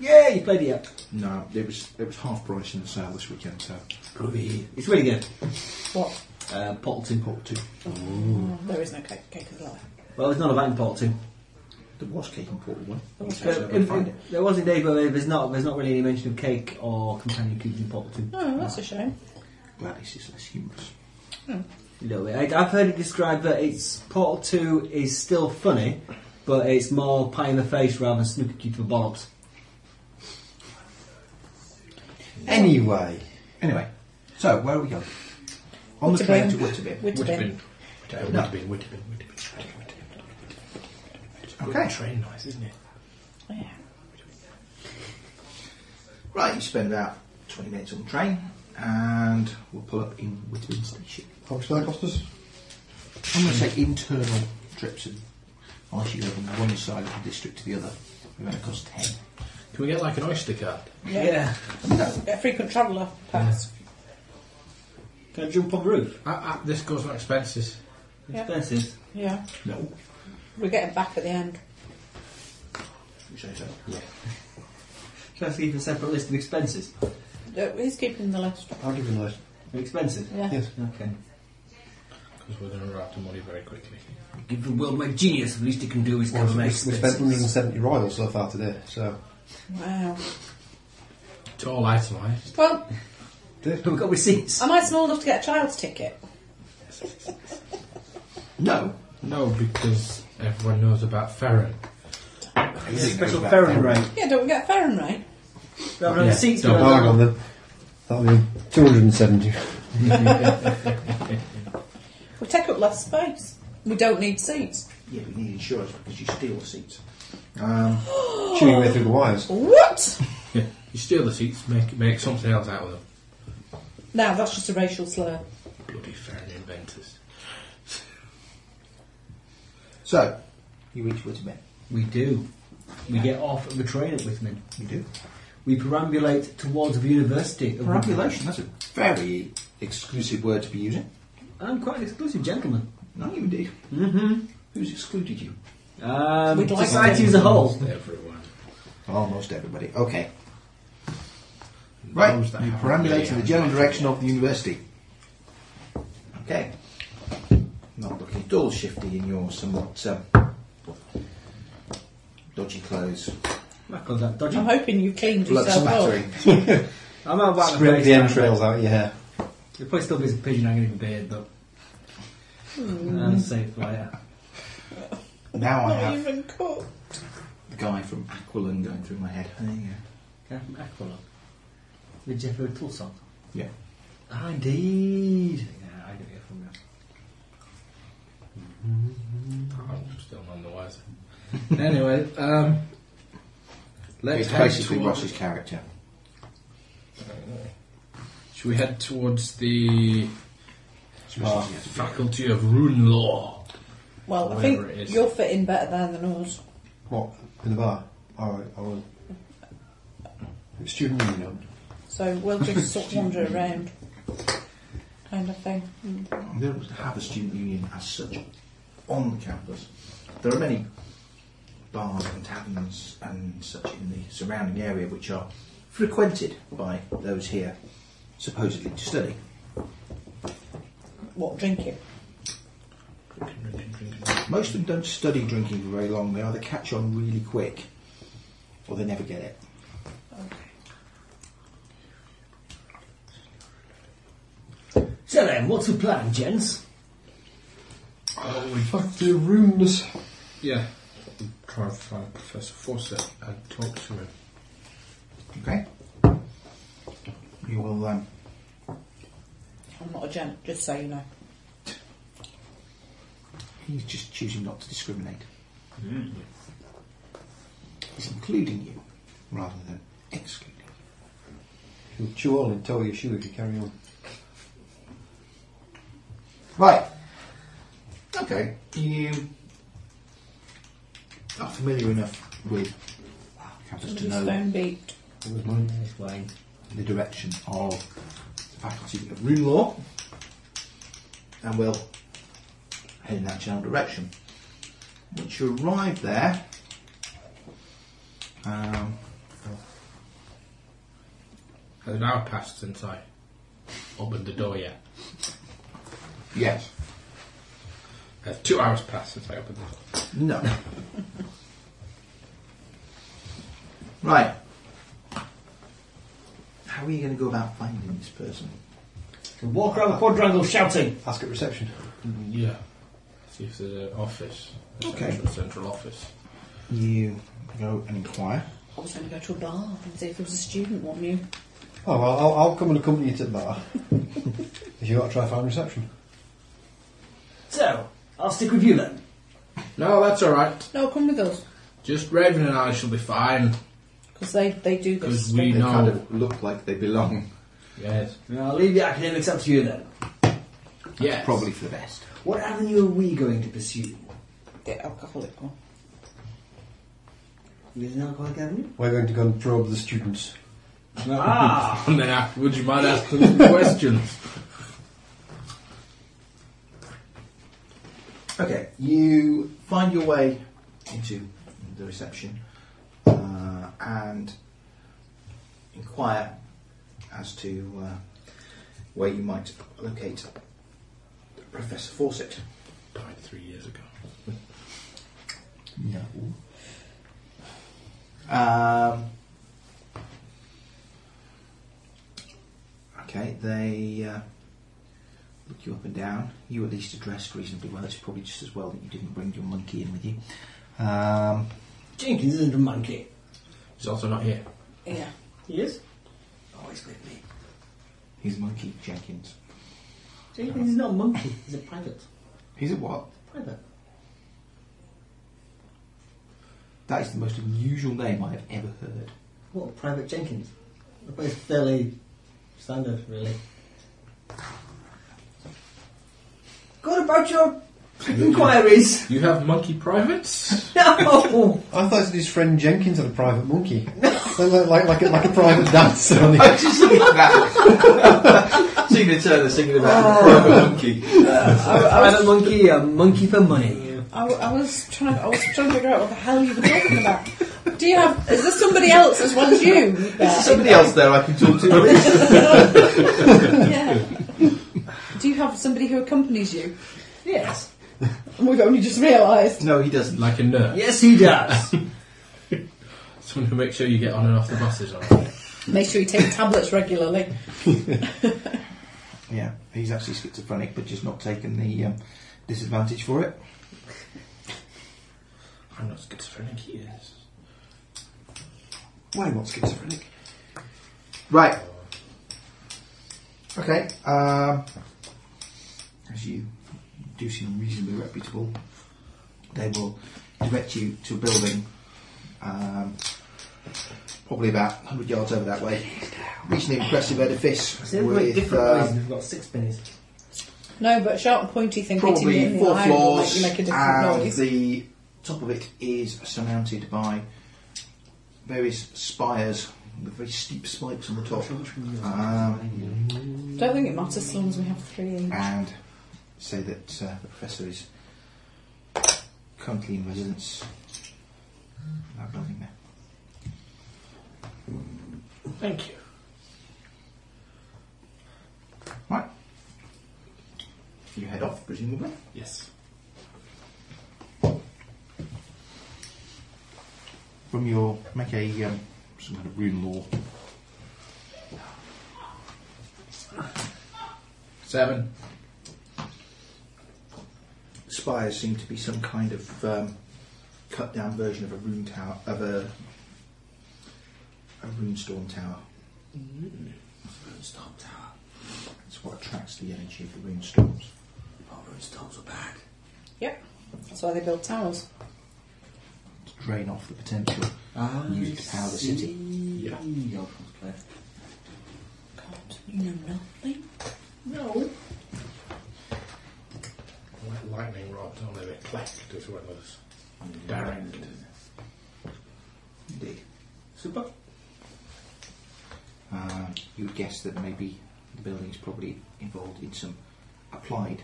Speaker 7: Yeah, you played it up.
Speaker 15: No, it was it was half price in the sale this weekend, so
Speaker 7: It's really good.
Speaker 5: What?
Speaker 7: Uh, Portal 2.
Speaker 15: bought two.
Speaker 5: There is no cake, cake of life.
Speaker 7: Well, it's not about in Portal 2.
Speaker 15: There was cake and portal one.
Speaker 7: Uh, in- in- there was indeed, but there's not, there's not really any mention of cake or companion cubes in Portal 2.
Speaker 5: Oh, that's a shame.
Speaker 15: Gladys is less humorous.
Speaker 7: A little bit. I, I've heard it described that it's Portal 2 is still funny, but it's more pie in the face rather than snooker cue to the bollocks.
Speaker 4: Anyway,
Speaker 8: Anyway, so where are we going? On the train to Witterby.
Speaker 5: Which bin?
Speaker 2: Would have been. Would have been. Would have been.
Speaker 8: Okay.
Speaker 2: Train noise, isn't it?
Speaker 8: Right, you spend about 20 minutes on the train and we'll pull up in Witterby station.
Speaker 4: how much did that cost us?
Speaker 8: I'm going to say internal trips, and unless you go from one side of the district to the other, we're going to cost 10.
Speaker 2: Can we get like an oyster card?
Speaker 5: Yeah. A frequent traveller pass.
Speaker 7: Can I jump on the roof?
Speaker 2: Uh, uh, this goes on expenses.
Speaker 5: Yeah.
Speaker 7: Expensive.
Speaker 5: Yeah.
Speaker 8: No.
Speaker 5: We get it back at the end.
Speaker 8: You say so.
Speaker 7: Should I keep a separate list of expenses?
Speaker 5: Uh, He's keeping the list.
Speaker 4: I'll give you those.
Speaker 7: Expenses?
Speaker 5: Yeah.
Speaker 4: Yes.
Speaker 7: Okay.
Speaker 2: Because we're going to run out of money very quickly.
Speaker 7: Give the world my genius, the least it can do is
Speaker 4: Well,
Speaker 7: cover my
Speaker 4: we, we spent
Speaker 7: expenses.
Speaker 4: 170 royals so far today, so.
Speaker 5: Wow.
Speaker 2: It's all itemised.
Speaker 5: Well,
Speaker 7: We've got receipts.
Speaker 5: am I small enough to get a child's ticket?
Speaker 8: No.
Speaker 2: No, because everyone knows about Ferron.
Speaker 7: It's a special ferry rate.
Speaker 5: Yeah, don't we get a fair and right?
Speaker 7: We have no receipts.
Speaker 4: Don't
Speaker 7: we have
Speaker 4: bargain
Speaker 7: no-
Speaker 4: Oh, on them. That'll be 270.
Speaker 5: We take up less space. We don't need seats.
Speaker 8: Yeah, but you need insurance because you steal the seats. Um,
Speaker 4: Chewing way through the wires.
Speaker 5: What?
Speaker 2: Yeah. You steal the seats, make make something else out of them.
Speaker 5: Now that's just a racial slur.
Speaker 2: Bloody Ferron inventors.
Speaker 8: so, you reach Witterby.
Speaker 16: We do. We get off of the train at Whitman.
Speaker 8: You do.
Speaker 16: We perambulate towards the university. of Whitman.
Speaker 8: Perambulation, that's a very exclusive word to be using.
Speaker 16: I'm quite an exclusive gentleman.
Speaker 8: No, you indeed.
Speaker 16: Mm-hmm.
Speaker 8: Who's excluded you?
Speaker 16: Um,
Speaker 5: We'd like
Speaker 16: society as a whole.
Speaker 2: Everyone.
Speaker 8: Almost everybody. Okay. Right,
Speaker 2: Those that
Speaker 8: you
Speaker 2: have
Speaker 8: perambulate in
Speaker 2: really
Speaker 8: the general
Speaker 2: have-
Speaker 8: direction of the university. Okay. Not looking at all shifty in your somewhat um, dodgy clothes.
Speaker 7: That comes out dodgy.
Speaker 5: I'm hoping you cleaned
Speaker 8: Blood
Speaker 5: yourself
Speaker 8: spattering.
Speaker 5: up.
Speaker 7: I'm out about the
Speaker 4: Scrape
Speaker 7: place.
Speaker 4: the entrails out of your hair.
Speaker 16: There'll probably still be some pigeon hanging in the beard, but I'll save for later.
Speaker 8: Now I
Speaker 5: Not
Speaker 8: have
Speaker 5: even cooked.
Speaker 8: the guy from Aqualung going through my head.
Speaker 16: Guy from Aqualung. The Jeffrey Tool song.
Speaker 8: Yeah.
Speaker 16: Ah, indeed. Yeah, I don't hear from that.
Speaker 2: I'm still none the wiser. anyway, um, let's
Speaker 8: It's
Speaker 2: head
Speaker 8: basically
Speaker 2: towards-
Speaker 8: Ross's character.
Speaker 2: Should we head towards the
Speaker 8: Especially if you have
Speaker 2: Faculty of Rune Law?
Speaker 5: Well, I
Speaker 2: Whatever it
Speaker 5: think
Speaker 2: is.
Speaker 5: you're fitting better there than us.
Speaker 4: What? In the bar? Alright, I will. Student union.
Speaker 5: So we'll just sort of wander around. Kind of thing. Mm.
Speaker 8: to- They don't have a student union as such on the campus. There are many bars and taverns and such in the surrounding area, which are frequented by those here supposedly to study.
Speaker 5: What, drink it?
Speaker 8: Most of them don't study drinking for very long. They either catch on really quick, or they never get it.
Speaker 7: So then, what's the plan, gents?
Speaker 2: Oh,
Speaker 4: we the rudeness.
Speaker 2: Yeah. Try and find Professor Fawcett and talk to him.
Speaker 8: Okay. You will um,
Speaker 5: I'm not a gent, just so you know.
Speaker 8: He's just choosing not to discriminate. He's including you rather than excluding
Speaker 4: You'll chew all and toe your shoe if you carry on.
Speaker 8: Right. Okay. You are familiar enough with campus to know
Speaker 5: Stone beat.
Speaker 8: It was mine. The direction of the Faculty of Rune Law. And we'll head in that general direction. Once you arrive there, um,
Speaker 2: Has an hour passed since I opened the door yet?
Speaker 8: Yes.
Speaker 2: Has two hours passed since I opened the door?
Speaker 8: No. right. How are you going to go about finding this person?
Speaker 7: Walk around the quadrangle shouting.
Speaker 4: Ask at reception.
Speaker 2: Yeah. See if there's an office. A
Speaker 8: Okay.
Speaker 2: Central, central office.
Speaker 8: You go and inquire.
Speaker 5: I was going to go to a bar and see if there was a student one you.
Speaker 4: Oh, well, I'll, I'll come and accompany you to the bar. if you want to try and find reception.
Speaker 7: So, I'll stick with you then.
Speaker 2: No, that's alright.
Speaker 5: No, come with us.
Speaker 2: Just Raven and I shall be fine.
Speaker 5: Because they, they do this.
Speaker 2: Because we
Speaker 8: They
Speaker 2: know.
Speaker 8: kind of look like they belong.
Speaker 2: Yes.
Speaker 7: I'll leave the academics up to you then.
Speaker 2: Yes.
Speaker 8: Probably for the best.
Speaker 7: What avenue are we going to pursue?
Speaker 5: The alcoholic one.
Speaker 7: Is it an alcoholic avenue?
Speaker 4: We're going to go and probe the students.
Speaker 7: Ah!
Speaker 2: and then afterwards you might ask them some questions.
Speaker 8: Okay, you find your way into the reception uh, and inquire as to uh, where you might locate Professor Fawcett.
Speaker 2: Died three years ago.
Speaker 8: No. Um, okay, they uh, look you up and down. You at least are dressed reasonably well. It's probably just as well that you didn't bring your monkey in with you. Um,
Speaker 7: Jenkins isn't a monkey.
Speaker 2: He's also not here.
Speaker 5: Yeah.
Speaker 7: He is? Always with Oh, me.
Speaker 8: he's monkey Jenkins.
Speaker 7: Jenkins is not a monkey, he's a private.
Speaker 8: He's a what?
Speaker 7: Private.
Speaker 8: That is the most unusual name I have ever heard.
Speaker 7: What, Private Jenkins? They're both fairly standard, really. Good about your inquiries.
Speaker 2: You have monkey privates?
Speaker 7: No!
Speaker 4: I thought his friend Jenkins had a private monkey. like, like, like, a, like a private dancer. On the...
Speaker 8: so you can turn the singing about the proper monkey.
Speaker 7: I had a monkey, a monkey for money.
Speaker 5: I, w- I was trying. I was trying to figure out what the hell you were talking about. Do you have? Is there somebody else as well as you? there?
Speaker 8: Somebody else there I can talk to, please.
Speaker 5: Yeah. Do you have somebody who accompanies you?
Speaker 7: Yes.
Speaker 5: And we've only just realised.
Speaker 8: no, he doesn't.
Speaker 2: Like a nerd.
Speaker 7: Yes, he does.
Speaker 2: Someone who makes sure you get on and off the buses, alright?
Speaker 5: Make sure you take tablets regularly.
Speaker 8: Yeah, he's actually schizophrenic, but just not taken the um, disadvantage for it.
Speaker 2: I'm not schizophrenic, he is.
Speaker 4: Why not schizophrenic?
Speaker 8: Right. Okay. Um, as you do seem reasonably reputable, they will direct you to a building, um, probably about 100 yards over that way. It's an impressive edifice
Speaker 7: It's everybody
Speaker 8: with
Speaker 7: different
Speaker 8: uh,
Speaker 7: ways. We've got six pennies.
Speaker 5: No, but sharp and pointy thing hitting you in the
Speaker 8: probably four
Speaker 5: eye will make
Speaker 8: floors,
Speaker 5: you make a different
Speaker 8: and
Speaker 5: noise.
Speaker 8: the top of it is surmounted by various spires with very steep spikes on the top. Um,
Speaker 5: Don't think it matters as long as we have three each.
Speaker 8: and say that uh, the professor is currently in residence that building there.
Speaker 2: Thank you.
Speaker 8: Right. You head off, presumably.
Speaker 2: Yes.
Speaker 8: From your make a um, some kind of rune law.
Speaker 2: Seven.
Speaker 8: Spires seem to be some kind of um, cut down version of a rune tower of a a rune storm tower.
Speaker 17: Mm. Storm Tower.
Speaker 8: It's what attracts the energy of the rune storms.
Speaker 17: All those storms are bad.
Speaker 5: Yep. That's why they build towers.
Speaker 8: To drain off the potential
Speaker 17: Ah,
Speaker 8: used to power the city.
Speaker 17: Yeah.
Speaker 5: God, you know nothing.
Speaker 2: No. Like lightning rods, only they cleft as well as direct.
Speaker 8: Indeed.
Speaker 2: Super.
Speaker 8: Uh, you would guess that maybe the building's probably involved in some applied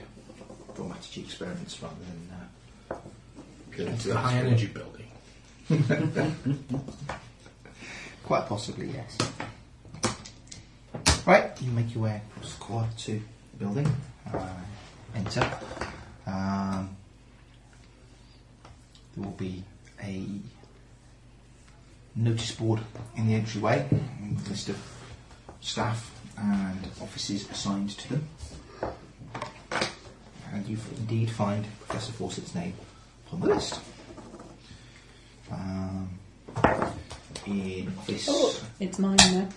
Speaker 8: dramatic experiments rather than uh, pure
Speaker 2: It's a
Speaker 8: intellectual.
Speaker 2: high energy building.
Speaker 8: Quite possibly, yes. Right, you make your way across the quad to the building. Uh, enter. Um, there will be a notice board in the entryway with a list of staff and offices assigned to them. And you indeed find Professor Fawcett's name on the list. Um, in office.
Speaker 5: Oh, it's mine now.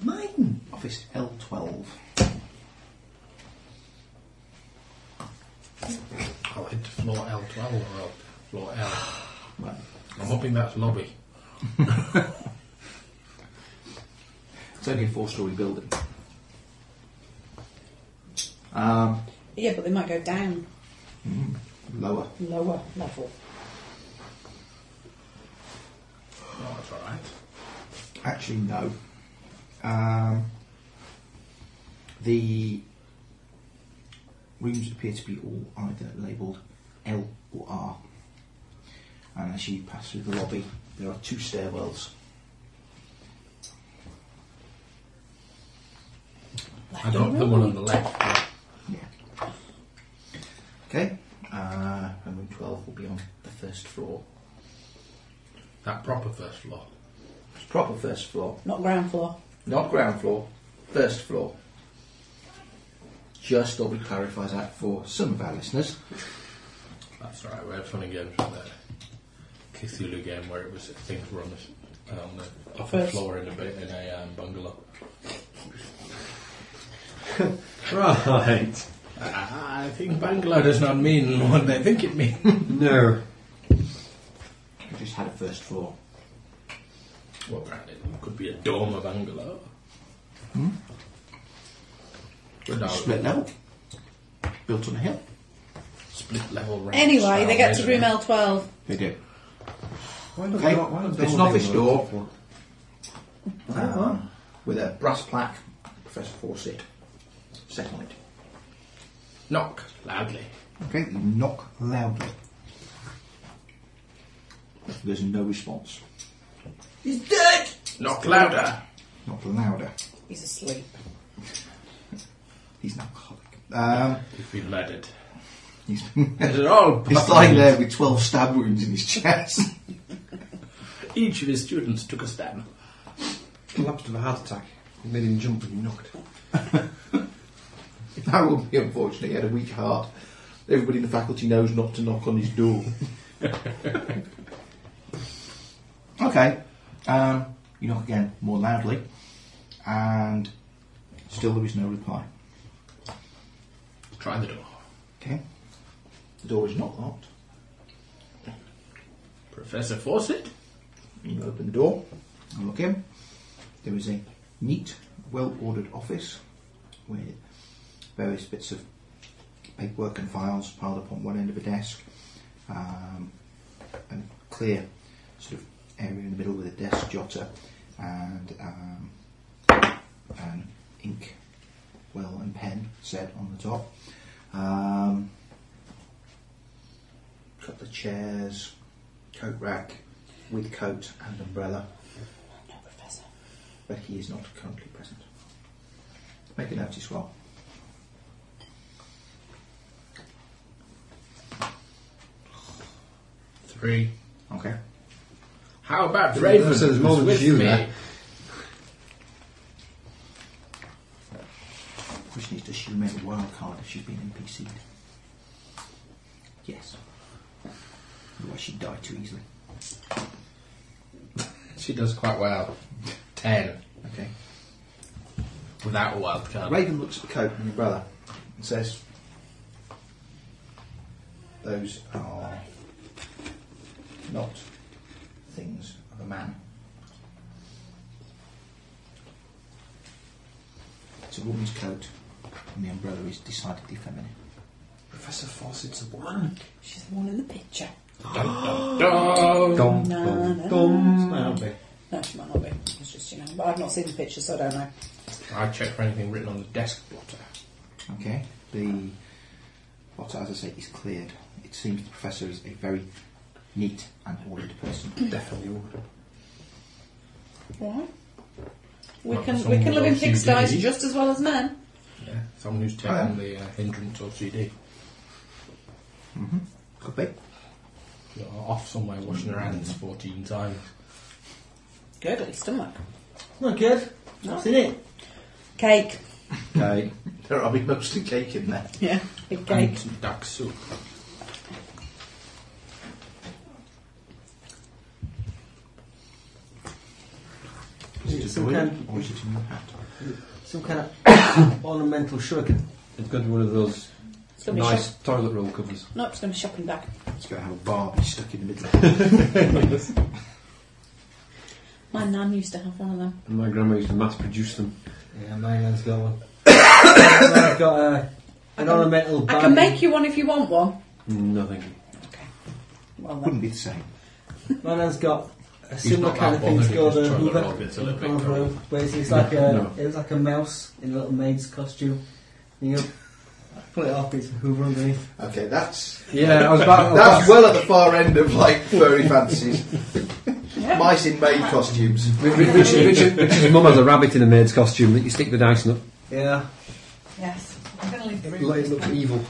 Speaker 8: Mine. Office L12.
Speaker 2: I'll head to floor L12 or L- floor L.
Speaker 8: Right.
Speaker 2: I'm hoping that's lobby.
Speaker 8: It's only a four-storey building. Um,
Speaker 5: Yeah, but they might go down
Speaker 8: lower.
Speaker 5: lower level.
Speaker 2: Oh, that's alright.
Speaker 8: Actually, no. Um, the rooms appear to be all either labelled L or R. And as you pass through the lobby, there are two stairwells.
Speaker 2: I don't the one on the left.
Speaker 8: Yeah. Okay. Uh, and room 12 will be on the first floor.
Speaker 2: That proper first floor.
Speaker 8: It's proper first floor,
Speaker 5: Not ground floor.
Speaker 8: not ground floor, first floor. Just thought we clarify that for some of our listeners.
Speaker 2: That's alright, we had fun and games with that Cthulhu game where it was things were on the, on the upper
Speaker 5: First.
Speaker 2: floor in a bit in a um, bungalow.
Speaker 14: Right.
Speaker 2: I think Ah, bungalow does not mean what they think it means.
Speaker 4: No.
Speaker 8: We just had a first floor.
Speaker 2: well, granted, it could be a dorm of bungalow. But no,
Speaker 8: Split level. Built on a hill.
Speaker 2: split level ranch
Speaker 5: Anyway,
Speaker 2: style
Speaker 5: they get to room
Speaker 2: residence.
Speaker 5: L12.
Speaker 8: They do.
Speaker 4: Why
Speaker 8: Okay.
Speaker 4: not- why not
Speaker 8: It's an
Speaker 4: double
Speaker 8: office
Speaker 4: big
Speaker 8: door.
Speaker 4: one?
Speaker 8: Um, with a brass plaque, Professor Fawcett, set on it.
Speaker 2: Knock loudly.
Speaker 8: Okay, you knock loudly. There's no response.
Speaker 5: He's dead!
Speaker 2: Knock louder.
Speaker 8: Knock louder.
Speaker 5: He's asleep.
Speaker 8: He's an alcoholic. Um,
Speaker 2: You've been murdered.
Speaker 8: he's,
Speaker 2: Is it all?
Speaker 8: he's lying there with 12 stab wounds in his chest.
Speaker 2: Each of his students took a stab.
Speaker 4: Collapsed of a heart attack. It made him jump when you knocked.
Speaker 8: That would be unfortunate. He had a weak heart. Everybody in the faculty knows not to knock on his door. okay. Um, you knock again, more loudly, and still there is no reply.
Speaker 2: Try the door.
Speaker 8: Okay. The door is not locked.
Speaker 2: Professor Fawcett?
Speaker 8: You open the door and look in. There is a neat, well ordered office with various bits of paperwork and files piled up on one end of a desk, um, and a clear sort of area in the middle with a desk jotter and um, an ink well and pen set on the top. Um, couple of chairs, coat rack with coat and umbrella. But he is not currently present. Make a notice roll.
Speaker 2: Three.
Speaker 8: Okay.
Speaker 2: How about
Speaker 4: The
Speaker 2: Raven?
Speaker 4: reference is
Speaker 2: who's
Speaker 4: more than
Speaker 2: with
Speaker 4: you
Speaker 2: me?
Speaker 4: there.
Speaker 8: Which needs to assume a wild card if she's been NPC'd. Yes. Otherwise she'd die too easily.
Speaker 2: She does quite well. Ten.
Speaker 8: Okay.
Speaker 2: Without a wild card.
Speaker 8: Raven looks at the coat and the umbrella and says, Those are not things of a man. It's a woman's coat, and the umbrella is decidedly feminine.
Speaker 9: Professor Fawcett's a woman.
Speaker 5: She's the one in the picture.
Speaker 9: Dum, dum, dum.
Speaker 5: No,
Speaker 9: Dum,
Speaker 5: no,
Speaker 9: dum,
Speaker 5: no.
Speaker 9: dum.
Speaker 5: She
Speaker 8: Um,
Speaker 9: Might not be.
Speaker 5: No, she might not be. It's just, you know, but I've not seen the picture, so I don't know.
Speaker 2: I check for anything written on the desk blotter.
Speaker 8: Okay. The what, as I say, is cleared. It seems the professor is a very neat and ordered person. Definitely ordered.
Speaker 5: Why? We
Speaker 2: Well,
Speaker 5: can we
Speaker 2: someone
Speaker 5: can live in
Speaker 2: with OCD.
Speaker 5: pigsties just as well as men.
Speaker 2: Yeah. Someone who's taken the uh, hindrance or CD.
Speaker 8: Mm-hmm. Could be.
Speaker 2: off somewhere washing her hands 14 times.
Speaker 5: Gurgly stomach.
Speaker 7: Not good. What's in it?
Speaker 5: Cake.
Speaker 8: Okay. There'll be mostly cake in there.
Speaker 5: Yeah, big cake.
Speaker 2: And some duck soup.
Speaker 8: Is it
Speaker 7: Some
Speaker 8: a
Speaker 7: kind
Speaker 8: wig or is it in your hat?
Speaker 7: Some kind of ornamental shuriken.
Speaker 4: It's going to be one of those
Speaker 5: It's gonna be
Speaker 4: nice
Speaker 5: shop-
Speaker 4: toilet roll covers.
Speaker 5: No, it's going to be shopping bag.
Speaker 8: It's going to have a Barbie stuck in the middle.
Speaker 5: My nan used to have one of them.
Speaker 4: And my grandma used to mass produce them.
Speaker 7: Yeah, my nan's got one. I've got a, an ornamental
Speaker 5: I can
Speaker 7: Barbie.
Speaker 5: make you one if you want one.
Speaker 4: Nothing.
Speaker 5: Well, then.
Speaker 8: Wouldn't be the same.
Speaker 7: My nan's got a
Speaker 2: He's
Speaker 7: similar
Speaker 2: not
Speaker 7: kind
Speaker 2: that
Speaker 7: of thing to
Speaker 2: bothered,
Speaker 7: go
Speaker 2: he's
Speaker 7: to
Speaker 2: just trying to
Speaker 7: Hoover.
Speaker 2: rob it, it's a little bit
Speaker 7: Kind of
Speaker 2: cold.
Speaker 7: robe, But it's, it's like a,
Speaker 4: No.
Speaker 7: it was like a mouse in a little maid's costume. You know, pull it off, it's Hoover underneath.
Speaker 8: Okay, that's
Speaker 4: Yeah, I was about- I was
Speaker 8: that's
Speaker 4: about-
Speaker 8: well at the far end of like furry fantasies. Mice in maid costumes.
Speaker 4: Which, which, which, which is mum has a rabbit in a maid's costume that you stick the dice in it.
Speaker 7: Yeah.
Speaker 5: Yes. I'm going to leave the
Speaker 4: It lo- it looks evil.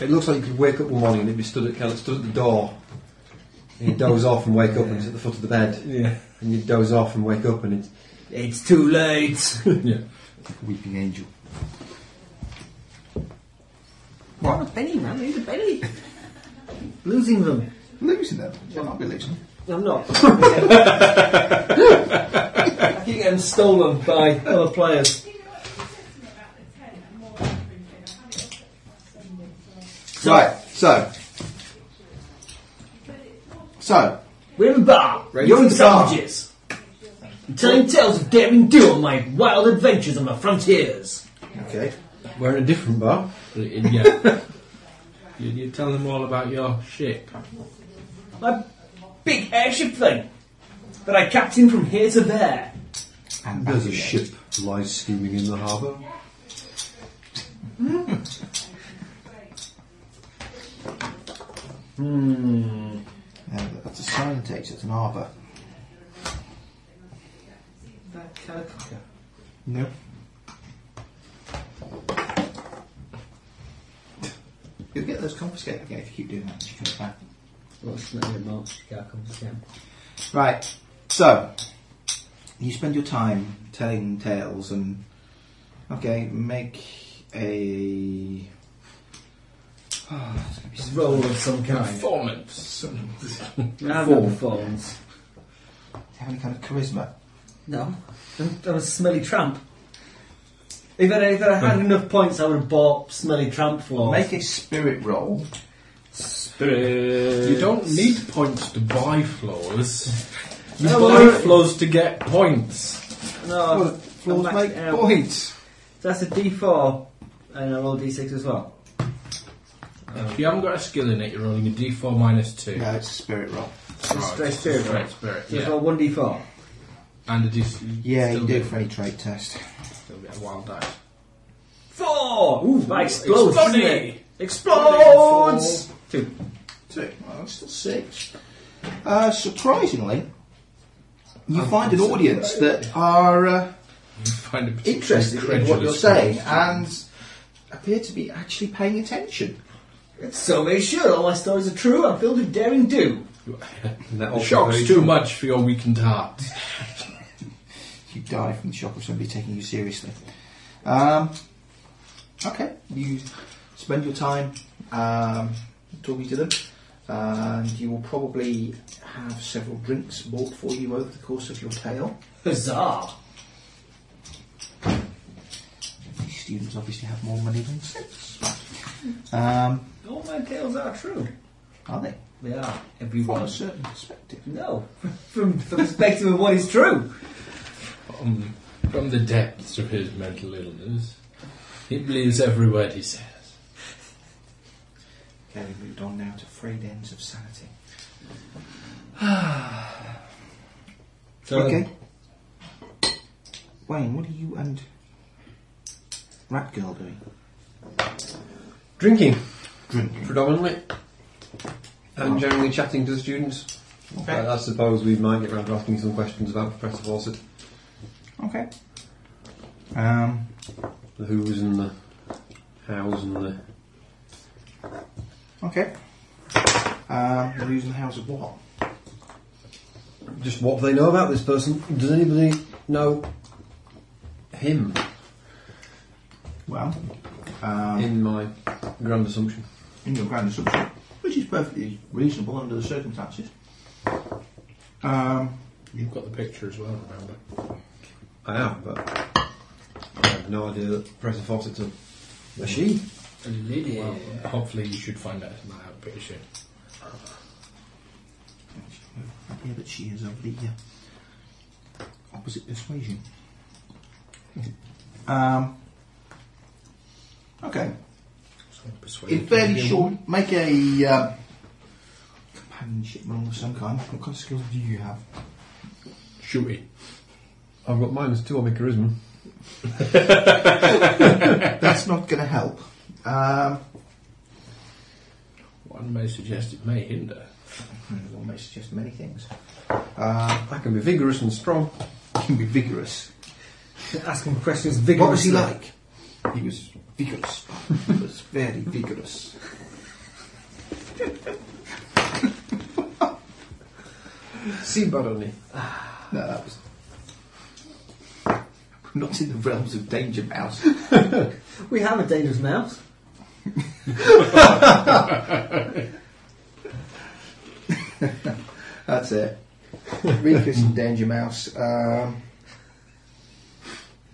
Speaker 4: It looks like you could wake up one morning and it'd be stood at, kind of stood at the door. And you doze off and wake up and it's at the foot of the bed.
Speaker 7: Yeah.
Speaker 4: And you doze off and wake up and it's.
Speaker 7: It's too late!
Speaker 4: yeah.
Speaker 8: Weeping angel.
Speaker 5: Oh, a Benny, man. Who's a Benny?
Speaker 7: Losing them.
Speaker 8: Losing them? You'll not be losing them.
Speaker 7: I'm not. I keep getting stolen by other players.
Speaker 8: Right, so. So,
Speaker 7: We're in the bar.
Speaker 8: Ready
Speaker 7: Young
Speaker 8: for the bar.
Speaker 7: savages. And telling tales of daring do on my wild adventures on the frontiers.
Speaker 8: okay.
Speaker 4: We're in a different bar.
Speaker 2: yeah. you, you tell them all about your ship.
Speaker 7: My big airship thing that I captained from here to there.
Speaker 8: And
Speaker 4: There's a ship lies steaming in the harbour.
Speaker 7: Hmm.
Speaker 8: Yeah, that's a silent H, that's an arbor.
Speaker 7: That calico.
Speaker 8: No. You'll get those confiscated again if you keep doing that. She comes back.
Speaker 7: What's the name of it, Mark? Calico's again.
Speaker 8: Right. So you spend your time telling tales and okay, make a oh, it's gonna be
Speaker 7: It's a Roll of some kind.
Speaker 2: Performance.
Speaker 7: I've got phones.
Speaker 8: Do you have any kind of charisma?
Speaker 7: No. I'm, I'm a smelly tramp. If I, if I had enough points, I would have bought smelly tramp floors.
Speaker 8: Make a spirit roll.
Speaker 7: Spirit.
Speaker 2: You don't need points to buy floors. You
Speaker 7: No,
Speaker 2: buy
Speaker 7: well,
Speaker 2: floors to get points.
Speaker 7: No,
Speaker 8: Well, floors
Speaker 7: I'm maxed
Speaker 8: make
Speaker 7: out.
Speaker 8: points.
Speaker 7: So that's a D4 and a roll D6 as well.
Speaker 2: If you haven't got a skill in it, you're rolling a d4 minus 2.
Speaker 8: No, it's a spirit roll.
Speaker 2: Right,
Speaker 7: straight spirit,
Speaker 2: Straight
Speaker 7: right?
Speaker 2: spirit,
Speaker 7: So it's
Speaker 2: yeah.
Speaker 7: all one D4.
Speaker 2: And a d4.
Speaker 8: Yeah, you do it for any trait test.
Speaker 2: Still get a wild dice.
Speaker 7: Four! Ooh, that explodes,
Speaker 2: exploding.
Speaker 7: doesn't it? Explodes! Two.
Speaker 8: Two. Well, it's still six. Uh, surprisingly, you find an audience that are uh, interested in what you're
Speaker 2: incredulous
Speaker 8: saying
Speaker 2: people.
Speaker 8: and appear to be actually paying attention.
Speaker 7: So make sure all my stories are true. I build a daring do.
Speaker 2: The shock's too much for your weakened heart.
Speaker 8: you die from the shock of somebody taking you seriously. Um, okay, you spend your time um, talking to them, and you will probably have several drinks bought for you over the course of your tale.
Speaker 7: Huzzah!
Speaker 8: These students obviously have more money than students. Um,
Speaker 7: All my tales are true.
Speaker 8: are they?
Speaker 7: They are. Everyone.
Speaker 8: From a certain perspective.
Speaker 7: No. From the perspective of what is true.
Speaker 2: Um, from the depths of his mental illness, he believes every word he says.
Speaker 8: Okay, we moved on now to frayed ends of sanity. okay. Um, Wayne, what are you and Rat Girl doing?
Speaker 4: Drinking,
Speaker 8: Drinking.
Speaker 4: predominantly, and generally chatting to the students.
Speaker 8: Okay.
Speaker 4: I, I suppose we might get round to asking some questions about Professor Fawcett,
Speaker 8: Okay. Um,
Speaker 4: the who's and the hows and the
Speaker 8: okay. Um, the news and hows of what?
Speaker 4: just what do they know about this person? Does anybody know him?
Speaker 8: Well, um,
Speaker 4: in my grand assumption,
Speaker 8: in your grand assumption, which is perfectly reasonable under the circumstances. Um,
Speaker 2: You've got the picture as well, remember?
Speaker 4: I have, but I have no idea that Professor Fawcett's a, a she.
Speaker 2: A lady. Well, hopefully you should find out about that pretty soon.
Speaker 8: I hear that she is of the uh, opposite persuasion. um, okay. In fairly short, make a uh, companionship roll of some kind. What kind of skills do you have?
Speaker 2: Shooting.
Speaker 4: I've got minus two on my charisma.
Speaker 8: That's not going to help. Um,
Speaker 2: One may suggest it may hinder.
Speaker 8: Hmm, one may suggest many things. Uh,
Speaker 4: I can be vigorous and strong.
Speaker 8: can be vigorous.
Speaker 7: Asking questions
Speaker 8: What was
Speaker 7: vigorously.
Speaker 8: he like? He was vigorous. he was very vigorous.
Speaker 4: See, Baroni.
Speaker 8: No, that was. We're not in the realms of Danger Mouse.
Speaker 7: We have a dangerous mouse.
Speaker 8: That's it. Rikus and Danger Mouse. Um,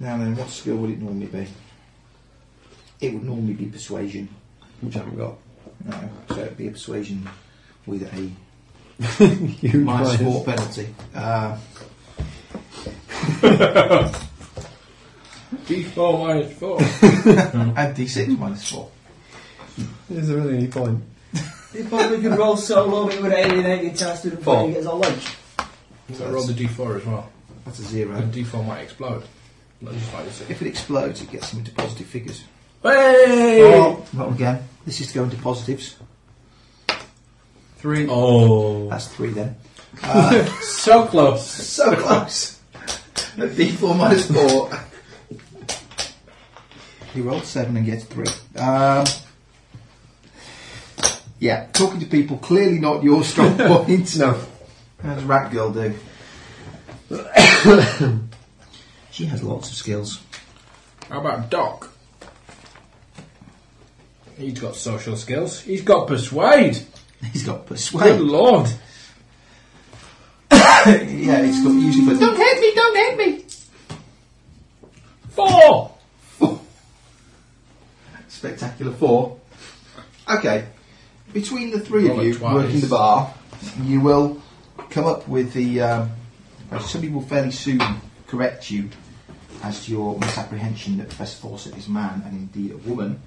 Speaker 8: now then, what skill would it normally be? It would normally be persuasion.
Speaker 4: Which I haven't got.
Speaker 8: No, so it'd be a persuasion with a
Speaker 4: Huge minus.
Speaker 8: minus four penalty. Uh,
Speaker 2: D4 minus 4.
Speaker 8: and d6 minus four.
Speaker 4: Is there really any point?
Speaker 7: You probably could roll so low it would alienate the entire student body.
Speaker 4: Four.
Speaker 7: You get a lunch.
Speaker 2: so roll the D4 as well.
Speaker 8: That's a
Speaker 2: The
Speaker 8: zero.
Speaker 2: D4 might explode. Not just like this.
Speaker 8: If it explodes, it gets them into positive figures.
Speaker 2: Hey!
Speaker 8: Oh, not again. This is going to positives.
Speaker 4: Three.
Speaker 2: Oh.
Speaker 8: That's three then.
Speaker 2: So close.
Speaker 8: So close. A D4 minus four. He rolled seven and gets three. Um, yeah, talking to people clearly not your strong point.
Speaker 4: No.
Speaker 8: How does Rat Girl do? she has lots of skills.
Speaker 2: How about Doc? He's got social skills. He's got persuade.
Speaker 8: He's got
Speaker 2: Good
Speaker 8: persuade.
Speaker 2: lord.
Speaker 8: yeah, he's got usually for don't hit me, don't hit me.
Speaker 2: Four.
Speaker 8: Spectacular four. Okay, between the three
Speaker 2: Roll
Speaker 8: of
Speaker 2: it
Speaker 8: you
Speaker 2: twice.
Speaker 8: working the bar, you will come up with the. Um, uh, somebody will fairly soon correct you as to your misapprehension that Professor Fawcett is a man and indeed a woman.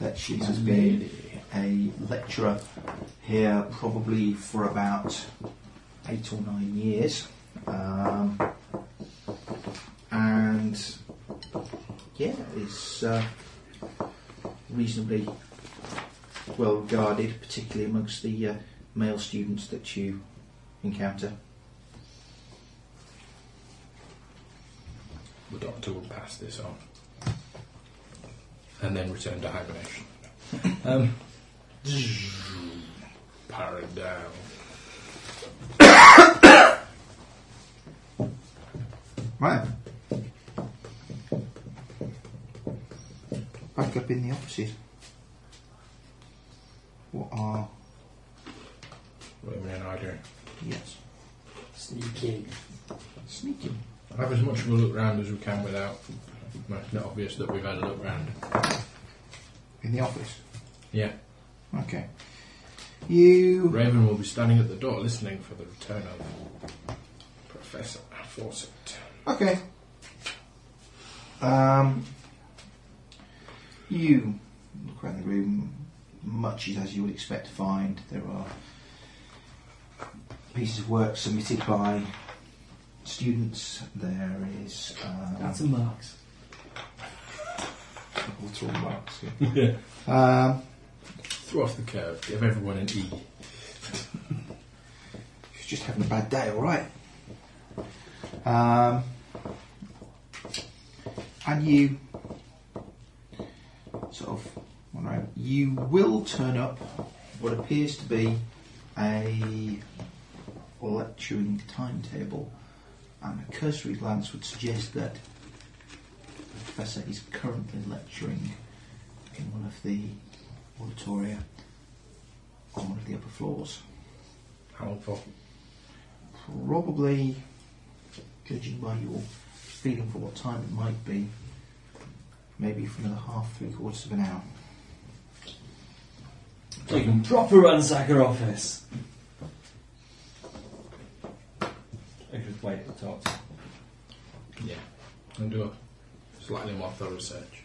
Speaker 8: That she has been a lecturer here probably for about eight or nine years. Um, and yeah, is uh, reasonably well regarded, particularly amongst the uh, male students that you encounter.
Speaker 2: The doctor would pass this on. And then return to hibernation. um, parrot down.
Speaker 8: Right. Back up in the offices. What are
Speaker 2: Women and I doing.
Speaker 8: yes?
Speaker 12: Sneaking.
Speaker 8: Sneaking.
Speaker 2: Have as much of a look round as we can without. Well, it's not obvious that we've had a look round.
Speaker 8: In the office.
Speaker 2: Yeah.
Speaker 8: Okay. You.
Speaker 2: Raven will be standing at the door listening for the return of Professor Fawcett.
Speaker 8: Okay. Um, you look around the room, much as you would expect to find. There are pieces of work submitted by students. There is. Um,
Speaker 7: That's a marks.
Speaker 8: What's all marks?
Speaker 2: Yeah.
Speaker 8: Um,
Speaker 2: Throw off the curve. Give everyone an E.
Speaker 8: She's just having a bad day, alright? Um, and you sort of wander around. You will turn up what appears to be a lecturing timetable, and a cursory glance would suggest that the professor is currently lecturing in one of the auditoria on one of the upper floors
Speaker 2: How long for?
Speaker 8: probably, judging by your feeling for what time it might be, maybe for another half, three quarters of an hour.
Speaker 7: Taking proper ransack her office. I could just wait at the top.
Speaker 2: Yeah. And do a slightly more thorough search.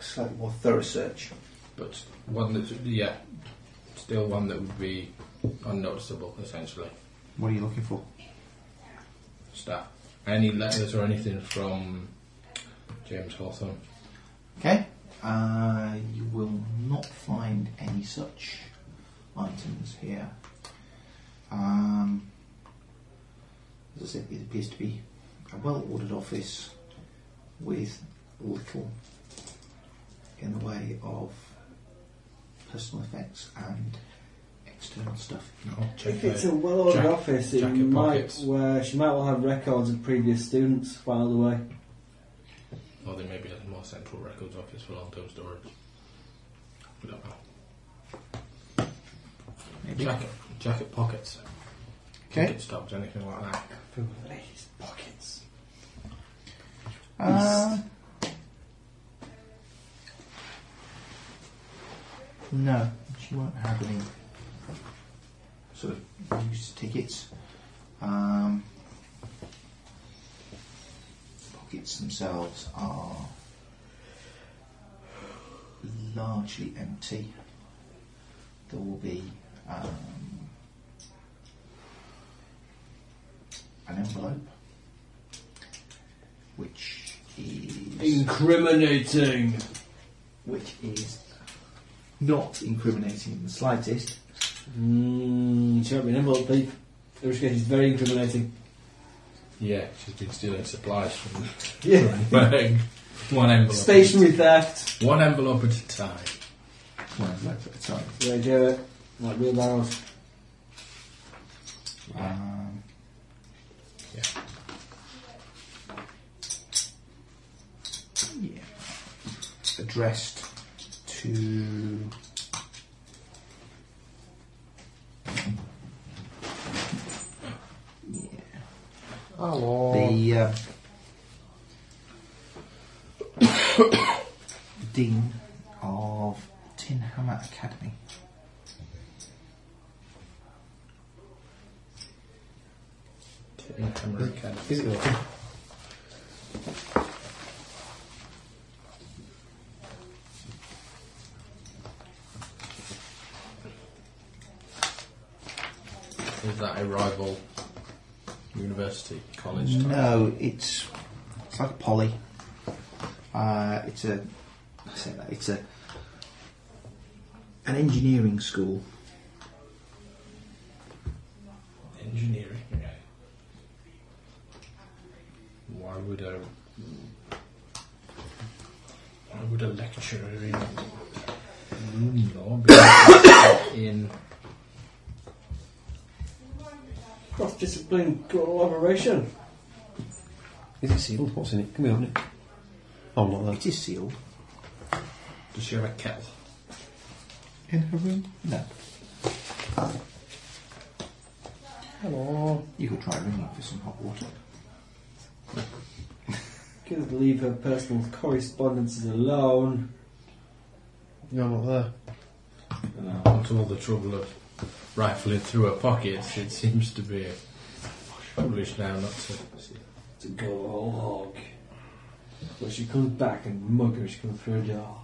Speaker 8: Slightly more thorough search.
Speaker 2: But one that's, yeah, still one that would be unnoticeable, essentially.
Speaker 8: What are you looking for?
Speaker 2: Staff. Any letters or anything from James Hawthorne?
Speaker 8: Okay. Uh, you will not find any such items here. Um, as I said, it appears to be a well ordered office with little in the way of personal effects and external stuff.
Speaker 2: Check
Speaker 7: If it's
Speaker 2: the
Speaker 7: a well-ordered
Speaker 2: jack-
Speaker 7: office, it
Speaker 2: jacket
Speaker 7: might
Speaker 2: pockets.
Speaker 7: where she might well have records of previous students filed away.
Speaker 2: Or they maybe have a more central records office for long term storage. We don't know.
Speaker 8: Maybe.
Speaker 2: Jacket, jacket pockets.
Speaker 8: Okay.
Speaker 2: Ticket stubs, anything like that.
Speaker 7: Filled with ladies' pockets.
Speaker 8: Uh, no, she won't have any sort of used tickets. Um, pockets themselves are largely empty. There will be um, an envelope which is
Speaker 7: Incriminating.
Speaker 8: which is not incriminating in the slightest.
Speaker 7: Mm, she won't be an envelope thief. In which case, it's very incriminating.
Speaker 2: Yeah, she's been stealing supplies from
Speaker 7: Yeah.
Speaker 2: Berg. One envelope.
Speaker 7: Stationary theft.
Speaker 2: One envelope at a time.
Speaker 8: One envelope at a time.
Speaker 7: They do it. Like wheelbarrows.
Speaker 8: Um,
Speaker 2: Yeah.
Speaker 8: yeah. Addressed to. Yeah.
Speaker 12: Hello.
Speaker 8: The uh, Dean of Tin Hammer Academy.
Speaker 2: Tin Hammer Academy.
Speaker 12: Is it open?
Speaker 2: Is that a rival university, college?
Speaker 8: Mm.
Speaker 2: type?
Speaker 8: No, it's it's like a poly. Uh, it's a I say that it's a an engineering school
Speaker 2: would uh, I would a lecture in Lumno because in
Speaker 12: Cross-discipline collaboration.
Speaker 4: Is it sealed? What's in it? Can we open it? Oh, not that.
Speaker 8: It is sealed.
Speaker 2: Does she have a kettle?
Speaker 8: In her room? No.
Speaker 12: Hello.
Speaker 8: You could try ringing for some hot water.
Speaker 14: Could leave her personal correspondences alone.
Speaker 4: You're not there.
Speaker 2: After all the trouble of rifling through her pockets, it seems to be foolish now not to.
Speaker 14: To go all hog. But she comes back and mug her, she comes through the door.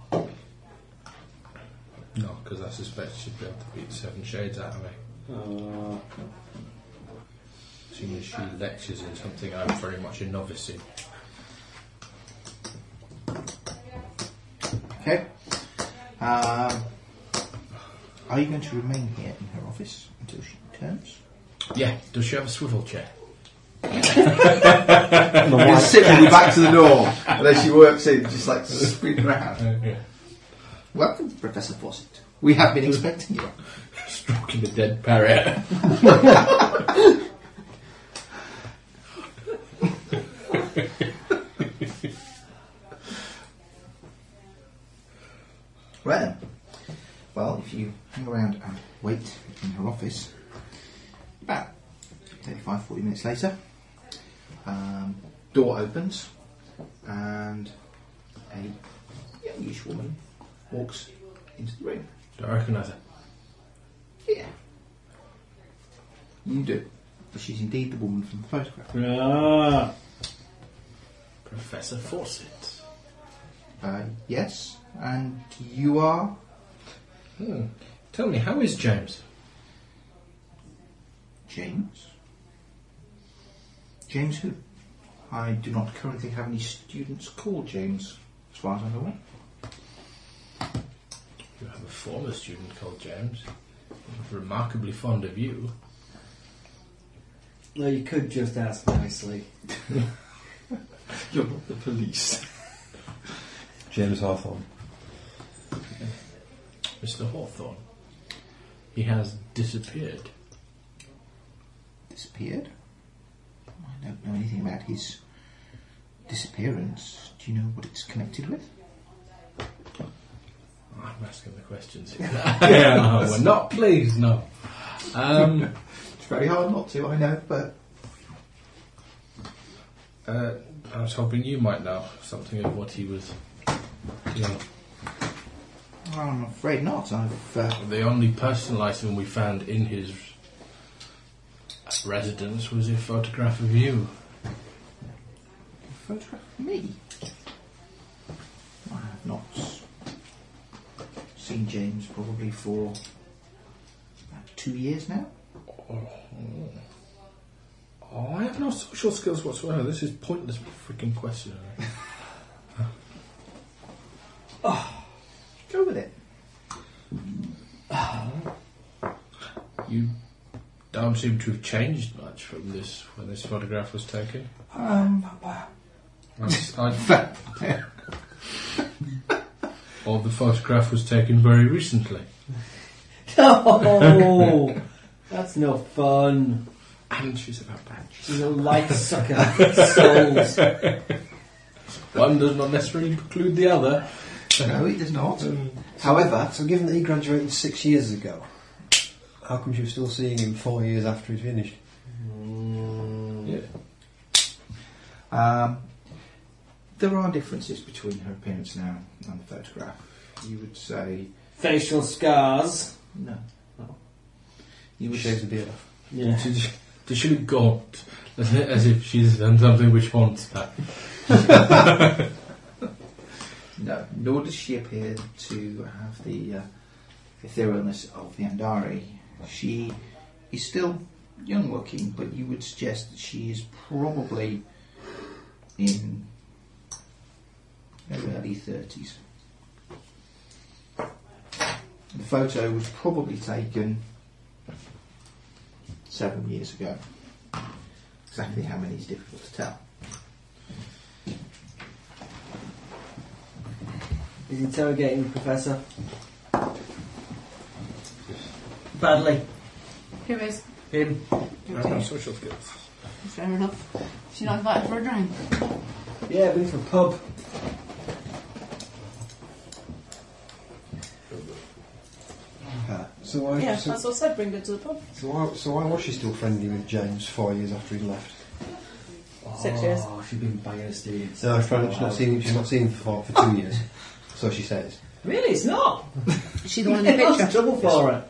Speaker 2: No, because I suspect she'd be able to beat seven shades out of me.
Speaker 14: Uh,
Speaker 2: As soon as she lectures in something I'm very much a novice in.
Speaker 8: Okay. Um, are you going to remain here in her office until she returns?
Speaker 2: Yeah, does she have a swivel chair?
Speaker 17: You just sit with your back to the door, and then she works in, just like spinning around.
Speaker 8: Welcome, Professor Fawcett. We have been expecting you.
Speaker 2: Stroking a dead parrot.
Speaker 8: Right then. Well, if you hang around and wait in her office, about 35, 40 minutes later, um, door opens and a youngish woman walks into the room.
Speaker 2: Do I recognise her?
Speaker 8: Yeah. You do. But she's indeed the woman from the photograph.
Speaker 14: ah,
Speaker 2: Professor Fawcett.
Speaker 8: Uh, yes, and you are?
Speaker 2: Hmm. Tell me, how is James?
Speaker 8: James? James who? I do not currently have any students called James, as far as I'm aware.
Speaker 2: You have a former student called James. Remarkably fond of you.
Speaker 14: no, you could just ask nicely.
Speaker 17: You're not the police.
Speaker 4: James Hawthorne.
Speaker 2: Mr. Hawthorne. He has disappeared.
Speaker 8: Disappeared? I don't know anything about his disappearance. Do you know what it's connected with?
Speaker 2: I'm asking the questions here. yeah, we're not pleased, no. Um,
Speaker 8: It's very hard not to, I know, but
Speaker 2: uh, I was hoping you might know something of what he was. You know,
Speaker 8: I'm afraid not. I've. Uh,
Speaker 2: the only personal item we found in his residence was a photograph of you.
Speaker 8: photograph me? I have not seen James probably for about two years now.
Speaker 2: Oh, I have no social skills whatsoever. This is pointless freaking question.
Speaker 8: Go with it.
Speaker 2: You don't seem to have changed much from this when this photograph was taken.
Speaker 8: Um,
Speaker 2: I, I, or the photograph was taken very recently.
Speaker 14: No, that's no fun.
Speaker 2: And she's about badge.
Speaker 14: She's a light sucker. Souls.
Speaker 2: One does not necessarily preclude the other.
Speaker 8: no, it does not. However,
Speaker 4: So, given that he graduated six years ago, how come she was still seeing him four years after he'd finished? Mm.
Speaker 2: Yeah.
Speaker 8: Um, there are differences between her appearance now and the photograph. You would say
Speaker 14: Facial scars.
Speaker 8: no.
Speaker 4: He
Speaker 8: You would
Speaker 4: shaves the beard off.
Speaker 14: Yeah.
Speaker 2: She just- Does she look gaunt? As if, as if she's done something which haunts her.
Speaker 8: no. Nor does she appear to have the uh, etherealness of the Andari. She is still young looking, but you would suggest that she is probably in her early thirties. The photo was probably taken seven years ago. Exactly how many is difficult to tell.
Speaker 7: He's interrogating the professor. Badly.
Speaker 18: Who is?
Speaker 2: Him. I
Speaker 18: Okay.
Speaker 2: have social skills.
Speaker 18: Fair enough. She's not invited for a drink.
Speaker 7: Yeah, but it's a pub.
Speaker 4: So why,
Speaker 5: yeah,
Speaker 4: so,
Speaker 5: that's what I said, bring her to the pub.
Speaker 4: so, why, so why was she still friendly with James four years after he left?
Speaker 5: Six years.
Speaker 7: Oh, she's been banging us, dude.
Speaker 4: No, she's probably- she's not seen, she's not seen him for, for two years. So she says.
Speaker 7: Really, it's not.
Speaker 19: She's the one in the
Speaker 7: That's
Speaker 19: picture.
Speaker 7: trouble for her.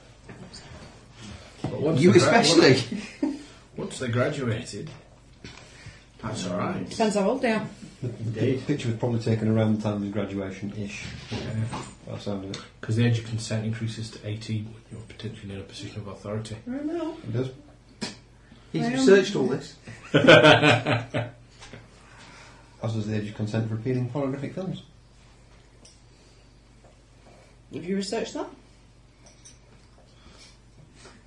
Speaker 2: But once
Speaker 4: You
Speaker 2: they gra-
Speaker 4: especially.
Speaker 2: once- Once they graduated, that's all right.
Speaker 19: Depends how old they are.
Speaker 4: The, the picture was probably taken around the time of his graduation ish. By the sound of it.
Speaker 2: Because the age of consent increases to 18 when you're potentially in a position of authority.
Speaker 4: I don't know. It does.
Speaker 8: He's researched all this.
Speaker 4: As does the age of consent for appearing in pornographic films.
Speaker 5: Have you researched that?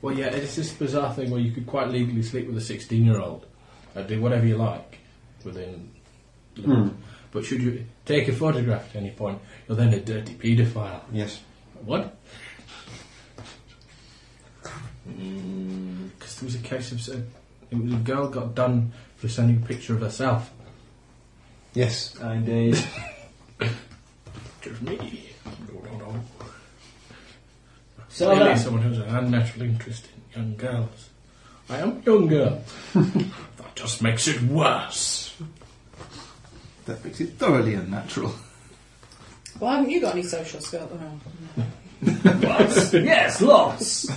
Speaker 2: Well, yeah, it's this bizarre thing where you could quite legally sleep with a 16 year old and do whatever you like within. limits. But should you take a photograph at any point, you're then a dirty paedophile.
Speaker 4: Yes.
Speaker 2: What? Because there was a case of. s- It was a girl got done for sending a picture of herself.
Speaker 4: Yes.
Speaker 7: Indeed.
Speaker 2: Picture of me. No, no, no.
Speaker 7: So uh,
Speaker 2: Clearly
Speaker 7: then-
Speaker 2: someone who's an unnatural interest in young girls. I am younger. that just makes it worse.
Speaker 20: That makes it thoroughly unnatural.
Speaker 5: Well, haven't you got any social skills? Oh,
Speaker 2: Lots. yes, lots.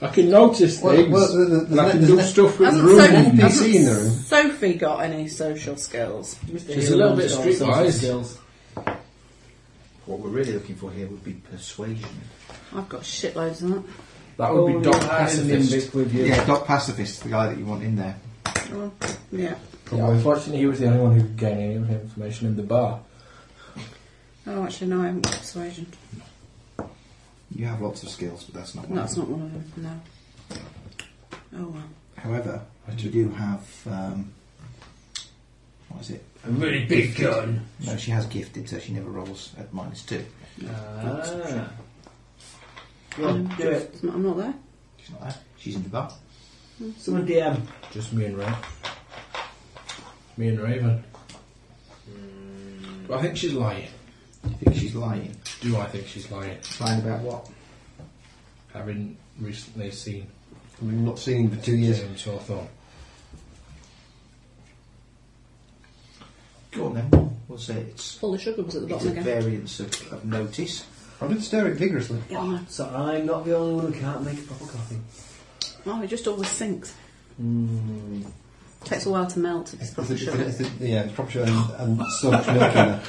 Speaker 2: I can notice
Speaker 4: Well,
Speaker 2: things.
Speaker 4: well, the- the-
Speaker 2: and I
Speaker 4: the-
Speaker 2: can
Speaker 4: the-
Speaker 2: do stuff with
Speaker 5: Hasn't
Speaker 2: rooms.
Speaker 5: Sophie,
Speaker 4: PC in the room.
Speaker 5: hasn't Sophie got any social skills?
Speaker 2: She's a little bit streetwise.
Speaker 8: What we're really looking for here would be persuasion.
Speaker 5: I've got shitloads of that.
Speaker 2: That would be Doc Pacifist.
Speaker 8: Yeah, Doc Pacifist, the guy that you want in there.
Speaker 5: Well, yeah.
Speaker 2: Yeah, unfortunately, he was the only one who could gain any of the information in the bar.
Speaker 5: Oh, actually, no, I haven't got persuasion.
Speaker 8: You have lots of skills, but that's not one.
Speaker 5: No,
Speaker 8: of
Speaker 5: it's
Speaker 8: them.
Speaker 5: not one of them. No. Oh well.
Speaker 8: However, you do have. Um, what is it?
Speaker 7: A really big
Speaker 8: Gifted.
Speaker 7: gun.
Speaker 8: No, she has gifted, so she never rolls at minus two.
Speaker 7: Ah.
Speaker 5: I'm,
Speaker 7: Oh, do it.
Speaker 5: just- I'm not there.
Speaker 8: She's not there. She's in the bar.
Speaker 7: Someone DM.
Speaker 2: Just me and Raven. Me and Raven. Do I think she's lying?
Speaker 8: I think she's lying.
Speaker 2: Do I think she's lying?
Speaker 8: Lying about what?
Speaker 2: Having recently seen
Speaker 4: We've not seen him for two years.
Speaker 2: James Hawthorne.
Speaker 8: Go on then. We'll say it's.
Speaker 5: Full of sugar was at the
Speaker 8: It's
Speaker 5: bottom
Speaker 8: a
Speaker 5: again.
Speaker 8: variance of, of notice.
Speaker 4: I did stare at it vigorously.
Speaker 5: Yeah, I know.
Speaker 7: So I'm not the only one who can't make a proper coffee.
Speaker 5: Oh, it just always sinks. Takes a while to melt. It's
Speaker 4: Mm. It's
Speaker 5: proper
Speaker 4: a-
Speaker 5: sugar.
Speaker 4: it's a- yeah, it's proper sugar and, and so much milk in there.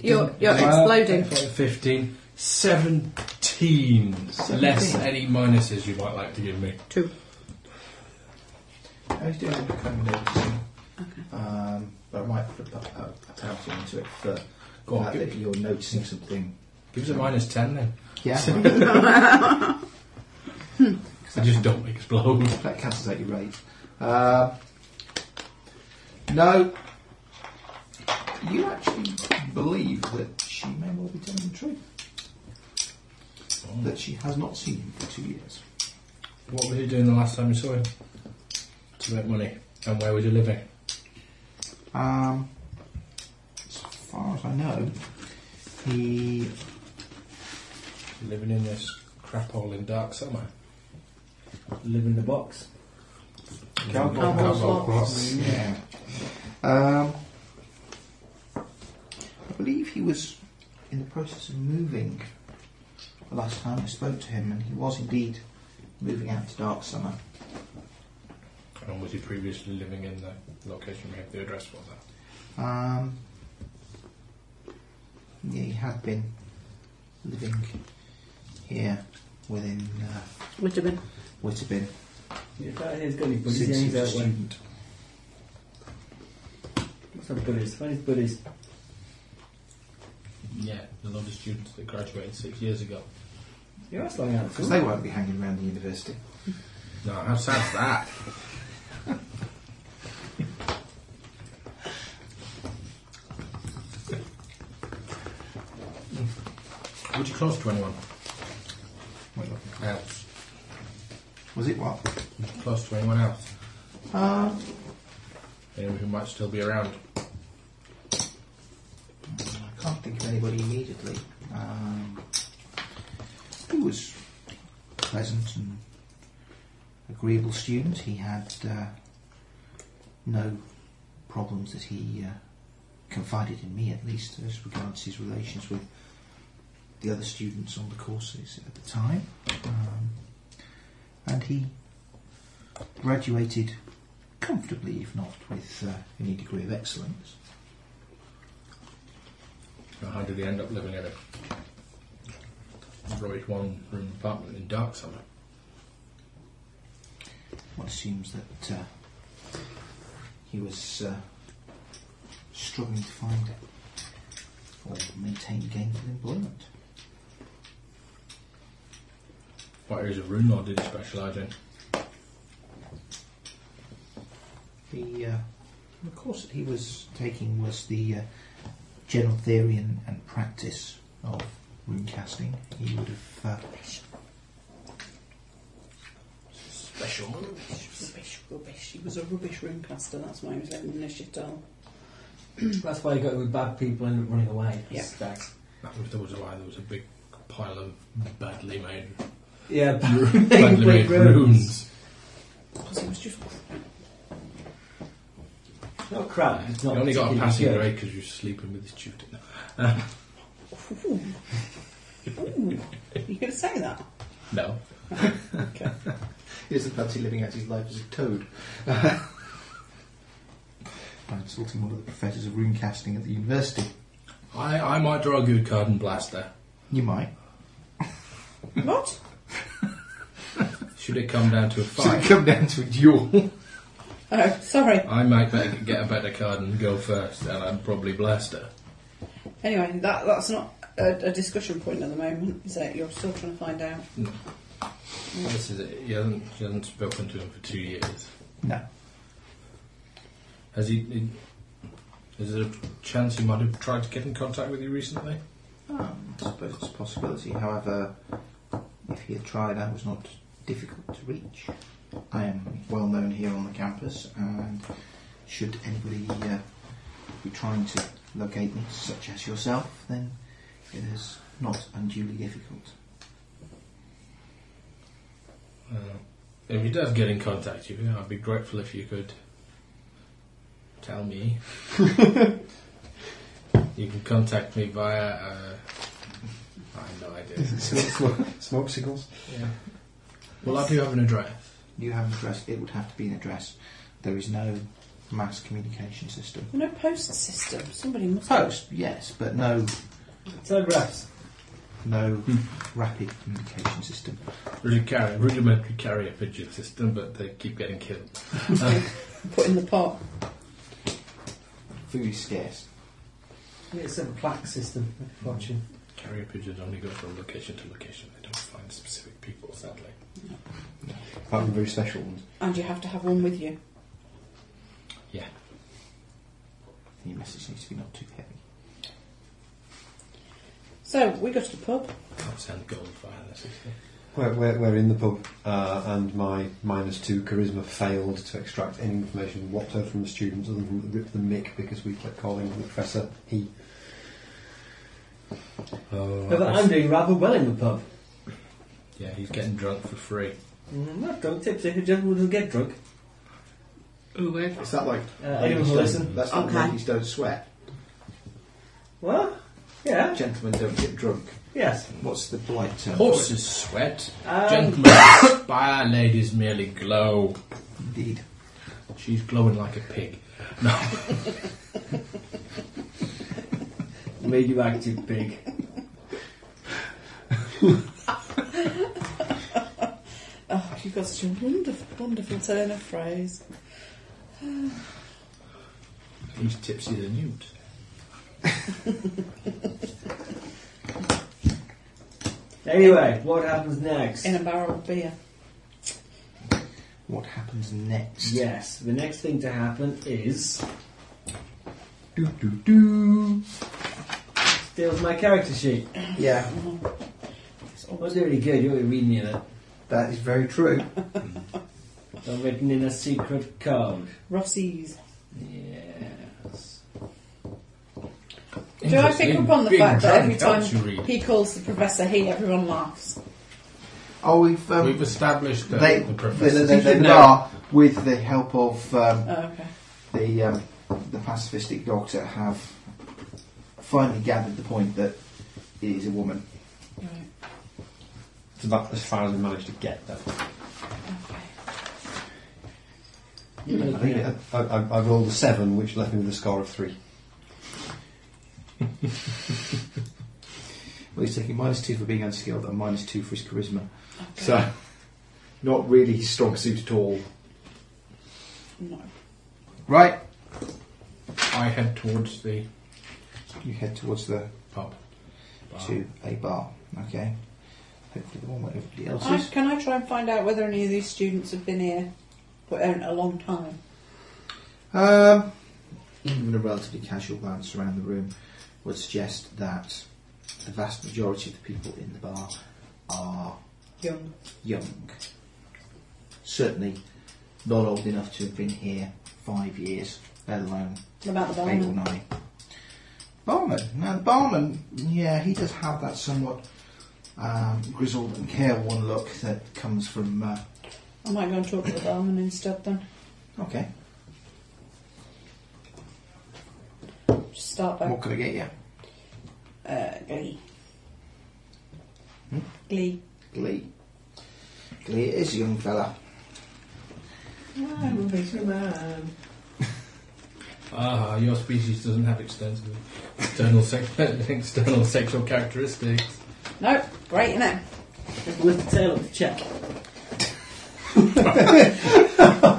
Speaker 5: You're you're
Speaker 2: Uh,
Speaker 5: exploding.
Speaker 2: 15, 17. Less any minuses you might like to give me.
Speaker 5: Two.
Speaker 8: I was Oh, doing a bit of noticing. Um, but I might put a, a, a penalty into it for
Speaker 2: Go on,
Speaker 8: uh,
Speaker 2: give-
Speaker 8: that you're noticing something.
Speaker 2: Give us a minus 10 then.
Speaker 8: Yeah.
Speaker 2: I just don't explode.
Speaker 8: That cancels out your rate. Uh, no. You actually believe that she may well be telling the truth.
Speaker 2: Oh.
Speaker 8: That she has not seen him for two years.
Speaker 2: What was he doing the last time you saw him? To make money. And where was he living?
Speaker 8: Um, as far as I know, he
Speaker 2: Living in this crap hole in dark summer.
Speaker 7: Live in the box.
Speaker 8: Cowboy
Speaker 2: Cowboy
Speaker 8: Cowboy
Speaker 2: Box.
Speaker 8: Yeah. Um, I believe he was in the process of moving the last time I spoke to him, and he was indeed moving out to Dark Summer.
Speaker 2: And was he previously living in the location we have the address for that?
Speaker 8: Um, yeah, he had been living here within uh,
Speaker 5: Would have been.
Speaker 8: Whitterbin
Speaker 7: In fact, he's got his buddies.
Speaker 8: since
Speaker 7: Yeah,
Speaker 8: he
Speaker 7: he's
Speaker 8: was a
Speaker 7: out when.
Speaker 8: student.
Speaker 7: What's up, buddies? Find his buddies.
Speaker 2: Yeah, the lot of students that graduated six years ago.
Speaker 7: Yeah, that's lying out.
Speaker 8: Because they won't be hanging around the university.
Speaker 2: No, how sad's that? Would you close to anyone? Else.
Speaker 8: Was it what?
Speaker 2: Would you close to anyone else?
Speaker 8: Uh,
Speaker 2: Anyone who might still be around?
Speaker 8: I can't think of anybody immediately. Um, he was pleasant and agreeable student. He had uh, no problems that he uh, confided in me, at least as regards his relations with the other students on the courses at the time. Um, and he graduated comfortably, if not with uh, any degree of excellence.
Speaker 2: Now, how did they end up living in a rubbish one room apartment in dark summer?
Speaker 8: One assumes that uh, he was uh, struggling to find or maintain gainful employment.
Speaker 2: What areas of room or did he specialise in?
Speaker 8: The, uh, the course that he was taking was the uh, general theory and, and practice of rune casting. He would have uh,
Speaker 21: Special rubbish, rubbish, rubbish. He was a rubbish roomcaster. That's why he was letting them shit all.
Speaker 7: That's why you got with bad people and running away. I
Speaker 21: Yeah.
Speaker 7: suspect.
Speaker 2: That was, there was a lie, there was a big pile of badly made,
Speaker 7: Yeah,
Speaker 2: badly made runes.
Speaker 21: Because he was just.
Speaker 7: Not crap. It's not
Speaker 2: you only got a
Speaker 7: particularly
Speaker 2: passing
Speaker 7: good.
Speaker 2: grade because you're sleeping with the student. Uh,
Speaker 21: Ooh. Ooh. You going to say that?
Speaker 2: no.
Speaker 8: He doesn't fancy living out his life as a toad. By insulting one of the professors of rune casting at the university.
Speaker 2: I, I might draw a good card and blast there.
Speaker 8: You might.
Speaker 21: What?
Speaker 2: Should it come down to a
Speaker 8: So it
Speaker 2: fight,
Speaker 8: come down to a duel.
Speaker 21: Oh, sorry.
Speaker 2: I might be- get a better card and go first, and I'd probably blast her.
Speaker 21: Anyway, that that's not a, a discussion point at the moment, is it? You're still trying to find out.
Speaker 2: This is it. He hasn't, she hasn't spoken to him for two years.
Speaker 8: No.
Speaker 2: Has he, he? Is there a chance he might have tried to get in contact with you recently?
Speaker 8: Um, I suppose it's a possibility. However, if he had tried, I was not difficult to reach. I am well known here on the campus, and should anybody uh, be trying to locate me, such as yourself, then it is not unduly difficult.
Speaker 2: Uh, if he does get in contact with you, I'd be grateful if you could tell me. you can contact me via. Uh, I have no idea.
Speaker 4: Smoke signals.
Speaker 2: yeah. Well, I do have an address.
Speaker 8: You have an address, it would have to be an address. There is no mass communication system.
Speaker 21: No post system. Somebody must.
Speaker 8: Post, yes, but no
Speaker 7: Telegraphs.
Speaker 8: no rapid communication system.
Speaker 2: Rudi- carry- rudimentary carrier pigeon system, but they keep getting killed.
Speaker 21: Put in the pot.
Speaker 8: Food is scarce.
Speaker 7: Yeah, It's a plaque system, fortune.
Speaker 2: Carrier pigeons only go from location to location. They don't find specific people, sadly.
Speaker 4: Apart from very special ones.
Speaker 21: And you have to have one with you.
Speaker 2: Yeah.
Speaker 8: Your message needs to be not too heavy.
Speaker 21: So we go to the pub.
Speaker 2: Can't sound gold via that system.
Speaker 4: We're, we're, we're in the pub, uh, and my minus two charisma failed to extract any information whatsoever from the students other than rip the mic because we kept calling the professor he.
Speaker 2: Oh,
Speaker 4: Uh,
Speaker 7: No, but I'm doing rather well in the pub.
Speaker 2: yeah, he's getting drunk for free.
Speaker 7: Mm, not drunk, tipsy. Who generally doesn't get drunk?
Speaker 21: Ooh, weird.
Speaker 8: Is that like
Speaker 7: Uh, anyone who listen?
Speaker 8: That's not
Speaker 7: Okay.
Speaker 8: ladies don't sweat.
Speaker 7: What? Yeah.
Speaker 8: Gentlemen don't get drunk.
Speaker 7: Yes.
Speaker 8: What's the polite term? for
Speaker 2: Horses sweat,
Speaker 7: Um,
Speaker 2: gentlemen spire, ladies merely glow.
Speaker 8: it? Indeed.
Speaker 2: She's glowing like a pig. No,
Speaker 7: Made you active pig.
Speaker 22: Ah,
Speaker 21: Oh, you've got such a wonderful, wonderful turn of phrase.
Speaker 2: he's tipsy than newt.
Speaker 7: Anyway, what happens next?
Speaker 21: In a barrel of beer.
Speaker 8: What happens next?
Speaker 7: Yes, the next thing to happen is
Speaker 8: Do do do.
Speaker 7: Steals my character sheet.
Speaker 8: Yeah.
Speaker 7: That's really good. You're reading it.
Speaker 8: That is very true.
Speaker 7: They're uh, written in a secret code.
Speaker 22: Rossies.
Speaker 7: Yes.
Speaker 22: Do I pick up on the
Speaker 2: Big
Speaker 22: fact that every time
Speaker 2: drunk, don't you, Reed?
Speaker 22: he calls the professor he, everyone laughs?
Speaker 8: Oh, we've um,
Speaker 2: We've established that
Speaker 8: they,
Speaker 2: the
Speaker 8: they,
Speaker 2: professor.
Speaker 8: they, they, they are with the help of um,
Speaker 22: Oh, okay.
Speaker 8: the um, the pacifistic doctor have finally gathered the point that it is a woman.
Speaker 22: Right.
Speaker 4: It's about as far as we managed to get, though. I think
Speaker 7: Yeah.
Speaker 4: I, I, I rolled a seven, which left me with a score of three.
Speaker 8: Well, he's taking minus two for being unskilled and minus two for his charisma.
Speaker 22: Okay.
Speaker 8: So, not really his strong suit at all.
Speaker 22: No.
Speaker 8: Right,
Speaker 2: I head towards the
Speaker 8: you head towards the
Speaker 2: pub.
Speaker 8: to a bar. Okay. Hopefully, the one where everybody else
Speaker 22: I,
Speaker 8: is.
Speaker 22: can I try and find out whether any of these students have been here for uh, a a long time?
Speaker 8: Um, even a relatively casual glance around the room would suggest that the vast majority of the people in the bar are
Speaker 22: Young.
Speaker 8: young. Certainly not old enough to have been here five years, let alone
Speaker 22: What about the
Speaker 8: eight or
Speaker 22: barman?
Speaker 8: nine. Barman. Now, the barman, yeah, he does have that somewhat um, grizzled and careworn look that comes from. Uh,
Speaker 22: I might go and talk to the barman instead then.
Speaker 8: okay,
Speaker 22: Just start by
Speaker 8: what could I get you?
Speaker 22: uh, glee. Glee.
Speaker 8: Glee. Glee is a young fella.
Speaker 22: I'm a big man.
Speaker 2: Ah, your species doesn't have external external, sex, external sexual characteristics.
Speaker 22: No, great, innit?
Speaker 7: Lift the tail up to check.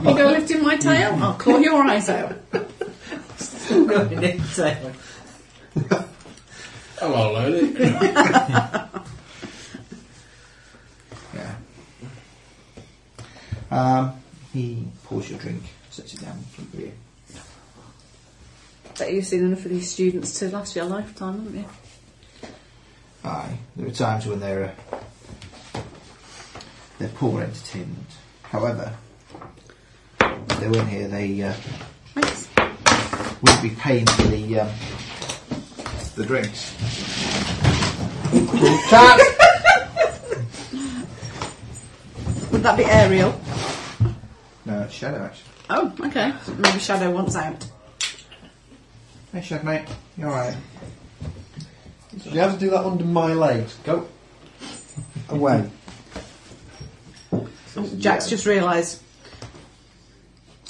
Speaker 22: You go lifting my tail, I'll claw your eyes out.
Speaker 7: Lift the tail.
Speaker 2: Hello, lady.
Speaker 8: Yeah. Um, he pours your drink, sets it down in front of you.
Speaker 5: Bet you've seen enough of these students to last your lifetime, haven't you?
Speaker 8: Aye, there are times when they're uh, they're poor entertainment. However, if they weren't here, they uh,
Speaker 5: Thanks.
Speaker 8: would be paying for the um, the drinks. Cat!
Speaker 5: Would that be Ariel?
Speaker 8: No, it's Shadow actually.
Speaker 5: Oh, okay. Maybe Shadow wants out.
Speaker 8: Hey, Shadow mate, you alright?
Speaker 4: You have to do that under my legs. Go away.
Speaker 7: Oh,
Speaker 5: Jack's just realised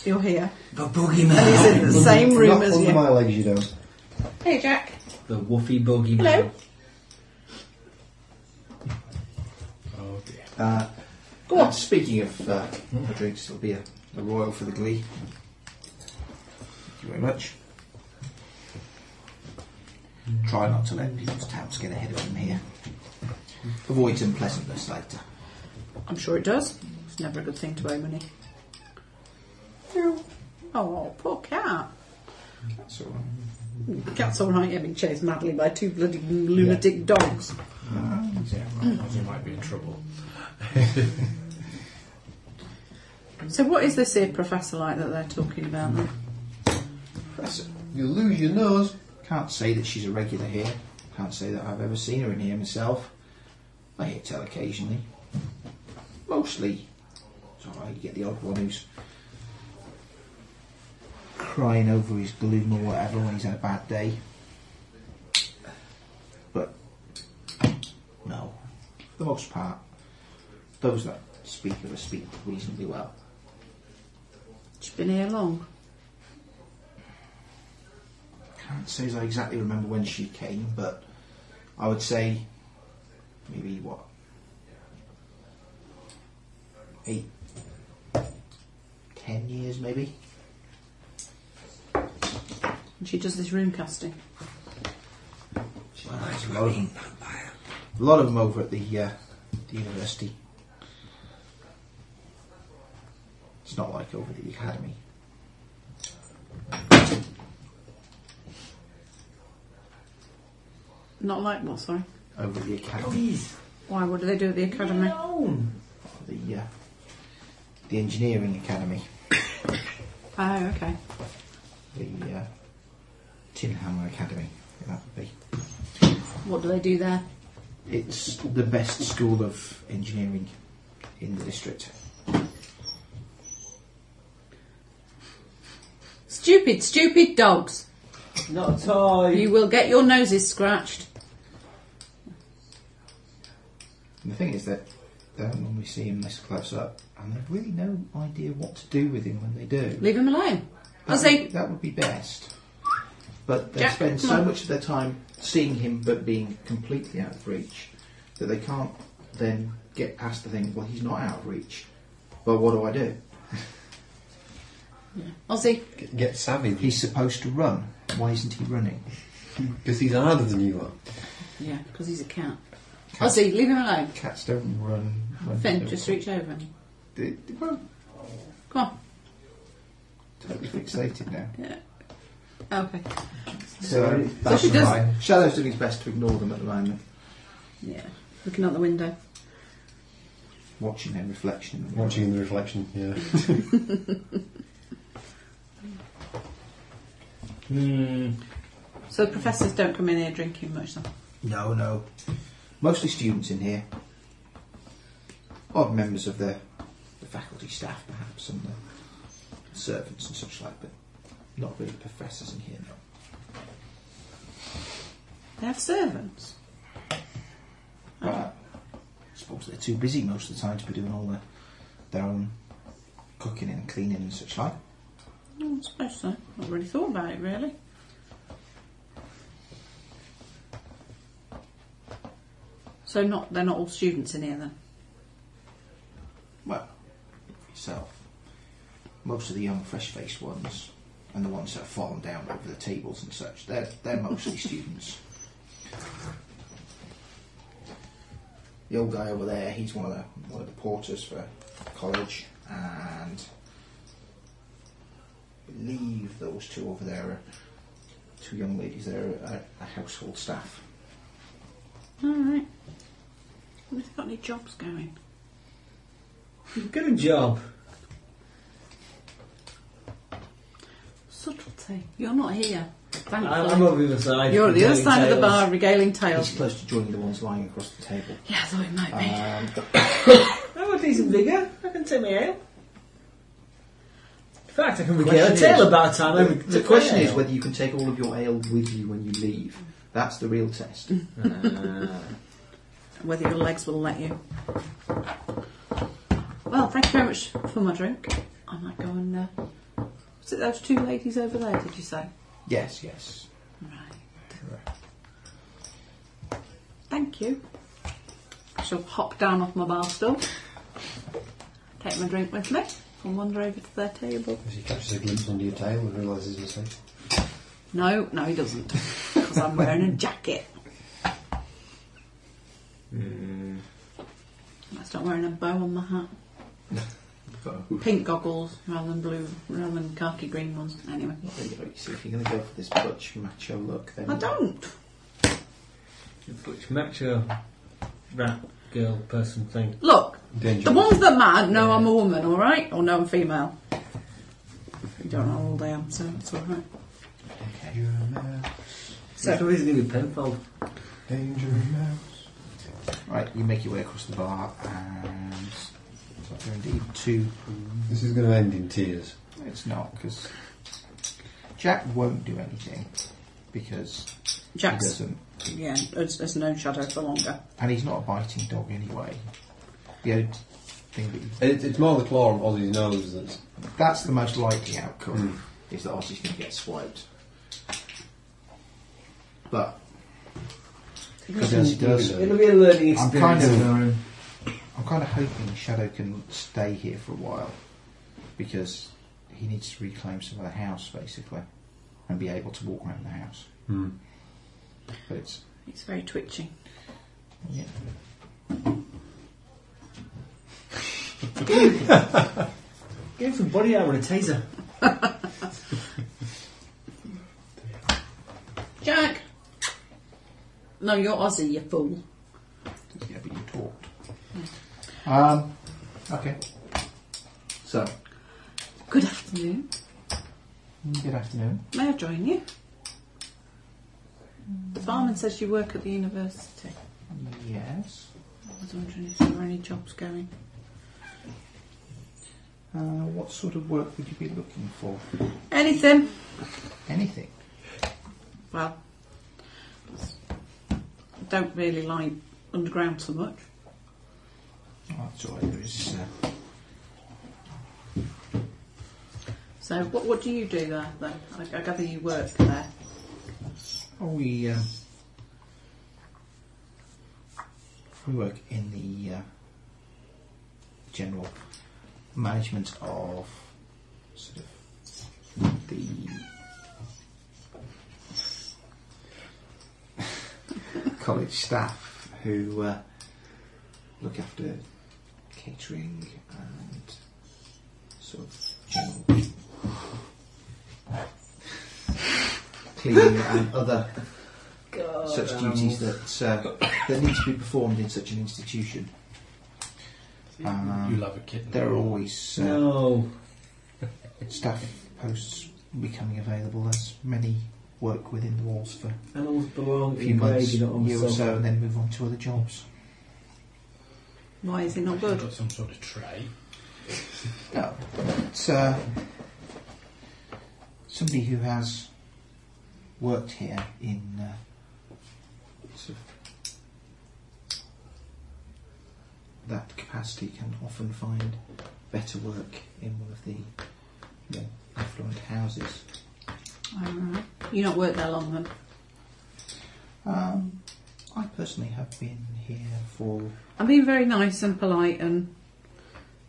Speaker 5: you're here.
Speaker 7: The
Speaker 5: And he's in the
Speaker 7: boogeyman.
Speaker 5: same room
Speaker 4: Not
Speaker 5: as
Speaker 4: under
Speaker 5: you.
Speaker 4: my legs, you don't.
Speaker 22: Hey, Jack.
Speaker 7: The woofy boogeyman.
Speaker 22: Hello.
Speaker 2: Oh dear.
Speaker 8: Uh,
Speaker 22: Go on.
Speaker 8: Speaking of uh, drinks, it'll be a, a royal for the glee. Thank you very much. Try not to let people's tabs get ahead of them here. Avoid unpleasantness later.
Speaker 5: I'm sure it does. It's never a good thing to owe money. No. Oh, poor cat.
Speaker 8: That's all right.
Speaker 5: The cat's alright getting chased madly by two bloody lunatic dogs.
Speaker 2: Yeah, well, you might be in trouble.
Speaker 5: So, what is this here professor like that they're talking about then?
Speaker 8: Professor,
Speaker 4: You lose your nose.
Speaker 8: can't say that she's a regular here. Can't say that I've ever seen her in here myself. I hear tell occasionally. Mostly. It's alright, you get the odd one who's crying over his gloom or whatever when he's had a bad day. But, no. For the most part, those that speak of her speak reasonably well.
Speaker 5: She's been here long.
Speaker 8: can't say as I exactly remember when she came, but I would say maybe what eight, ten years, maybe.
Speaker 5: And she does this room casting.
Speaker 8: There's a lot of them, a lot of 'em over at the uh, the university. It's not like over at the academy.
Speaker 5: Not like what, sorry?
Speaker 8: over the academy.
Speaker 5: Why, what do they do at the academy?
Speaker 8: The, uh, the engineering academy.
Speaker 5: Oh, okay.
Speaker 8: The uh, Tin Hammer Academy. That would be.
Speaker 5: What do they do there?
Speaker 8: It's the best school of engineering in the district.
Speaker 5: Stupid, stupid dogs.
Speaker 7: Not at all.
Speaker 5: You will get your noses scratched.
Speaker 8: And the thing is that uh, when we see him this close up, and they've really no idea what to do with him when they do.
Speaker 5: Leave him alone.
Speaker 8: That,
Speaker 5: As they-
Speaker 8: would, that would be best. But they
Speaker 5: Jack,
Speaker 8: spend
Speaker 5: come
Speaker 8: so
Speaker 5: on.
Speaker 8: much of their time seeing him but being completely out of reach that they can't then get past the thing, well, he's not out of reach. Well, what do I do?
Speaker 5: Ozzy,
Speaker 8: Get savvy. He's supposed to run. Why isn't he running?
Speaker 4: Because he's harder than you are.
Speaker 5: Yeah, because he's a cat. Ozzy, leave him alone.
Speaker 8: Cats don't run. when
Speaker 5: Finn,
Speaker 8: they're-
Speaker 5: just reach over.
Speaker 8: They, they won't.
Speaker 5: Come on.
Speaker 8: Totally fixated now.
Speaker 5: Yeah. Okay.
Speaker 8: So,
Speaker 5: so she does.
Speaker 8: right. Shadow's doing his best to ignore them at the moment,
Speaker 5: Yeah, looking out the window.
Speaker 8: watching their reflection.
Speaker 4: Watching in the reflection, yeah.
Speaker 5: So the professors don't come in here drinking much, then.
Speaker 8: No, no. Mostly students in here. Odd members of the, the faculty staff, perhaps, and the servants and such like, but not really professors in here, no.
Speaker 5: They have servants.
Speaker 8: But I suppose they're too busy most of the time to be doing all the, their own cooking and cleaning and such like.
Speaker 5: Oh, I suppose so. Not really thought about it, really. So not they're not all students in here then.
Speaker 8: Well, yourself. Most of the young, fresh-faced ones, and the ones that have fallen down over the tables and such, they're, they're mostly students. The old guy over there, he's one of the one of the porters for college, and I believe those two over there, are, two young ladies there, are, are household staff.
Speaker 5: All right. Have they got any jobs going?
Speaker 7: Get a job.
Speaker 5: Subtlety. You're not here. Thankfully.
Speaker 7: I- I'm over the other side.
Speaker 5: You're at the other
Speaker 7: regaling
Speaker 5: side of the
Speaker 7: tales.
Speaker 5: bar, regaling tales.
Speaker 8: He's close to joining the ones lying across the table.
Speaker 5: Yeah, I thought it might be.
Speaker 7: Uh.
Speaker 8: Um,
Speaker 7: I'm a decent vigor. I can take my ale. In fact, I can
Speaker 8: The
Speaker 7: regale a
Speaker 8: question
Speaker 7: tale
Speaker 8: is-
Speaker 7: about time. I
Speaker 8: the-
Speaker 7: can
Speaker 8: The
Speaker 7: take
Speaker 8: question
Speaker 7: my
Speaker 8: is
Speaker 7: ale.
Speaker 8: whether you can take all of your ale with you when you leave. That's the real test. Uh,
Speaker 5: Whether your legs will let you. Well, thank you very much for my drink. I might go and. Uh, was it those two ladies over there, did you say?
Speaker 8: yes, yes.
Speaker 5: Thank you. She'll hop down off my bar stool, take my drink with me, and wander over to their table.
Speaker 4: If he catches a glimpse under your tail and realises his mistake.
Speaker 5: No, no, he doesn't, because I'm wearing a jacket. I start wearing a bow on my hat. Pink goggles rather than blue, rather than khaki green ones. Anyway,
Speaker 8: There you go, you see, if you're going to go for this butch macho look, then
Speaker 5: I don't.
Speaker 7: Which macho rap girl person thing.
Speaker 5: Look,
Speaker 7: Dangerous.
Speaker 5: the ones that are mad know I'm a woman, all right, or know I'm female. You don't know how old I am, so it's all right.
Speaker 8: You're a mouse.
Speaker 7: So it's always going to be Penfold.
Speaker 8: Danger mouse. Right, you make your way across the bar, and there are indeed two.
Speaker 4: This is going to end in tears.
Speaker 8: It's not because Jack won't do anything because
Speaker 5: Jack's-
Speaker 8: he doesn't.
Speaker 5: Yeah, it's, it's known shadow for longer.
Speaker 8: And he's not a biting dog anyway. The only thing that he-
Speaker 4: It, it's more the claw on Ozzy's nose that's.
Speaker 8: That's the most likely outcome, is that Ozzy's going to get swiped. But, because as he does,
Speaker 7: It'll be a learning
Speaker 8: I'm
Speaker 7: experience.
Speaker 8: kind of, uh, I'm kind of hoping Shadow can stay here for a while, because he needs to reclaim some of the house, basically, and be able to walk around the house. But it's,
Speaker 5: It's very twitchy.
Speaker 8: yeah.
Speaker 7: Give him some body armor and a taser.
Speaker 5: Jack,
Speaker 23: No, you're Aussie, you fool.
Speaker 8: Yeah, but you talked. Um, okay. So,
Speaker 5: Good afternoon.
Speaker 8: good afternoon.
Speaker 5: May I join you? The barman says you work at the university.
Speaker 8: Yes.
Speaker 5: I was wondering if there were any jobs going.
Speaker 8: Uh, what sort of work would you be looking for?
Speaker 5: Anything?
Speaker 8: Anything.
Speaker 5: Well, I don't really like underground so much.
Speaker 8: Oh, that's all right. There is. Uh,
Speaker 5: So, what, what do you do there then? I, I gather you work there.
Speaker 8: oh, we um, we work in the uh, general management of sort of the. college staff who uh, look after catering and sort of general cleaning and other such duties that uh, that need to be performed in such an institution. Um,
Speaker 2: You love a kitten.
Speaker 8: There are always uh,
Speaker 7: No.
Speaker 8: staff posts becoming available. There's many work within the walls for
Speaker 7: Animals belong
Speaker 8: a few
Speaker 7: in
Speaker 8: months,
Speaker 7: grade, you not on
Speaker 8: year or
Speaker 7: sofa.
Speaker 8: so, and then move on to other jobs.
Speaker 5: Why is it not good?
Speaker 2: Got some sort of tray.
Speaker 8: No, but uh, somebody who has worked here in uh, sort of that capacity can often find better work in one of the more affluent houses.
Speaker 5: Alright. You not work there long then?
Speaker 8: Um, I personally have been here for
Speaker 5: I'm being very nice and polite and.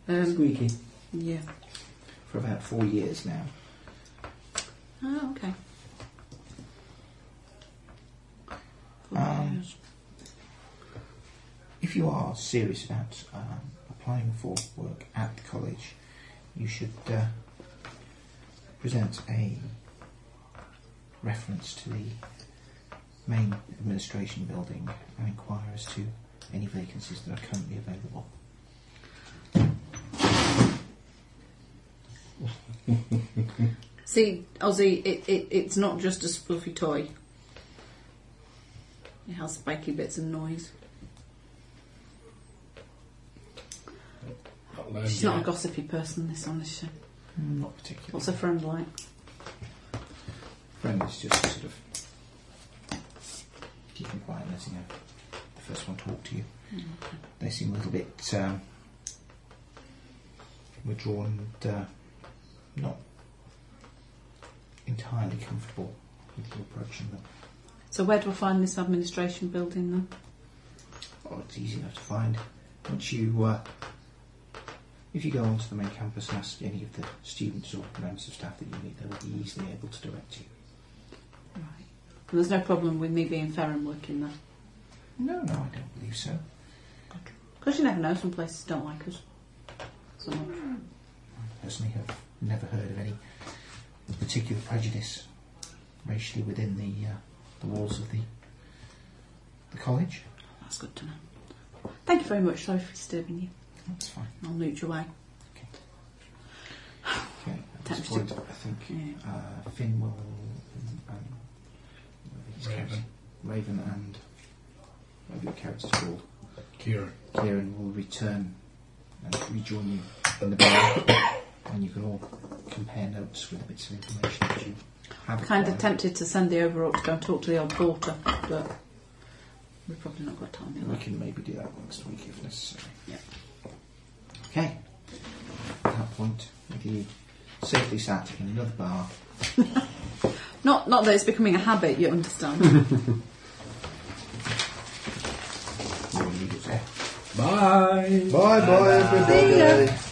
Speaker 5: Um,
Speaker 7: Squeaky.
Speaker 5: Yeah.
Speaker 8: for about four years now.
Speaker 5: Oh, okay.
Speaker 8: Um, if you are serious about um, applying for work at the college, you should uh, present a reference to the main administration building and inquire as to any vacancies that are currently available.
Speaker 5: See, Aussie, it, it, it's not just a fluffy toy. It has spiky bits and noise.
Speaker 2: Not learned
Speaker 5: She's not a
Speaker 2: yet.
Speaker 5: gossipy person, this on this show.
Speaker 8: Not particularly.
Speaker 5: What's her friend like?
Speaker 8: Friend is just sort of keeping quiet and letting her, the first one talk to you. They seem a little bit um, withdrawn and uh, not entirely comfortable with you approaching them.
Speaker 5: So where do I find this administration building then?
Speaker 8: Oh, it's easy enough to find. Once you, uh, if you go onto the main campus and ask any of the students or members of staff that you meet, they will be easily able to direct you.
Speaker 5: And there's no problem with me being fair and working there.
Speaker 8: No, no, I don't believe so.
Speaker 5: Because you never know, some places don't like us. So much.
Speaker 8: personally have never heard of any particular prejudice racially within the uh, the walls of the the college.
Speaker 5: That's good to know. Thank you very much, sorry for disturbing you.
Speaker 8: That's fine.
Speaker 5: I'll mooch away.
Speaker 8: Okay. At this
Speaker 5: That's
Speaker 8: point,
Speaker 5: it.
Speaker 8: I think uh, Finn will um, his
Speaker 2: Raven.
Speaker 8: character- Raven and whatever your character's called,
Speaker 2: Kieran.
Speaker 8: Kieran will return and rejoin you in the bar, and you can all compare notes with bits of information that you have.
Speaker 5: Kind of
Speaker 8: acquired.
Speaker 5: tempted to send the overwrought to go and talk to the old porter, but we've probably not got time for
Speaker 8: We
Speaker 5: that.
Speaker 8: can maybe do that next week if necessary.
Speaker 5: Yeah.
Speaker 8: Okay. At that point, if you safely sat in another bar,
Speaker 5: Not, not that it's becoming a habit, you understand.
Speaker 8: you're immediately
Speaker 2: Bye.
Speaker 4: Bye bye, everybody.